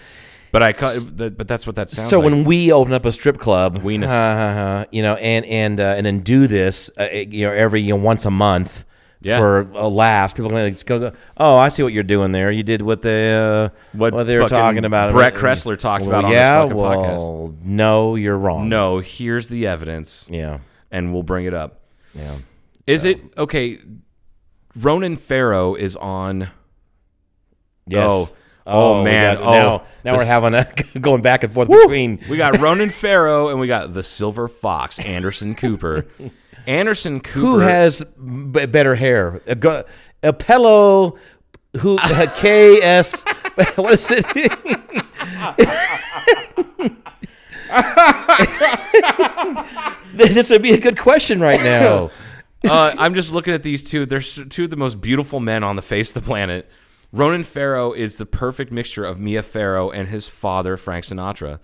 [SPEAKER 6] But I cut. But but that's what that sounds.
[SPEAKER 5] So
[SPEAKER 6] like.
[SPEAKER 5] when we open up a strip club,
[SPEAKER 6] Weenus.
[SPEAKER 5] uh, you know, and and uh, and then do this, uh, you know, every you know once a month
[SPEAKER 6] Yeah.
[SPEAKER 5] for a laugh, people gonna like, go, oh, I see what you're doing there. You did what the uh,
[SPEAKER 6] What
[SPEAKER 5] what, they were
[SPEAKER 6] fucking
[SPEAKER 5] talking about.
[SPEAKER 6] Brett Kressler talked about on this
[SPEAKER 5] yeah,
[SPEAKER 6] fucking podcast.
[SPEAKER 5] well, no, you're wrong.
[SPEAKER 6] no, here's the evidence,
[SPEAKER 5] yeah,
[SPEAKER 6] and we'll bring it up.
[SPEAKER 5] yeah.
[SPEAKER 6] Is it okay? Ronan Farrow is on.
[SPEAKER 5] Yes.
[SPEAKER 6] Oh. Oh,
[SPEAKER 5] we
[SPEAKER 6] man.
[SPEAKER 5] got-
[SPEAKER 6] Oh,
[SPEAKER 5] now, now we're
[SPEAKER 6] this-
[SPEAKER 5] having a going back and forth between.
[SPEAKER 6] We got Ronan Farrow and we got the Silver Fox, Anderson Cooper. Anderson Cooper.
[SPEAKER 5] Who has b- better hair? A go- Apello, who a KS? What is it? this would be a good question right now.
[SPEAKER 6] uh, I'm just looking at these two. They're s- two of the most beautiful men on the face of the planet. Ronan Farrow is the perfect mixture of Mia Farrow and his father Frank Sinatra.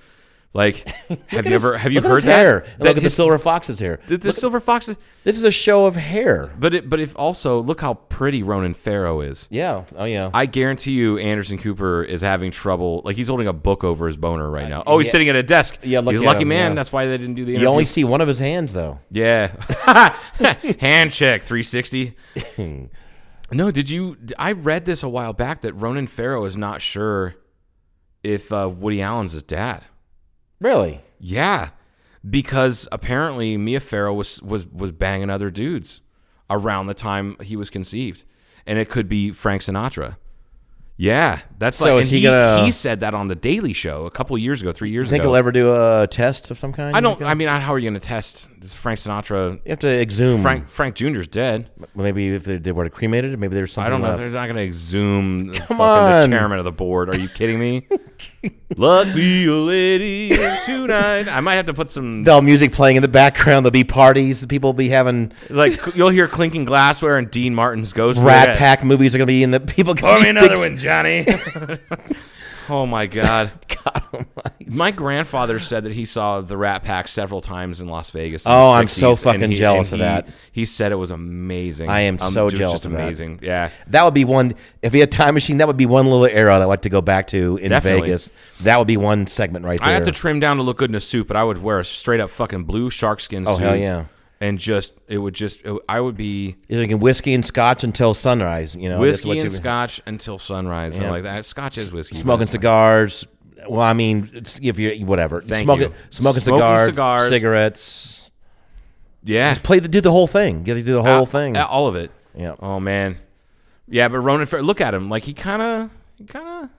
[SPEAKER 6] Like, have you ever have you
[SPEAKER 5] Look at
[SPEAKER 6] heard
[SPEAKER 5] his hair.
[SPEAKER 6] that?
[SPEAKER 5] And Look at the
[SPEAKER 6] his-
[SPEAKER 5] silver foxes here.
[SPEAKER 6] The, the silver foxes.
[SPEAKER 5] This is a show of hair.
[SPEAKER 6] But it, but if also look how pretty Ronan Farrow is.
[SPEAKER 5] Yeah. Oh yeah.
[SPEAKER 6] I guarantee you, Anderson Cooper is having trouble. Like he's holding a book over his boner right now. Oh, he's sitting at a desk.
[SPEAKER 5] Uh, Yeah, look
[SPEAKER 6] he's a
[SPEAKER 5] at
[SPEAKER 6] lucky
[SPEAKER 5] him,
[SPEAKER 6] man.
[SPEAKER 5] yeah.
[SPEAKER 6] That's why they didn't do the
[SPEAKER 5] you
[SPEAKER 6] interview.
[SPEAKER 5] only see one of his hands though.
[SPEAKER 6] Yeah. Hand check 360. no, did you? I read this a while back that Ronan Farrow is not sure if uh, Woody Allen's his dad.
[SPEAKER 5] Really?
[SPEAKER 6] Yeah, because apparently Mia Farrow was was was banging other dudes around the time he was conceived, and it could be Frank Sinatra. Yeah, that's
[SPEAKER 5] So
[SPEAKER 6] like
[SPEAKER 5] is
[SPEAKER 6] and
[SPEAKER 5] he gonna-
[SPEAKER 6] He said that on the Daily Show a couple years ago, three years
[SPEAKER 5] You think
[SPEAKER 6] ago.
[SPEAKER 5] he'll ever do a test of some kind?
[SPEAKER 6] I
[SPEAKER 5] You
[SPEAKER 6] don't.
[SPEAKER 5] think
[SPEAKER 6] I mean, how are you going to test Is Frank Sinatra?
[SPEAKER 5] You have to exhume.
[SPEAKER 6] Frank Frank Jr.'s dead.
[SPEAKER 5] Well, Maybe if they, they were cremated, maybe there's something.
[SPEAKER 6] I don't know. if
[SPEAKER 5] left.
[SPEAKER 6] They're not going to exhume fucking the
[SPEAKER 5] on.
[SPEAKER 6] chairman of the board. Are you kidding me? Luck be a lady tonight. I might have to put some
[SPEAKER 5] There'll be music playing in the background. There'll be parties. People will be having
[SPEAKER 6] like you'll hear clinking glassware and Dean Martin's ghost.
[SPEAKER 5] Rat
[SPEAKER 6] Red.
[SPEAKER 5] Pack movies are gonna be in the people.
[SPEAKER 1] Pour me another one, Johnny.
[SPEAKER 6] Oh my god. My grandfather said that he saw the Rat Pack several times in Las Vegas. in
[SPEAKER 5] Oh,
[SPEAKER 6] the
[SPEAKER 5] I'm so
[SPEAKER 6] 60s, and
[SPEAKER 5] fucking
[SPEAKER 6] he-
[SPEAKER 5] jealous
[SPEAKER 6] and
[SPEAKER 5] of
[SPEAKER 6] he-
[SPEAKER 5] that.
[SPEAKER 6] He said it was amazing. Um,
[SPEAKER 5] I am so
[SPEAKER 6] it was
[SPEAKER 5] jealous
[SPEAKER 6] Just
[SPEAKER 5] of that.
[SPEAKER 6] amazing. Yeah.
[SPEAKER 5] That would be one. If we had a time machine, that would be one little era that I'd like to go back to in
[SPEAKER 6] Definitely.
[SPEAKER 5] Vegas. That would be one segment right there.
[SPEAKER 6] I have to trim down to look good in a suit, but I would wear a straight up fucking blue shark skin
[SPEAKER 5] Oh,
[SPEAKER 6] suit.
[SPEAKER 5] hell yeah.
[SPEAKER 6] And just it would just it, I would be
[SPEAKER 5] You're drinking whiskey and scotch until sunrise. You know, Oh, that's
[SPEAKER 6] whiskey
[SPEAKER 5] what
[SPEAKER 6] and
[SPEAKER 5] you-
[SPEAKER 6] scotch until sunrise.
[SPEAKER 5] Yeah.
[SPEAKER 6] And like that, scotch is whiskey. but
[SPEAKER 5] smoking
[SPEAKER 6] it's like-
[SPEAKER 5] cigars. Well, I mean, it's, if you whatever,
[SPEAKER 6] Thank
[SPEAKER 5] smoking
[SPEAKER 6] you.
[SPEAKER 5] smoking
[SPEAKER 6] Smoking
[SPEAKER 5] cigars,
[SPEAKER 6] cigars.
[SPEAKER 5] cigarettes.
[SPEAKER 6] Yeah,
[SPEAKER 5] Play the do the whole thing. Get to do the whole
[SPEAKER 6] Uh,
[SPEAKER 5] thing.
[SPEAKER 6] uh, all of it.
[SPEAKER 5] Yeah.
[SPEAKER 6] Oh man. Yeah, but Ronan, Fer- look at him. Like he kind of, he kind of,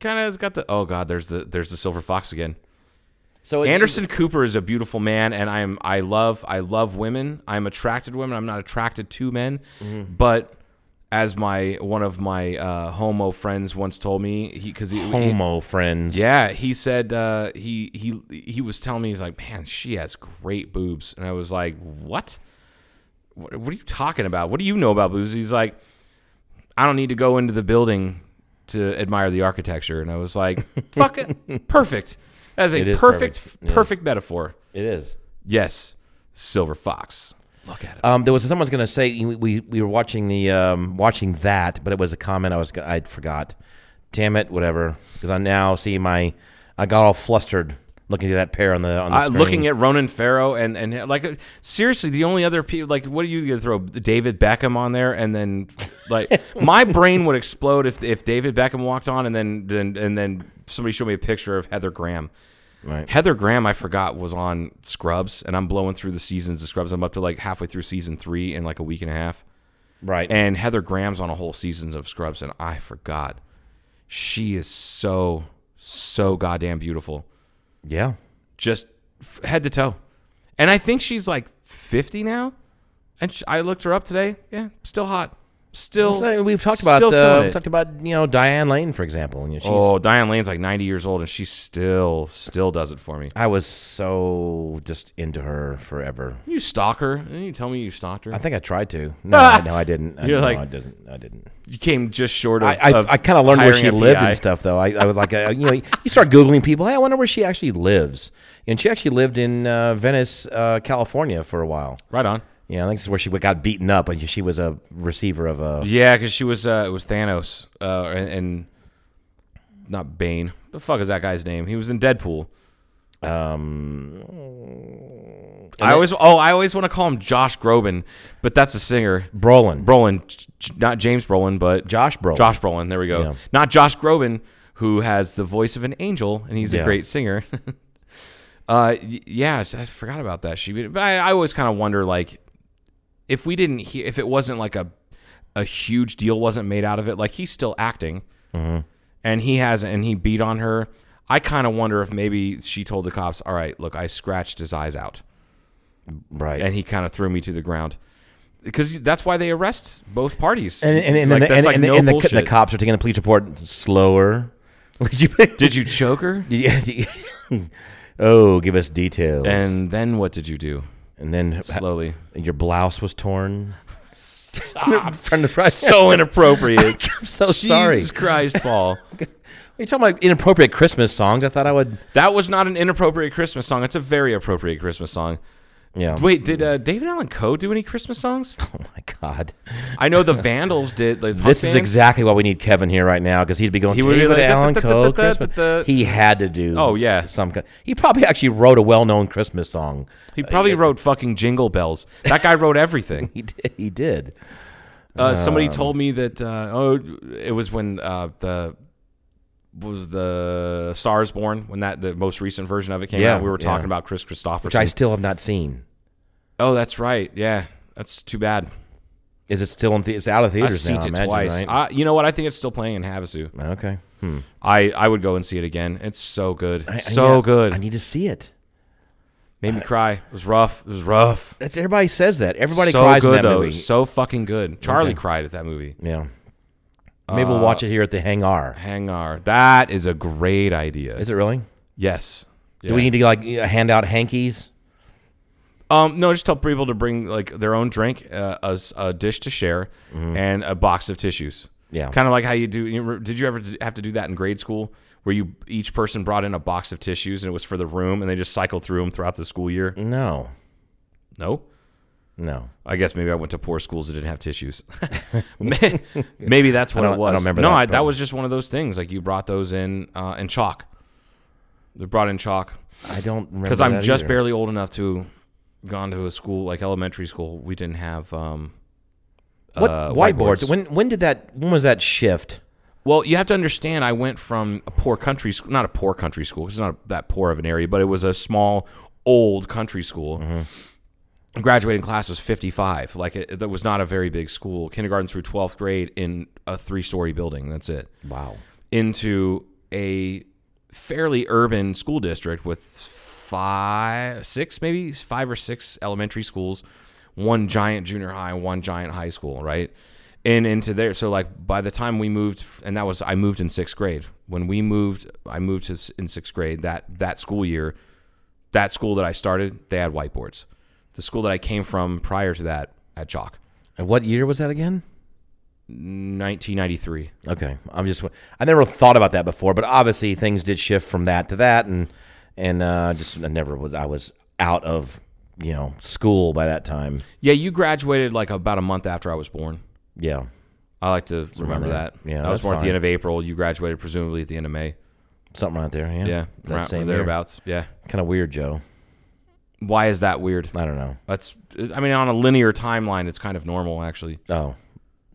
[SPEAKER 6] kind of has got the. Oh god, there's the there's the silver fox again.
[SPEAKER 5] so it's-
[SPEAKER 6] Anderson Cooper is a beautiful man, and I'm I love I love women. I'm attracted to women. I'm not attracted to men, but. As my one of my uh, homo friends once told me, he because he, he-
[SPEAKER 5] homo friends.
[SPEAKER 6] yeah, he said uh, he he he was telling me he's like, man, she has great boobs, and I was like, what? What, what are you talking about? What do you know about boobs? He's like, I don't need to go into the building to admire the architecture, and I was like, fuck it, perfect. That is a
[SPEAKER 5] It is
[SPEAKER 6] perfect
[SPEAKER 5] perfect.
[SPEAKER 6] perfect,
[SPEAKER 5] Yes.
[SPEAKER 6] metaphor.
[SPEAKER 5] it is.
[SPEAKER 6] Yes, silver fox. Look at it.
[SPEAKER 5] Um, there was someone's going to say we, we we were watching the um, watching that, but it was a comment I was go- I forgot. Damn it, whatever. Because I now see my I got all flustered looking at that pair on the on the
[SPEAKER 6] Uh,
[SPEAKER 5] screen.
[SPEAKER 6] looking at Ronan Farrow and and like uh, seriously, the only other people like what are you gonna throw David Beckham on there and then like my brain would explode if if David Beckham walked on and then then and then somebody showed me a picture of Heather Graham.
[SPEAKER 5] Right.
[SPEAKER 6] Heather Graham, I forgot was on Scrubs, and I'm blowing through the seasons of Scrubs. I'm up to like halfway through season three in like a week and a half,
[SPEAKER 5] right
[SPEAKER 6] and Heather Graham's on a whole seasons of Scrubs, and I forgot. She is so so goddamn beautiful
[SPEAKER 5] yeah,
[SPEAKER 6] just f- head to toe. And I think she's like 50 now. And sh I looked her up today. Yeah, still hot. Still.
[SPEAKER 5] So we've talked about
[SPEAKER 6] still
[SPEAKER 5] uh,
[SPEAKER 6] killing
[SPEAKER 5] we've
[SPEAKER 6] it.
[SPEAKER 5] talked about you know Diane Lane for example. And, you know, she's,
[SPEAKER 6] Oh, Diane Lane's like 90 years old, and she still still does it for me.
[SPEAKER 5] I was so just into her forever.
[SPEAKER 6] You stalk her, and you tell me you stalked her.
[SPEAKER 5] I think I tried to. No, I no, I didn't. I,
[SPEAKER 6] You're
[SPEAKER 5] no,
[SPEAKER 6] like-
[SPEAKER 5] I didn't. I didn't.
[SPEAKER 6] you came just short of.
[SPEAKER 5] I, I,
[SPEAKER 6] of
[SPEAKER 5] I kind of learned where
[SPEAKER 6] hiring
[SPEAKER 5] she
[SPEAKER 6] a
[SPEAKER 5] lived
[SPEAKER 6] PI.
[SPEAKER 5] and stuff, though. I, I was like, uh, you know, you start googling people. Hey, I wonder where she actually lives. And she actually lived in uh, Venice, uh, California, for a while.
[SPEAKER 6] Right on.
[SPEAKER 5] Yeah, I think this is where she got beaten up, and she was a receiver of a.
[SPEAKER 6] Yeah, because she was uh, it was Thanos uh, and, and not Bane. The fuck is that guy's name? He was in Deadpool. Um, I always oh I always want to call him Josh Groban, but that's a singer.
[SPEAKER 5] Brolin.
[SPEAKER 6] Brolin, j- j- not James Brolin, but
[SPEAKER 5] Josh Brolin.
[SPEAKER 6] Josh Brolin. There we go.
[SPEAKER 5] Yeah.
[SPEAKER 6] Not Josh Groban, who has the voice of an angel, and he's
[SPEAKER 5] Yeah.
[SPEAKER 6] a great singer. uh, y- yeah, I forgot about that. She, but I, I always kind of wonder, like, if we didn't hear, if it wasn't like a a huge deal wasn't made out of it, like he's still acting,
[SPEAKER 5] Mm-hmm.
[SPEAKER 6] and he has, and he beat on her. I kind of wonder if maybe she told the cops, "All right, look, I scratched his eyes out."
[SPEAKER 5] right.
[SPEAKER 6] and he kind of threw me to the ground because that's why they arrest both parties.
[SPEAKER 5] and and, and, and,
[SPEAKER 6] Like, that's
[SPEAKER 5] and,
[SPEAKER 6] like
[SPEAKER 5] and,
[SPEAKER 6] no
[SPEAKER 5] and the,
[SPEAKER 6] bullshit.
[SPEAKER 5] the cops are taking the police report slower. Would you?
[SPEAKER 6] Did you choke her?
[SPEAKER 5] Yeah. oh, give us details.
[SPEAKER 6] And then what did you do?
[SPEAKER 5] and then
[SPEAKER 6] Slowly.
[SPEAKER 5] and your blouse was torn. Stop. From the front.
[SPEAKER 6] So inappropriate.
[SPEAKER 5] I'm so sorry.
[SPEAKER 6] Jesus Christ, Paul.
[SPEAKER 5] Are you talking about inappropriate Christmas songs? I thought I would.
[SPEAKER 6] that was not an inappropriate Christmas song. It's a very appropriate Christmas song.
[SPEAKER 5] Yeah.
[SPEAKER 6] Wait, did uh, David Allen Coe do any Christmas songs?
[SPEAKER 5] Oh my God.
[SPEAKER 6] I know the Vandals did. Like,
[SPEAKER 5] This is exactly why we need Kevin here right now because he'd be going.
[SPEAKER 6] He
[SPEAKER 5] He
[SPEAKER 6] would be
[SPEAKER 5] David
[SPEAKER 6] like,
[SPEAKER 5] Allen
[SPEAKER 6] da,
[SPEAKER 5] Coe
[SPEAKER 6] da, da, da, da, da.
[SPEAKER 5] Christmas. He had to do.
[SPEAKER 6] Oh, yeah.
[SPEAKER 5] Some. kind- He probably actually wrote a well-known Christmas song.
[SPEAKER 6] He probably wrote fucking Jingle Bells. That guy wrote everything.
[SPEAKER 5] He did. He did.
[SPEAKER 6] Uh,
[SPEAKER 5] Um,
[SPEAKER 6] somebody told me that uh, oh, it was when uh, the was the Stars Born when that the most recent version of it came
[SPEAKER 5] Yeah,
[SPEAKER 6] out. We were talking
[SPEAKER 5] yeah.
[SPEAKER 6] about Chris Christopherson.
[SPEAKER 5] Which I still have not seen.
[SPEAKER 6] oh, that's right. Yeah, that's too bad.
[SPEAKER 5] Is it still in? The, it's out of
[SPEAKER 6] I've
[SPEAKER 5] theaters
[SPEAKER 6] seen
[SPEAKER 5] now. I
[SPEAKER 6] it
[SPEAKER 5] imagine,
[SPEAKER 6] twice.
[SPEAKER 5] right?
[SPEAKER 6] I, you know what? I think it's still playing in Havasu.
[SPEAKER 5] okay. Hmm.
[SPEAKER 6] I, I would go and see it again. It's so good.
[SPEAKER 5] I- I-
[SPEAKER 6] so
[SPEAKER 5] yeah,
[SPEAKER 6] good.
[SPEAKER 5] I need to see it.
[SPEAKER 6] Made me cry. It was rough. It was rough.
[SPEAKER 5] That's everybody says that. Everybody
[SPEAKER 6] so
[SPEAKER 5] cries
[SPEAKER 6] good
[SPEAKER 5] in that
[SPEAKER 6] though.
[SPEAKER 5] movie.
[SPEAKER 6] So fucking good. Charlie
[SPEAKER 5] Okay.
[SPEAKER 6] cried at that movie.
[SPEAKER 5] yeah. Maybe we'll watch it here at the Hangar.
[SPEAKER 6] Hangar. That is a great idea.
[SPEAKER 5] Is it really?
[SPEAKER 6] Yes.
[SPEAKER 5] Do we need to like hand out hankies?
[SPEAKER 6] Um, no, just tell people to bring like their own drink, uh, a, s- a dish to share, and a box of tissues.
[SPEAKER 5] Mm-hmm. Yeah.
[SPEAKER 6] kind of like how you do. You, re- did you ever d- have to do that in grade school, where you each person brought in a box of tissues and it was for the room, and they just cycled through them throughout the school year?
[SPEAKER 5] Mm-hmm. No,
[SPEAKER 6] No,
[SPEAKER 5] no.
[SPEAKER 6] I guess maybe I went to poor schools that didn't have tissues. May- maybe that's what
[SPEAKER 5] I don't-
[SPEAKER 6] it was.
[SPEAKER 5] I don't remember
[SPEAKER 6] No,
[SPEAKER 5] that,
[SPEAKER 6] I, that
[SPEAKER 5] probably.
[SPEAKER 6] was just one of those things. Like you brought those in uh, in chalk. They brought in chalk.
[SPEAKER 5] I don't remember
[SPEAKER 6] because I'm
[SPEAKER 5] that
[SPEAKER 6] just
[SPEAKER 5] either.
[SPEAKER 6] barely old enough to gone to a school like elementary school. We didn't have um,
[SPEAKER 5] What
[SPEAKER 6] uh,
[SPEAKER 5] whiteboards?
[SPEAKER 6] whiteboards.
[SPEAKER 5] When when did that? When was that shift?
[SPEAKER 6] well, you have to understand. I went from a poor country school, not a poor country school, 'cause it's not that poor of an area, but it was a small old country school. Graduating class was 55. Like it, that was not a very big school. Kindergarten through 12th grade in a three story building. That's it.
[SPEAKER 5] Wow.
[SPEAKER 6] into a fairly urban school district with five, six, maybe five or six elementary schools, one giant junior high, one giant high school, right? And into there. So, like, by the time we moved, and that was, I moved in sixth grade. When we moved, I moved to, in sixth grade that, that school year, that school that I started, they had whiteboards. The school that I came from prior to that had chalk.
[SPEAKER 5] And what year was that again?
[SPEAKER 6] 1993.
[SPEAKER 5] Okay, I'm just. I never thought about that before, but obviously things did shift from that to that, and and uh, just I never was. I was out of you know school by that time.
[SPEAKER 6] Yeah, you graduated like about a month after I was born.
[SPEAKER 5] Yeah.
[SPEAKER 6] I like to remember
[SPEAKER 5] that.
[SPEAKER 6] that.
[SPEAKER 5] Yeah,
[SPEAKER 6] I was
[SPEAKER 5] that's
[SPEAKER 6] born at the
[SPEAKER 5] fine.
[SPEAKER 6] end of April. You graduated presumably at the end of May.
[SPEAKER 5] Something right there, yeah.
[SPEAKER 6] Yeah,
[SPEAKER 5] that
[SPEAKER 6] around-
[SPEAKER 5] same
[SPEAKER 6] thereabouts.
[SPEAKER 5] Kind of weird, Joe.
[SPEAKER 6] Yeah. Why is that weird?
[SPEAKER 5] I don't know.
[SPEAKER 6] That's. I mean, on a linear timeline, it's kind of normal actually.
[SPEAKER 5] Oh,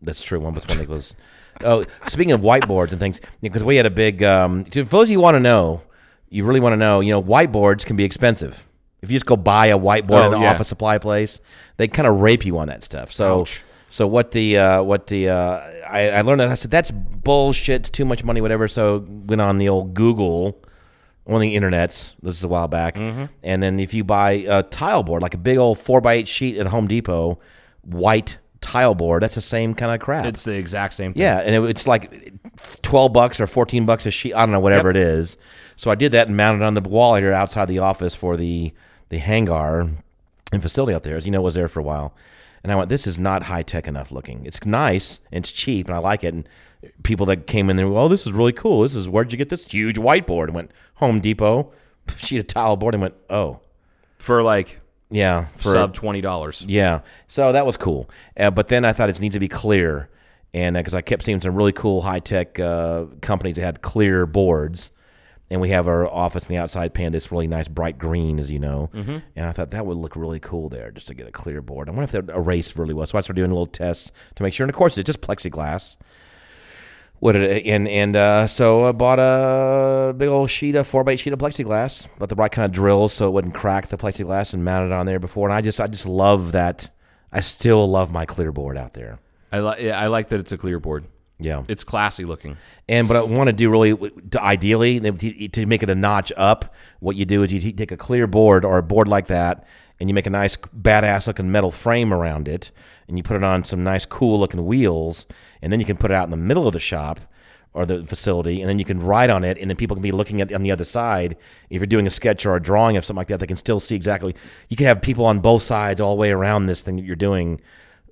[SPEAKER 5] that's true. One plus one equals. Oh, speaking of whiteboards and things, because we had a big. Um, for those of you who want to know, you really want to know. You know, whiteboards can be expensive. If you just go buy a whiteboard
[SPEAKER 6] Oh,
[SPEAKER 5] at an
[SPEAKER 6] yeah.
[SPEAKER 5] office supply place, they kind of rape you on that stuff. So,
[SPEAKER 6] Ouch.
[SPEAKER 5] so what the uh, what the uh, I, I learned that I said that's bullshit. It's too much money, whatever. So went on the old Google. On the internets, this is a while back, and then if you buy a tile board, like a big old four by eight sheet at Home Depot, white tile board, that's the same kind of crap.
[SPEAKER 6] It's the exact same thing.
[SPEAKER 5] Yeah, and it, it's like twelve bucks or fourteen bucks a sheet. I don't know whatever it is. So I did that and mounted it on the wall here outside the office for the the hangar and facility out there. As you know, was there for a while, and I went, "This is not high tech enough looking. It's nice and it's cheap, and I like it." And people that came in there, "Oh, this is really cool. This is where'd you get this huge whiteboard?" And went Home Depot, sheet of tile board, and went, "Oh,
[SPEAKER 6] For like
[SPEAKER 5] yeah, for
[SPEAKER 6] sub twenty dollars.
[SPEAKER 5] yeah. So that was cool. Uh, but then I thought it needs to be clear. And because I kept seeing some really cool high tech uh, companies that had clear boards. And we have our office on the outside painted this really nice bright green, as you know. And I thought that would look really cool there just to get a clear board. I wonder if that would erase really well. So I started doing a little test to make sure. And of course, it's just plexiglass. What did it, and and uh, so I bought a big old sheet of four by eight sheet of plexiglass, but the right kind of drill so it wouldn't crack the plexiglass, and mounted it on there before. And I just I just love that. I still love my clear board out there.
[SPEAKER 6] I like. Yeah, I like that it's a clear board.
[SPEAKER 5] Yeah,
[SPEAKER 6] It's classy looking.
[SPEAKER 5] and what I want to do really, to ideally, to to make it a notch up, what you do is you take a clear board or a board like that, and you make a nice badass looking metal frame around it, and you put it on some nice cool looking wheels, and then you can put it out in the middle of the shop or the facility, and then you can ride on it, and then people can be looking at on the other side. If you're doing a sketch or a drawing of something like that, they can still see exactly. You can have people on both sides all the way around this thing that you're doing,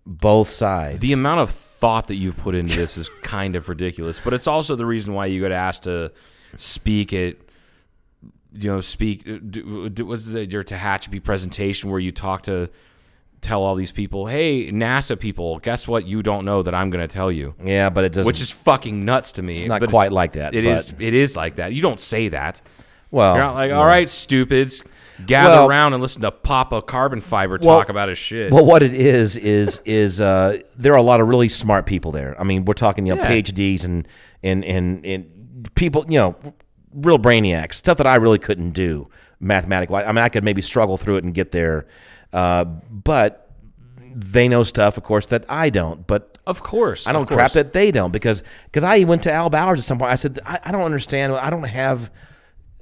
[SPEAKER 5] both sides.
[SPEAKER 6] The amount of thought that you've put into this is kind of ridiculous, but it's also the reason why you got asked to speak at, you know, speak. uh, Do, do, was it your Tehachapi presentation where you talk to tell all these people, hey, NASA people, guess what? You don't know that I'm going to tell you,
[SPEAKER 5] yeah, but it doesn't.
[SPEAKER 6] which is fucking nuts to me.
[SPEAKER 5] It's not
[SPEAKER 6] But
[SPEAKER 5] quite like that,
[SPEAKER 6] It is.
[SPEAKER 5] but-
[SPEAKER 6] It is like that. You don't say that.
[SPEAKER 5] well,
[SPEAKER 6] You're not like,
[SPEAKER 5] no.
[SPEAKER 6] all right, stupids, gather
[SPEAKER 5] Well-
[SPEAKER 6] around and listen to Papa Carbon Fiber
[SPEAKER 5] Well-
[SPEAKER 6] talk about his shit.
[SPEAKER 5] Well, what it is is is uh, there are a lot of really smart people there. I mean, we're talking you know
[SPEAKER 6] Yeah.
[SPEAKER 5] PhDs and and and and people you know real brainiacs stuff that I really couldn't do mathematically. I mean, I could maybe struggle through it and get there, uh, but they know stuff, of course, that I don't. But
[SPEAKER 6] Of course.
[SPEAKER 5] I
[SPEAKER 6] of
[SPEAKER 5] don't crap
[SPEAKER 6] course.
[SPEAKER 5] that they don't because because I went to Al Bowers at some point. I said I, I don't understand. I don't have.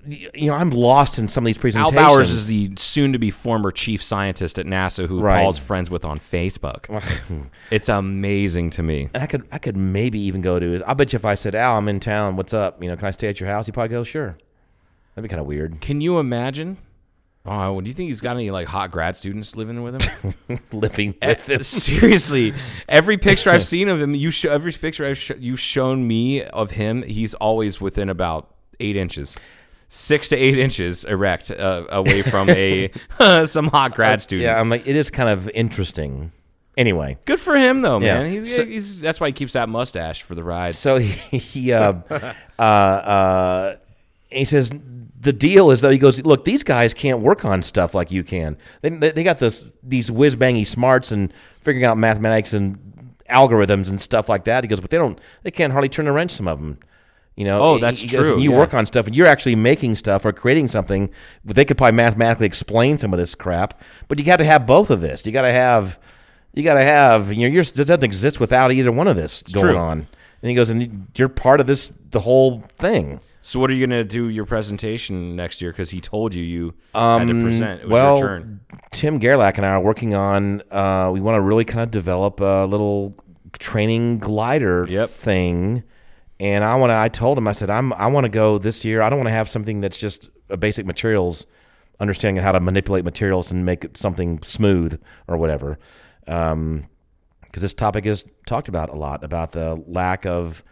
[SPEAKER 5] You know, I'm lost in some of these
[SPEAKER 6] Al
[SPEAKER 5] presentations.
[SPEAKER 6] Bowers is the soon to be former chief scientist at NASA who
[SPEAKER 5] Right.
[SPEAKER 6] Paul's friends with on Facebook. it's amazing to me.
[SPEAKER 5] and I could I could maybe even go to. his- I bet you if I said Al, I'm in town. What's up? You know, can I stay at your house? He'd probably go sure. That'd be kind of weird.
[SPEAKER 6] Can you imagine? Oh, do you think he's got any like hot grad students living with him? Eh,
[SPEAKER 5] Living with him.
[SPEAKER 6] Seriously, every picture I've seen of him, you show every picture I've sho- you've shown me of him, he's always within about eight inches, six to eight inches erect uh, away from a some hot grad student.
[SPEAKER 5] Uh, Yeah, I'm like it is kind of interesting. Anyway,
[SPEAKER 6] Good for him though,
[SPEAKER 5] Yeah.
[SPEAKER 6] man. He's,
[SPEAKER 5] So-
[SPEAKER 6] he's that's why he keeps that mustache for the ride.
[SPEAKER 5] so he, he uh, uh, uh, he says the deal is though he goes look these guys can't work on stuff like you can they, they, they got this these whiz bangy smarts and figuring out mathematics and algorithms and stuff like that he goes but they don't they can't hardly turn a wrench some of them you know
[SPEAKER 6] Oh,
[SPEAKER 5] He-
[SPEAKER 6] that's
[SPEAKER 5] he goes,
[SPEAKER 6] true,
[SPEAKER 5] and you
[SPEAKER 6] yeah.
[SPEAKER 5] work on stuff and you're actually making stuff or creating something but they could probably mathematically explain some of this crap but you got to have both of this you got to have you got to have you know yours doesn't exist without either one of this going
[SPEAKER 6] true.
[SPEAKER 5] on and he goes, and you're part of this, the whole thing.
[SPEAKER 6] So what are you gonna do your presentation next year? Because he told you you had to present. It was
[SPEAKER 5] Um, well,
[SPEAKER 6] your turn.
[SPEAKER 5] Tim Gerlach and I are working on. Uh, we want to really kind of develop a little training glider
[SPEAKER 6] Yep.
[SPEAKER 5] thing. And I want to. I told him. I said, I'm. I want to go this year. I don't want to have something that's just a basic materials understanding of how to manipulate materials and make it something smooth or whatever. Um, because this topic is talked about a lot about the lack of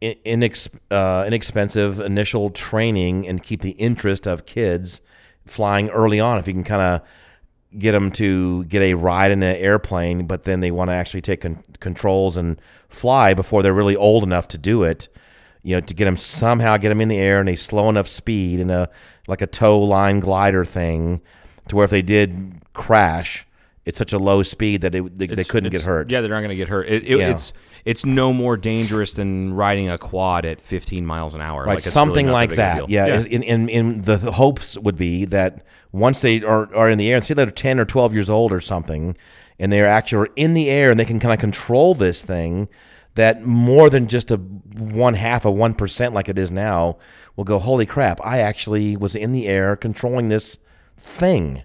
[SPEAKER 5] in- inex- uh, inexpensive initial training and keep the interest of kids flying early on. If you can kind of get them to get a ride in an airplane, but then they want to actually take con- controls and fly before they're really old enough to do it. You know, to get them somehow get them in the air in a slow enough speed in a like a tow line glider thing, to where if they did crash, it's such a low speed that it, they, they
[SPEAKER 6] It's-
[SPEAKER 5] couldn't get
[SPEAKER 6] it's-
[SPEAKER 5] hurt.
[SPEAKER 6] Yeah, they're not gonna get hurt. It, it,
[SPEAKER 5] Yeah.
[SPEAKER 6] It's it's no more dangerous than riding a quad at 15 miles an hour.
[SPEAKER 5] right,
[SPEAKER 6] it's really
[SPEAKER 5] something
[SPEAKER 6] not that
[SPEAKER 5] like
[SPEAKER 6] big a
[SPEAKER 5] that.
[SPEAKER 6] deal.
[SPEAKER 5] Yeah, In, in in the the hopes would be that once they are, are in the air, say they're ten or twelve years old or something, and they are actually in the air and they can kind of control this thing, that more than just a one half of one percent like it is now will go. Holy crap! I actually was in the air controlling this thing,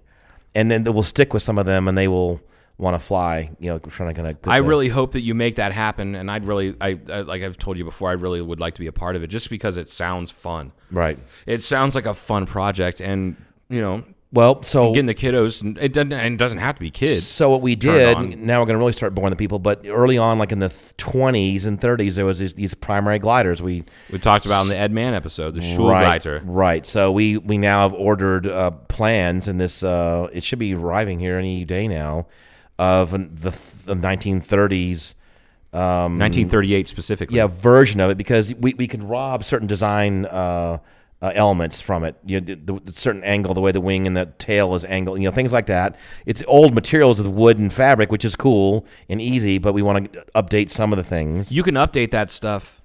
[SPEAKER 5] and then it will stick with some of them, and they will want to fly. You know, trying to kind of.
[SPEAKER 6] I really hope that you make that happen, and I'd really, I, I like I've told you before, I really would like to be a part of it, just because it sounds fun.
[SPEAKER 5] right.
[SPEAKER 6] It sounds like a fun project, and you know,
[SPEAKER 5] Well, so
[SPEAKER 6] getting the kiddos, and it doesn't, and it doesn't have to be kids.
[SPEAKER 5] Oh. So what we
[SPEAKER 6] turned
[SPEAKER 5] did
[SPEAKER 6] on.
[SPEAKER 5] now we're going to really start boring the people. But early on, like in the twenties and thirties, there was these, these primary gliders. We
[SPEAKER 6] We talked about in the Ed Man episode, the Schulreiter.
[SPEAKER 5] right, right. So we we now have ordered uh, plans, and this uh, it should be arriving here any day now of an- the the nineteen thirties.
[SPEAKER 6] 1938
[SPEAKER 5] Mm-hmm.
[SPEAKER 6] specifically.
[SPEAKER 5] Yeah, version of it because we, we can rob certain design uh, uh, elements from it. You know, the, the certain angle, the way the wing and the tail is angled, you know, things like that. It's old materials with wood and fabric, which is cool and easy, but we want to update some of the things.
[SPEAKER 6] you can update that stuff.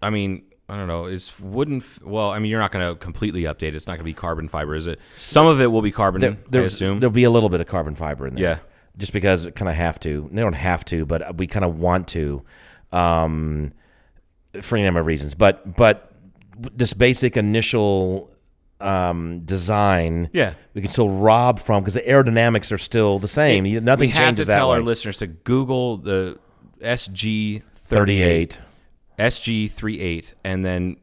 [SPEAKER 6] I mean, I don't know. It's wooden. F- well, I mean, you're not going to completely update. it. It's not going to be carbon fiber, is it? Some of it will be carbon. I
[SPEAKER 5] There's-
[SPEAKER 6] assume.
[SPEAKER 5] There'll be a little bit of carbon fiber in there.
[SPEAKER 6] Yeah.
[SPEAKER 5] Just because kind of have to. They don't have to, but we kind of want to um, for any number of reasons. But, but this basic initial um, design.
[SPEAKER 6] Yeah.
[SPEAKER 5] we can still rob from because the aerodynamics are still the same. You-
[SPEAKER 6] we
[SPEAKER 5] Nothing
[SPEAKER 6] have
[SPEAKER 5] changes
[SPEAKER 6] to tell
[SPEAKER 5] that way.
[SPEAKER 6] our listeners to Google the SG
[SPEAKER 5] 38
[SPEAKER 6] SG 38, and then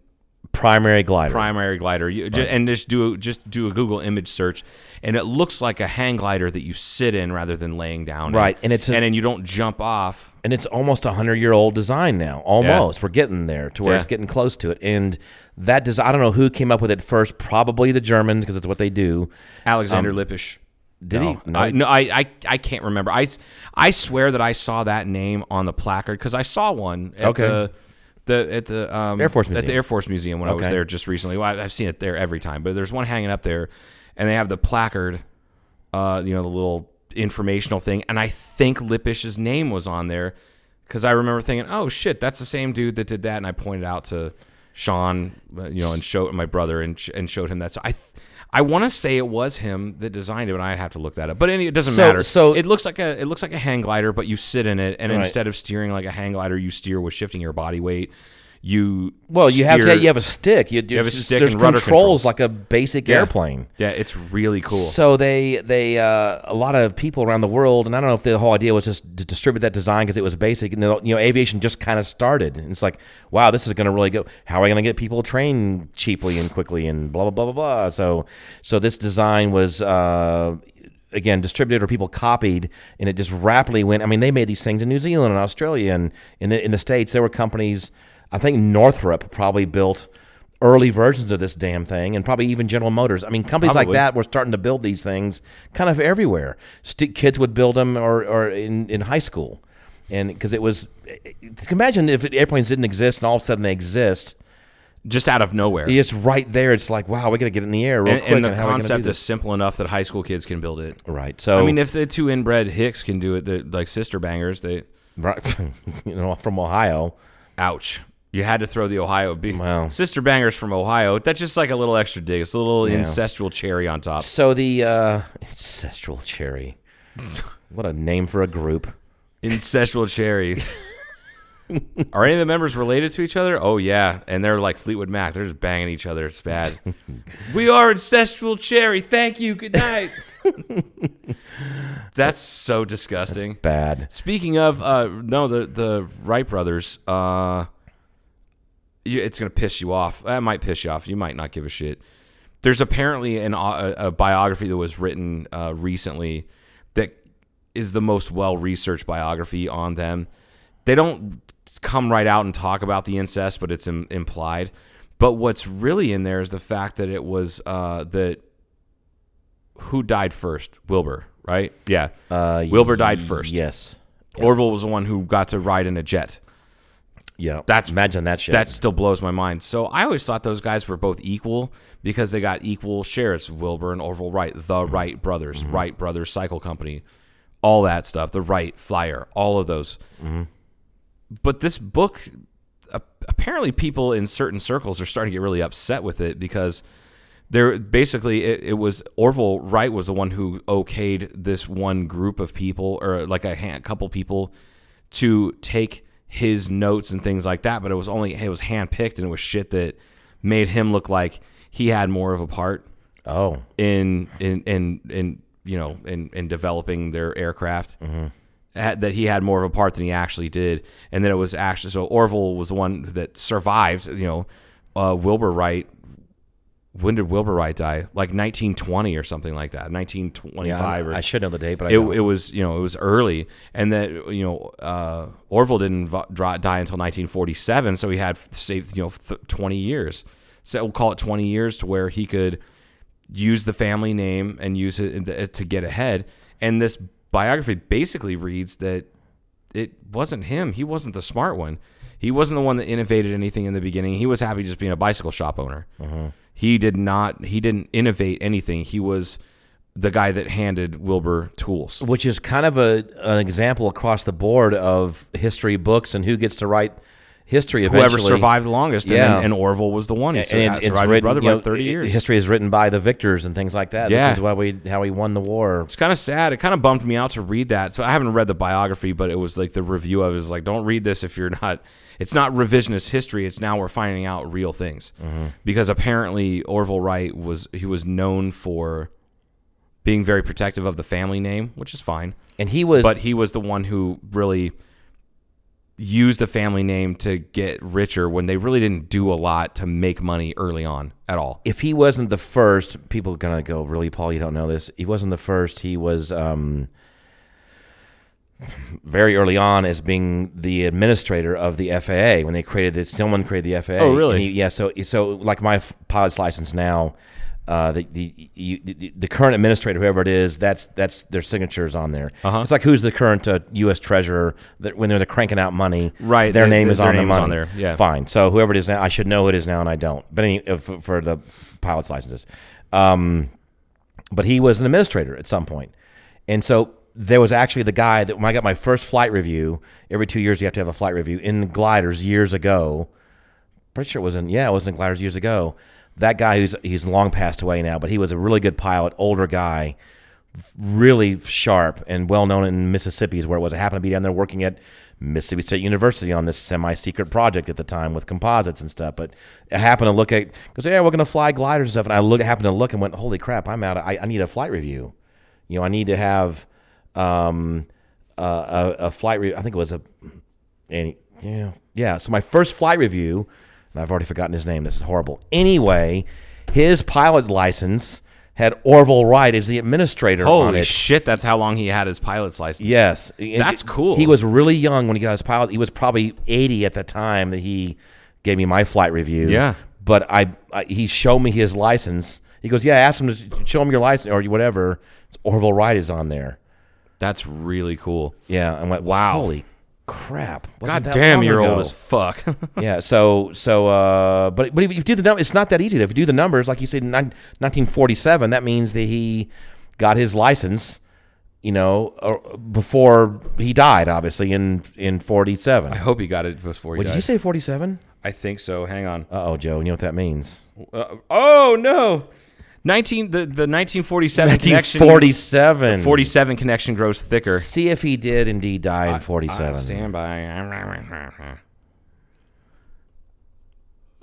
[SPEAKER 5] primary glider.
[SPEAKER 6] primary glider. You, ju- and just do a- just do a Google image search, and it looks like a hang glider that you sit in rather than laying down.
[SPEAKER 5] Right,
[SPEAKER 6] in.
[SPEAKER 5] and it's a-
[SPEAKER 6] and then you don't jump off.
[SPEAKER 5] and it's almost a hundred year old design now. Almost, we're getting there to where it's
[SPEAKER 6] Yeah.
[SPEAKER 5] getting close to it. And that design, I don't know who came up with it first. Probably the Germans because it's what they do.
[SPEAKER 6] Alexander Lippisch.
[SPEAKER 5] Um, Did
[SPEAKER 6] no,
[SPEAKER 5] he?
[SPEAKER 6] I, no, I, I, I can't remember. I, s- I swear that I saw that name on the placard because I saw one at
[SPEAKER 5] Okay.
[SPEAKER 6] the, the at the um,
[SPEAKER 5] Air Force
[SPEAKER 6] at the
[SPEAKER 5] Museum.
[SPEAKER 6] Air Force Museum when I was
[SPEAKER 5] Okay.
[SPEAKER 6] there just recently. Well, I, I've seen it there every time, but there's one hanging up there, and they have the placard, uh, you know, the little informational thing, and I think Lippish's name was on there because I remember thinking, oh shit, that's the same dude that did that, and I pointed out to Sean, uh, you know, and showed my brother and sh- and showed him that. So I. Th- I want to say it was him that designed it, but I'd have to look that up. But any, it doesn't
[SPEAKER 5] So-
[SPEAKER 6] matter.
[SPEAKER 5] so-
[SPEAKER 6] it looks like a it looks like a hang glider, but you sit in it, and
[SPEAKER 5] Right.
[SPEAKER 6] instead of steering like a hang glider, you steer with shifting your body weight. You
[SPEAKER 5] Well, you have
[SPEAKER 6] steer-
[SPEAKER 5] you have a stick. You,
[SPEAKER 6] have a
[SPEAKER 5] there's-
[SPEAKER 6] stick
[SPEAKER 5] There's
[SPEAKER 6] and rudder
[SPEAKER 5] controls
[SPEAKER 6] controls.
[SPEAKER 5] like a basic
[SPEAKER 6] Yeah.
[SPEAKER 5] airplane.
[SPEAKER 6] Yeah, it's really cool.
[SPEAKER 5] So they they uh, a lot of people around the world, and I don't know if the whole idea was just to distribute that design because it was basic. And you know, aviation just kind of started, and it's like, wow, this is going to really go. How are we going to get people trained cheaply and quickly, and blah blah blah blah blah. So so this design was. Uh, Again, distributed or people copied, and it just rapidly went. I mean, they made these things in New Zealand and Australia, and in the in the states, there were companies. I think Northrop probably built early versions of this damn thing, and probably even General Motors. I mean, companies like
[SPEAKER 6] Probably.
[SPEAKER 5] that we're starting to build these things kind of everywhere. St- kids would build them, or, or in, in high school, and because it was, eh, imagine if airplanes didn't exist and all of a sudden they exist.
[SPEAKER 6] just out of nowhere.
[SPEAKER 5] It's right there. It's like wow, we got to get it in the air real
[SPEAKER 6] and,
[SPEAKER 5] quick.
[SPEAKER 6] and the
[SPEAKER 5] how are we gonna do
[SPEAKER 6] concept is
[SPEAKER 5] this?
[SPEAKER 6] simple enough that high school kids can build it.
[SPEAKER 5] right. So
[SPEAKER 6] I mean, if the two inbred hicks can do it, the like sister bangers, they
[SPEAKER 5] right, you know, from Ohio,
[SPEAKER 6] ouch. You had to throw the Ohio be-
[SPEAKER 5] Wow.
[SPEAKER 6] sister bangers from Ohio. That's just like a little extra dig. It's a little ancestral cherry on top.
[SPEAKER 5] so the uh, ancestral cherry. What a name for a group.
[SPEAKER 6] Ancestral cherry. Are any of the members related to each other? Oh yeah, and they're like Fleetwood Mac. They're just banging each other. It's bad. we are ancestral cherry. Thank you. Good night. That's so disgusting.
[SPEAKER 5] Bad.
[SPEAKER 6] Speaking of, uh, no, the the Wright brothers. Uh, you, it's gonna piss you off. That might piss you off. You might not give a shit. There's apparently an au- a, a biography that was written uh, recently that is the most well researched biography on them. They don't come right out and talk about the incest, but it's Im- implied. But what's really in there is the fact that it was uh, that who died first, Wilbur, right? Yeah,
[SPEAKER 5] Uh,
[SPEAKER 6] Wilbur died first.
[SPEAKER 5] Yes.
[SPEAKER 6] Orville was the one who got to ride in a jet.
[SPEAKER 5] Yeah.
[SPEAKER 6] That's-
[SPEAKER 5] imagine that shit.
[SPEAKER 6] That still blows my mind. So I always thought those guys were both equal because they got equal shares. Wilbur and Orville Wright, the Wright brothers, Wright Brothers Cycle Company, all that stuff, the Wright Flyer, all of those. But this book, a- apparently, people in certain circles are starting to get really upset with it because there basically it, it was Orville Wright was the one who okayed this one group of people or like a hand, couple people to take his notes and things like that, but it was only it was handpicked and it was shit that made him look like he had more of a part
[SPEAKER 5] oh.
[SPEAKER 6] in in in, in you know in in developing their aircraft.
[SPEAKER 5] Mm-hmm.
[SPEAKER 6] Had- That he had more of a part than he actually did, and that it was actually so Orville was the one that survived. You know, uh, Wilbur Wright. When did Wilbur Wright die? Like 1920 or something like that. 1925
[SPEAKER 5] Yeah, I,
[SPEAKER 6] or
[SPEAKER 5] I should know the date, but I
[SPEAKER 6] it,
[SPEAKER 5] don't.
[SPEAKER 6] it was you know it was early and that you know uh, Orville didn't v- dry, die until 1947 so he had saved you know th- 20 years so we'll call it 20 years to where he could use the family name and use it in the- to get ahead and this biography basically reads that it wasn't him he wasn't the smart one he wasn't the one that innovated anything in the beginning he was happy just being a bicycle shop owner he did not he didn't innovate anything he was the guy that handed Wilbur tools.
[SPEAKER 5] which is kind of a an example across the board of history books and who gets to write history eventually.
[SPEAKER 6] Whoever survived longest, and,
[SPEAKER 5] Yeah.
[SPEAKER 6] then, and Orville was the one. He
[SPEAKER 5] and,
[SPEAKER 6] sur-
[SPEAKER 5] and it's
[SPEAKER 6] survived his
[SPEAKER 5] written,
[SPEAKER 6] brother
[SPEAKER 5] you
[SPEAKER 6] by
[SPEAKER 5] know,
[SPEAKER 6] thirty
[SPEAKER 5] i-
[SPEAKER 6] years.
[SPEAKER 5] History is written by the victors and things like that.
[SPEAKER 6] Yeah.
[SPEAKER 5] This is why we how we won the war.
[SPEAKER 6] it's kind of sad. It kind of bummed me out to read that. So I haven't read the biography, but it was like the review of it is like, don't read this if you're not. It's not revisionist history. It's now we're finding out real things
[SPEAKER 5] Mm-hmm.
[SPEAKER 6] because apparently Orville Wright was he was known for being very protective of the family name, which is fine.
[SPEAKER 5] And he was
[SPEAKER 6] but he was the one who really used the family name to get richer when they really didn't do a lot to make money early on at all.
[SPEAKER 5] if he wasn't the first, people are gonna go, really, Paul, you don't know this. He wasn't the first. He was um, very early on as being the administrator of the FAA when they created this. Someone created the FAA.
[SPEAKER 6] Oh, really?
[SPEAKER 5] And he- yeah. So, so like my f- pilot's license now. Uh, the, the, you, the the current administrator, whoever it is, that's that's their signatures on there. Uh-huh. It's like who's the current uh, U.S. treasurer that when they're cranking out money,
[SPEAKER 6] Right,
[SPEAKER 5] Their
[SPEAKER 6] they-
[SPEAKER 5] name
[SPEAKER 6] they-
[SPEAKER 5] is
[SPEAKER 6] their
[SPEAKER 5] on the
[SPEAKER 6] name is
[SPEAKER 5] money.
[SPEAKER 6] on there, yeah.
[SPEAKER 5] Fine fine. So whoever it is now, I should know who it is now, and I don't. But any uh, for, for the pilot's licenses, um, but he was an administrator at some point, and so there was actually the guy that when I got my first flight review. Every two years, you have to have a flight review in gliders years ago. Pretty sure it wasn't. Yeah, it was in gliders years ago. that guy who's he's long passed away now, but he was a really good pilot, older guy, really sharp and well known in Mississippi is where it was. I happened to be down there working at Mississippi State University on this semi secret project at the time with composites and stuff. But I happened to look at because yeah, we're gonna fly gliders and stuff, and I look happened to look and went, holy crap, I'm out. Of, I, I need a flight review. You know, I need to have um, uh, a, a flight. Re- I think it was a and yeah, yeah. So my first flight review, and I've already forgotten his name. This is horrible. Anyway, his pilot license had Orville Wright as the administrator on
[SPEAKER 6] Holy
[SPEAKER 5] it.
[SPEAKER 6] shit! That's how long he had his pilot's license.
[SPEAKER 5] Yes, And
[SPEAKER 6] That's cool.
[SPEAKER 5] He was really young when he got his pilot. He was probably eighty at the time that he gave me my flight review.
[SPEAKER 6] Yeah.
[SPEAKER 5] but I, I he showed me his license. He goes, "Yeah, ask him to show him your license or whatever." It's Orville Wright is on there.
[SPEAKER 6] That's really cool.
[SPEAKER 5] Yeah, I went, "Wow, holy crap!"
[SPEAKER 6] God
[SPEAKER 5] Wasn't that
[SPEAKER 6] damn,
[SPEAKER 5] long
[SPEAKER 6] you're
[SPEAKER 5] ago.
[SPEAKER 6] old as fuck.
[SPEAKER 5] yeah. So so uh, but but if you do the numbers, it's not that easy. If you do the numbers, like you said, in nine- 1947, that means that he got his license, you know, or, before he died, obviously in in 47.
[SPEAKER 6] I hope he got it before you.
[SPEAKER 5] Wait, did you say 47?
[SPEAKER 6] I think so. Hang on.
[SPEAKER 5] Uh oh, Joe, you know what that means?
[SPEAKER 6] Uh, oh no. 19 the, the 1947 connection
[SPEAKER 5] 1947.
[SPEAKER 6] 47 connection grows thicker.
[SPEAKER 5] See if he did indeed die in 47.
[SPEAKER 6] I stand by.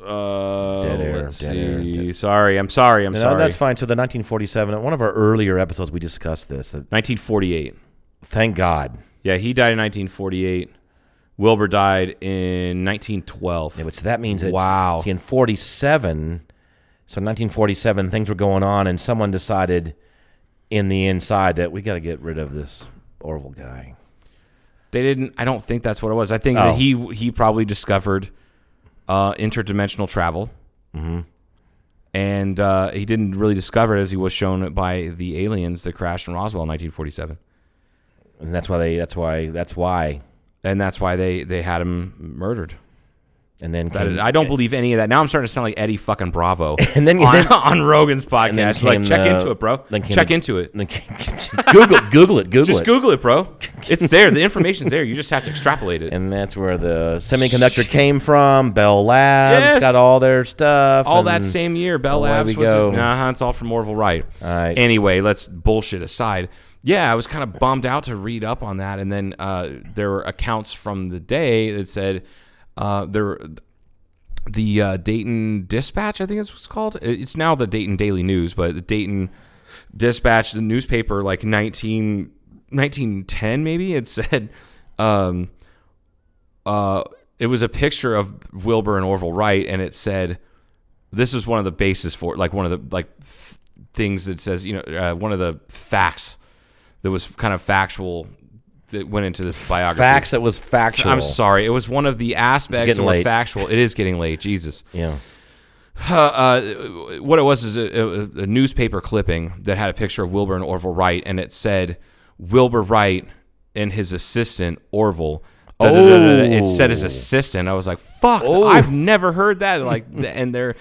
[SPEAKER 6] Uh,
[SPEAKER 5] Dead air,
[SPEAKER 6] let's
[SPEAKER 5] dead air,
[SPEAKER 6] see.
[SPEAKER 5] dead-
[SPEAKER 6] Sorry, I'm sorry, I'm
[SPEAKER 5] no,
[SPEAKER 6] sorry.
[SPEAKER 5] that's fine. So the 1947, one of our earlier episodes, we discussed this. That,
[SPEAKER 6] 1948.
[SPEAKER 5] thank God.
[SPEAKER 6] Yeah, he died in 1948. Wilbur died in 1912.
[SPEAKER 5] Yeah, but so that means that
[SPEAKER 6] Wow.
[SPEAKER 5] See, in '47, so 1947, things were going on, and someone decided in the inside that we got to get rid of this Orville guy.
[SPEAKER 6] They didn't. I don't think that's what it was. I think that
[SPEAKER 5] Oh.
[SPEAKER 6] he he probably discovered uh, interdimensional travel,
[SPEAKER 5] Mm-hmm.
[SPEAKER 6] and uh, he didn't really discover it as he was shown by the aliens that crashed in Roswell in 1947,
[SPEAKER 5] And that's why they. That's why. That's why.
[SPEAKER 6] and that's why they they had him murdered.
[SPEAKER 5] And then
[SPEAKER 6] That-
[SPEAKER 5] came-
[SPEAKER 6] I don't believe any of that. Now I'm starting to sound like Eddie fucking Bravo
[SPEAKER 5] And then-
[SPEAKER 6] on,
[SPEAKER 5] then-
[SPEAKER 6] on Rogan's
[SPEAKER 5] and then
[SPEAKER 6] podcast. Like
[SPEAKER 5] came
[SPEAKER 6] check
[SPEAKER 5] the-
[SPEAKER 6] into it, bro.
[SPEAKER 5] then came
[SPEAKER 6] Check
[SPEAKER 5] the-
[SPEAKER 6] into it.
[SPEAKER 5] then came- Google. Google it. Google
[SPEAKER 6] Just
[SPEAKER 5] it.
[SPEAKER 6] Google it, bro. It's there. The information's there. You just have to extrapolate it.
[SPEAKER 5] And that's where the semiconductor came from. Bell Labs
[SPEAKER 6] Yes.
[SPEAKER 5] got all their stuff.
[SPEAKER 6] all
[SPEAKER 5] and-
[SPEAKER 6] that same year. Bell
[SPEAKER 5] away
[SPEAKER 6] Labs
[SPEAKER 5] we
[SPEAKER 6] was
[SPEAKER 5] go.
[SPEAKER 6] nah, it's all from Orville Wright.
[SPEAKER 5] right.
[SPEAKER 6] Anyway, let's bullshit aside. Yeah, I was kind of bummed out to read up on that, and then uh, there were accounts from the day that said uh, there the uh, Dayton Dispatch, I think it's what's called. It- It's now the Dayton Daily News, but the Dayton Dispatch, the newspaper, like 19, 1910 maybe, it said um, uh, it was a picture of Wilbur and Orville Wright, and it said this is one of the bases for like one of the like f- things that says you know uh, one of the facts that was kind of factual that went into this biography.
[SPEAKER 5] facts that was factual.
[SPEAKER 6] I'm sorry. It was one of the aspects
[SPEAKER 5] getting
[SPEAKER 6] that were
[SPEAKER 5] late.
[SPEAKER 6] factual. It is getting late. Jesus.
[SPEAKER 5] Yeah.
[SPEAKER 6] Uh, what it was is a, a, a newspaper clipping that had a picture of Wilbur and Orville Wright, and it said Wilbur Wright and his assistant Orville. Da, da, da, da, da. It said his
[SPEAKER 5] Oh.
[SPEAKER 6] assistant. I was like, "Fuck! I've never heard that." Like, th- and they're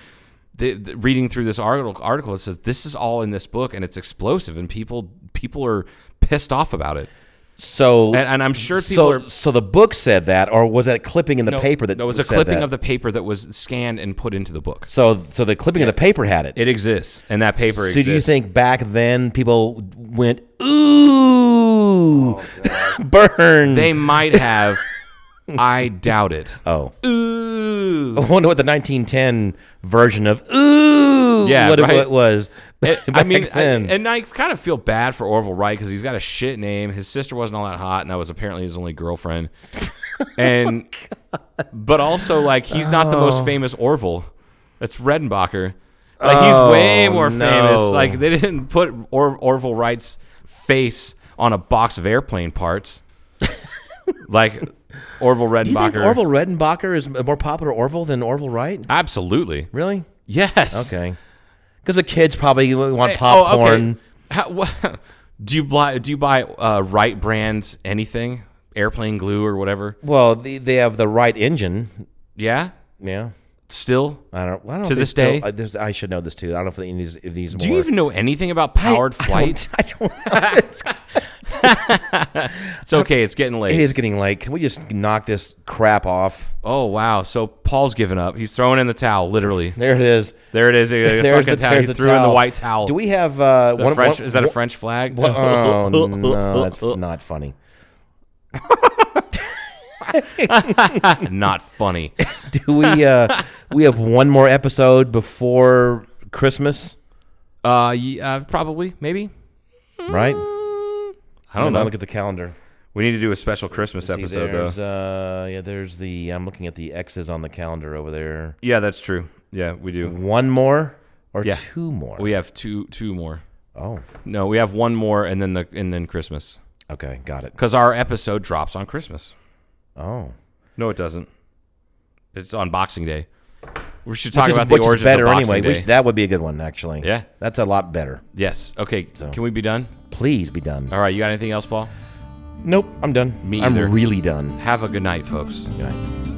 [SPEAKER 6] the, the, reading through this article. Article it says this is all in this book, and it's explosive, and people people are pissed off about it.
[SPEAKER 5] So
[SPEAKER 6] And- and I'm sure people
[SPEAKER 5] so,
[SPEAKER 6] are-
[SPEAKER 5] So the book said that, or was that clipping in the
[SPEAKER 6] No,
[SPEAKER 5] paper that
[SPEAKER 6] there was a
[SPEAKER 5] said
[SPEAKER 6] clipping
[SPEAKER 5] that?
[SPEAKER 6] of the paper that was scanned and put into the book.
[SPEAKER 5] So, so the clipping of the paper had it.
[SPEAKER 6] It exists, and that paper
[SPEAKER 5] so,
[SPEAKER 6] exists.
[SPEAKER 5] do you think back then people went ooh, burn?
[SPEAKER 6] Oh, they might have? I doubt it.
[SPEAKER 5] oh,
[SPEAKER 6] Ooh.
[SPEAKER 5] I wonder what the 1910 version of ooh,
[SPEAKER 6] Yeah,
[SPEAKER 5] what, it-
[SPEAKER 6] right.
[SPEAKER 5] what it was.
[SPEAKER 6] I
[SPEAKER 5] back
[SPEAKER 6] mean, I-
[SPEAKER 5] then.
[SPEAKER 6] and I kind of feel bad for Orville Wright because he's got a shit name. His sister wasn't all that hot, and that was apparently his only girlfriend. And, but also, like, he's not the
[SPEAKER 5] Oh.
[SPEAKER 6] most famous Orville. That's Redenbacher. Like, he's way
[SPEAKER 5] Oh,
[SPEAKER 6] more
[SPEAKER 5] no.
[SPEAKER 6] famous. Like, they didn't put or- Orville Wright's face on a box of airplane parts. like, Orville Redenbacher.
[SPEAKER 5] do you think Orville Redenbacher is a more popular Orville than Orville Wright?
[SPEAKER 6] Absolutely.
[SPEAKER 5] Really?
[SPEAKER 6] Yes.
[SPEAKER 5] Okay. Because the kids probably want
[SPEAKER 6] Hey, oh, okay.
[SPEAKER 5] popcorn.
[SPEAKER 6] How, wha- do you buy do you buy uh, right brands anything? Airplane glue or whatever?
[SPEAKER 5] Well, they, they have the right engine.
[SPEAKER 6] Yeah?
[SPEAKER 5] Yeah.
[SPEAKER 6] Still?
[SPEAKER 5] I don't. I don't
[SPEAKER 6] To
[SPEAKER 5] think
[SPEAKER 6] this
[SPEAKER 5] still-
[SPEAKER 6] day?
[SPEAKER 5] I, there's- I should know this too. I don't know if any of these. If these
[SPEAKER 6] Do
[SPEAKER 5] more,
[SPEAKER 6] you even know anything about powered flight?
[SPEAKER 5] I don't. I don't know.
[SPEAKER 6] It's okay. It's getting late.
[SPEAKER 5] It is getting late. Can we just knock this crap off?
[SPEAKER 6] Oh wow! So Paul's given up. He's throwing in the towel, literally.
[SPEAKER 5] There it is.
[SPEAKER 6] There it is. A
[SPEAKER 5] There's
[SPEAKER 6] fucking
[SPEAKER 5] the,
[SPEAKER 6] towel.
[SPEAKER 5] there's the
[SPEAKER 6] he threw in the white towel.
[SPEAKER 5] Do we have uh,
[SPEAKER 6] Is that,
[SPEAKER 5] one,
[SPEAKER 6] a French,
[SPEAKER 5] one-
[SPEAKER 6] is that a
[SPEAKER 5] one-
[SPEAKER 6] French flag?
[SPEAKER 5] What, oh no, that's not funny.
[SPEAKER 6] Not funny.
[SPEAKER 5] Do we? Uh, we have one more episode before Christmas,
[SPEAKER 6] Uh, ye- uh, probably, maybe.
[SPEAKER 5] right?
[SPEAKER 6] I don't
[SPEAKER 5] Now
[SPEAKER 6] know.
[SPEAKER 5] Look at the calendar.
[SPEAKER 6] we need to do a special Christmas
[SPEAKER 5] See,
[SPEAKER 6] episode, though.
[SPEAKER 5] there's, Uh, yeah, there's the. I'm looking at the X's on the calendar over there.
[SPEAKER 6] yeah, that's true. Yeah, we do.
[SPEAKER 5] One more or
[SPEAKER 6] Yeah.
[SPEAKER 5] two more?
[SPEAKER 6] We have two two more.
[SPEAKER 5] oh,
[SPEAKER 6] No, we have one more, and then the and then Christmas,
[SPEAKER 5] okay, got it.
[SPEAKER 6] because our episode drops on Christmas.
[SPEAKER 5] Oh,
[SPEAKER 6] No, it doesn't. It's on Boxing Day. We should talk
[SPEAKER 5] which is,
[SPEAKER 6] about the
[SPEAKER 5] which is
[SPEAKER 6] origins
[SPEAKER 5] better
[SPEAKER 6] of Boxing
[SPEAKER 5] anyway.
[SPEAKER 6] Day.
[SPEAKER 5] Which, that would be a good one actually.
[SPEAKER 6] Yeah.
[SPEAKER 5] that's a lot better.
[SPEAKER 6] yes. Okay. Can we be done?
[SPEAKER 5] Please be done.
[SPEAKER 6] All right. You got anything else, Paul?
[SPEAKER 5] Nope, I'm done.
[SPEAKER 6] Uh, Me
[SPEAKER 5] I'm
[SPEAKER 6] either.
[SPEAKER 5] really done.
[SPEAKER 6] Have a good night, folks.
[SPEAKER 5] Good night.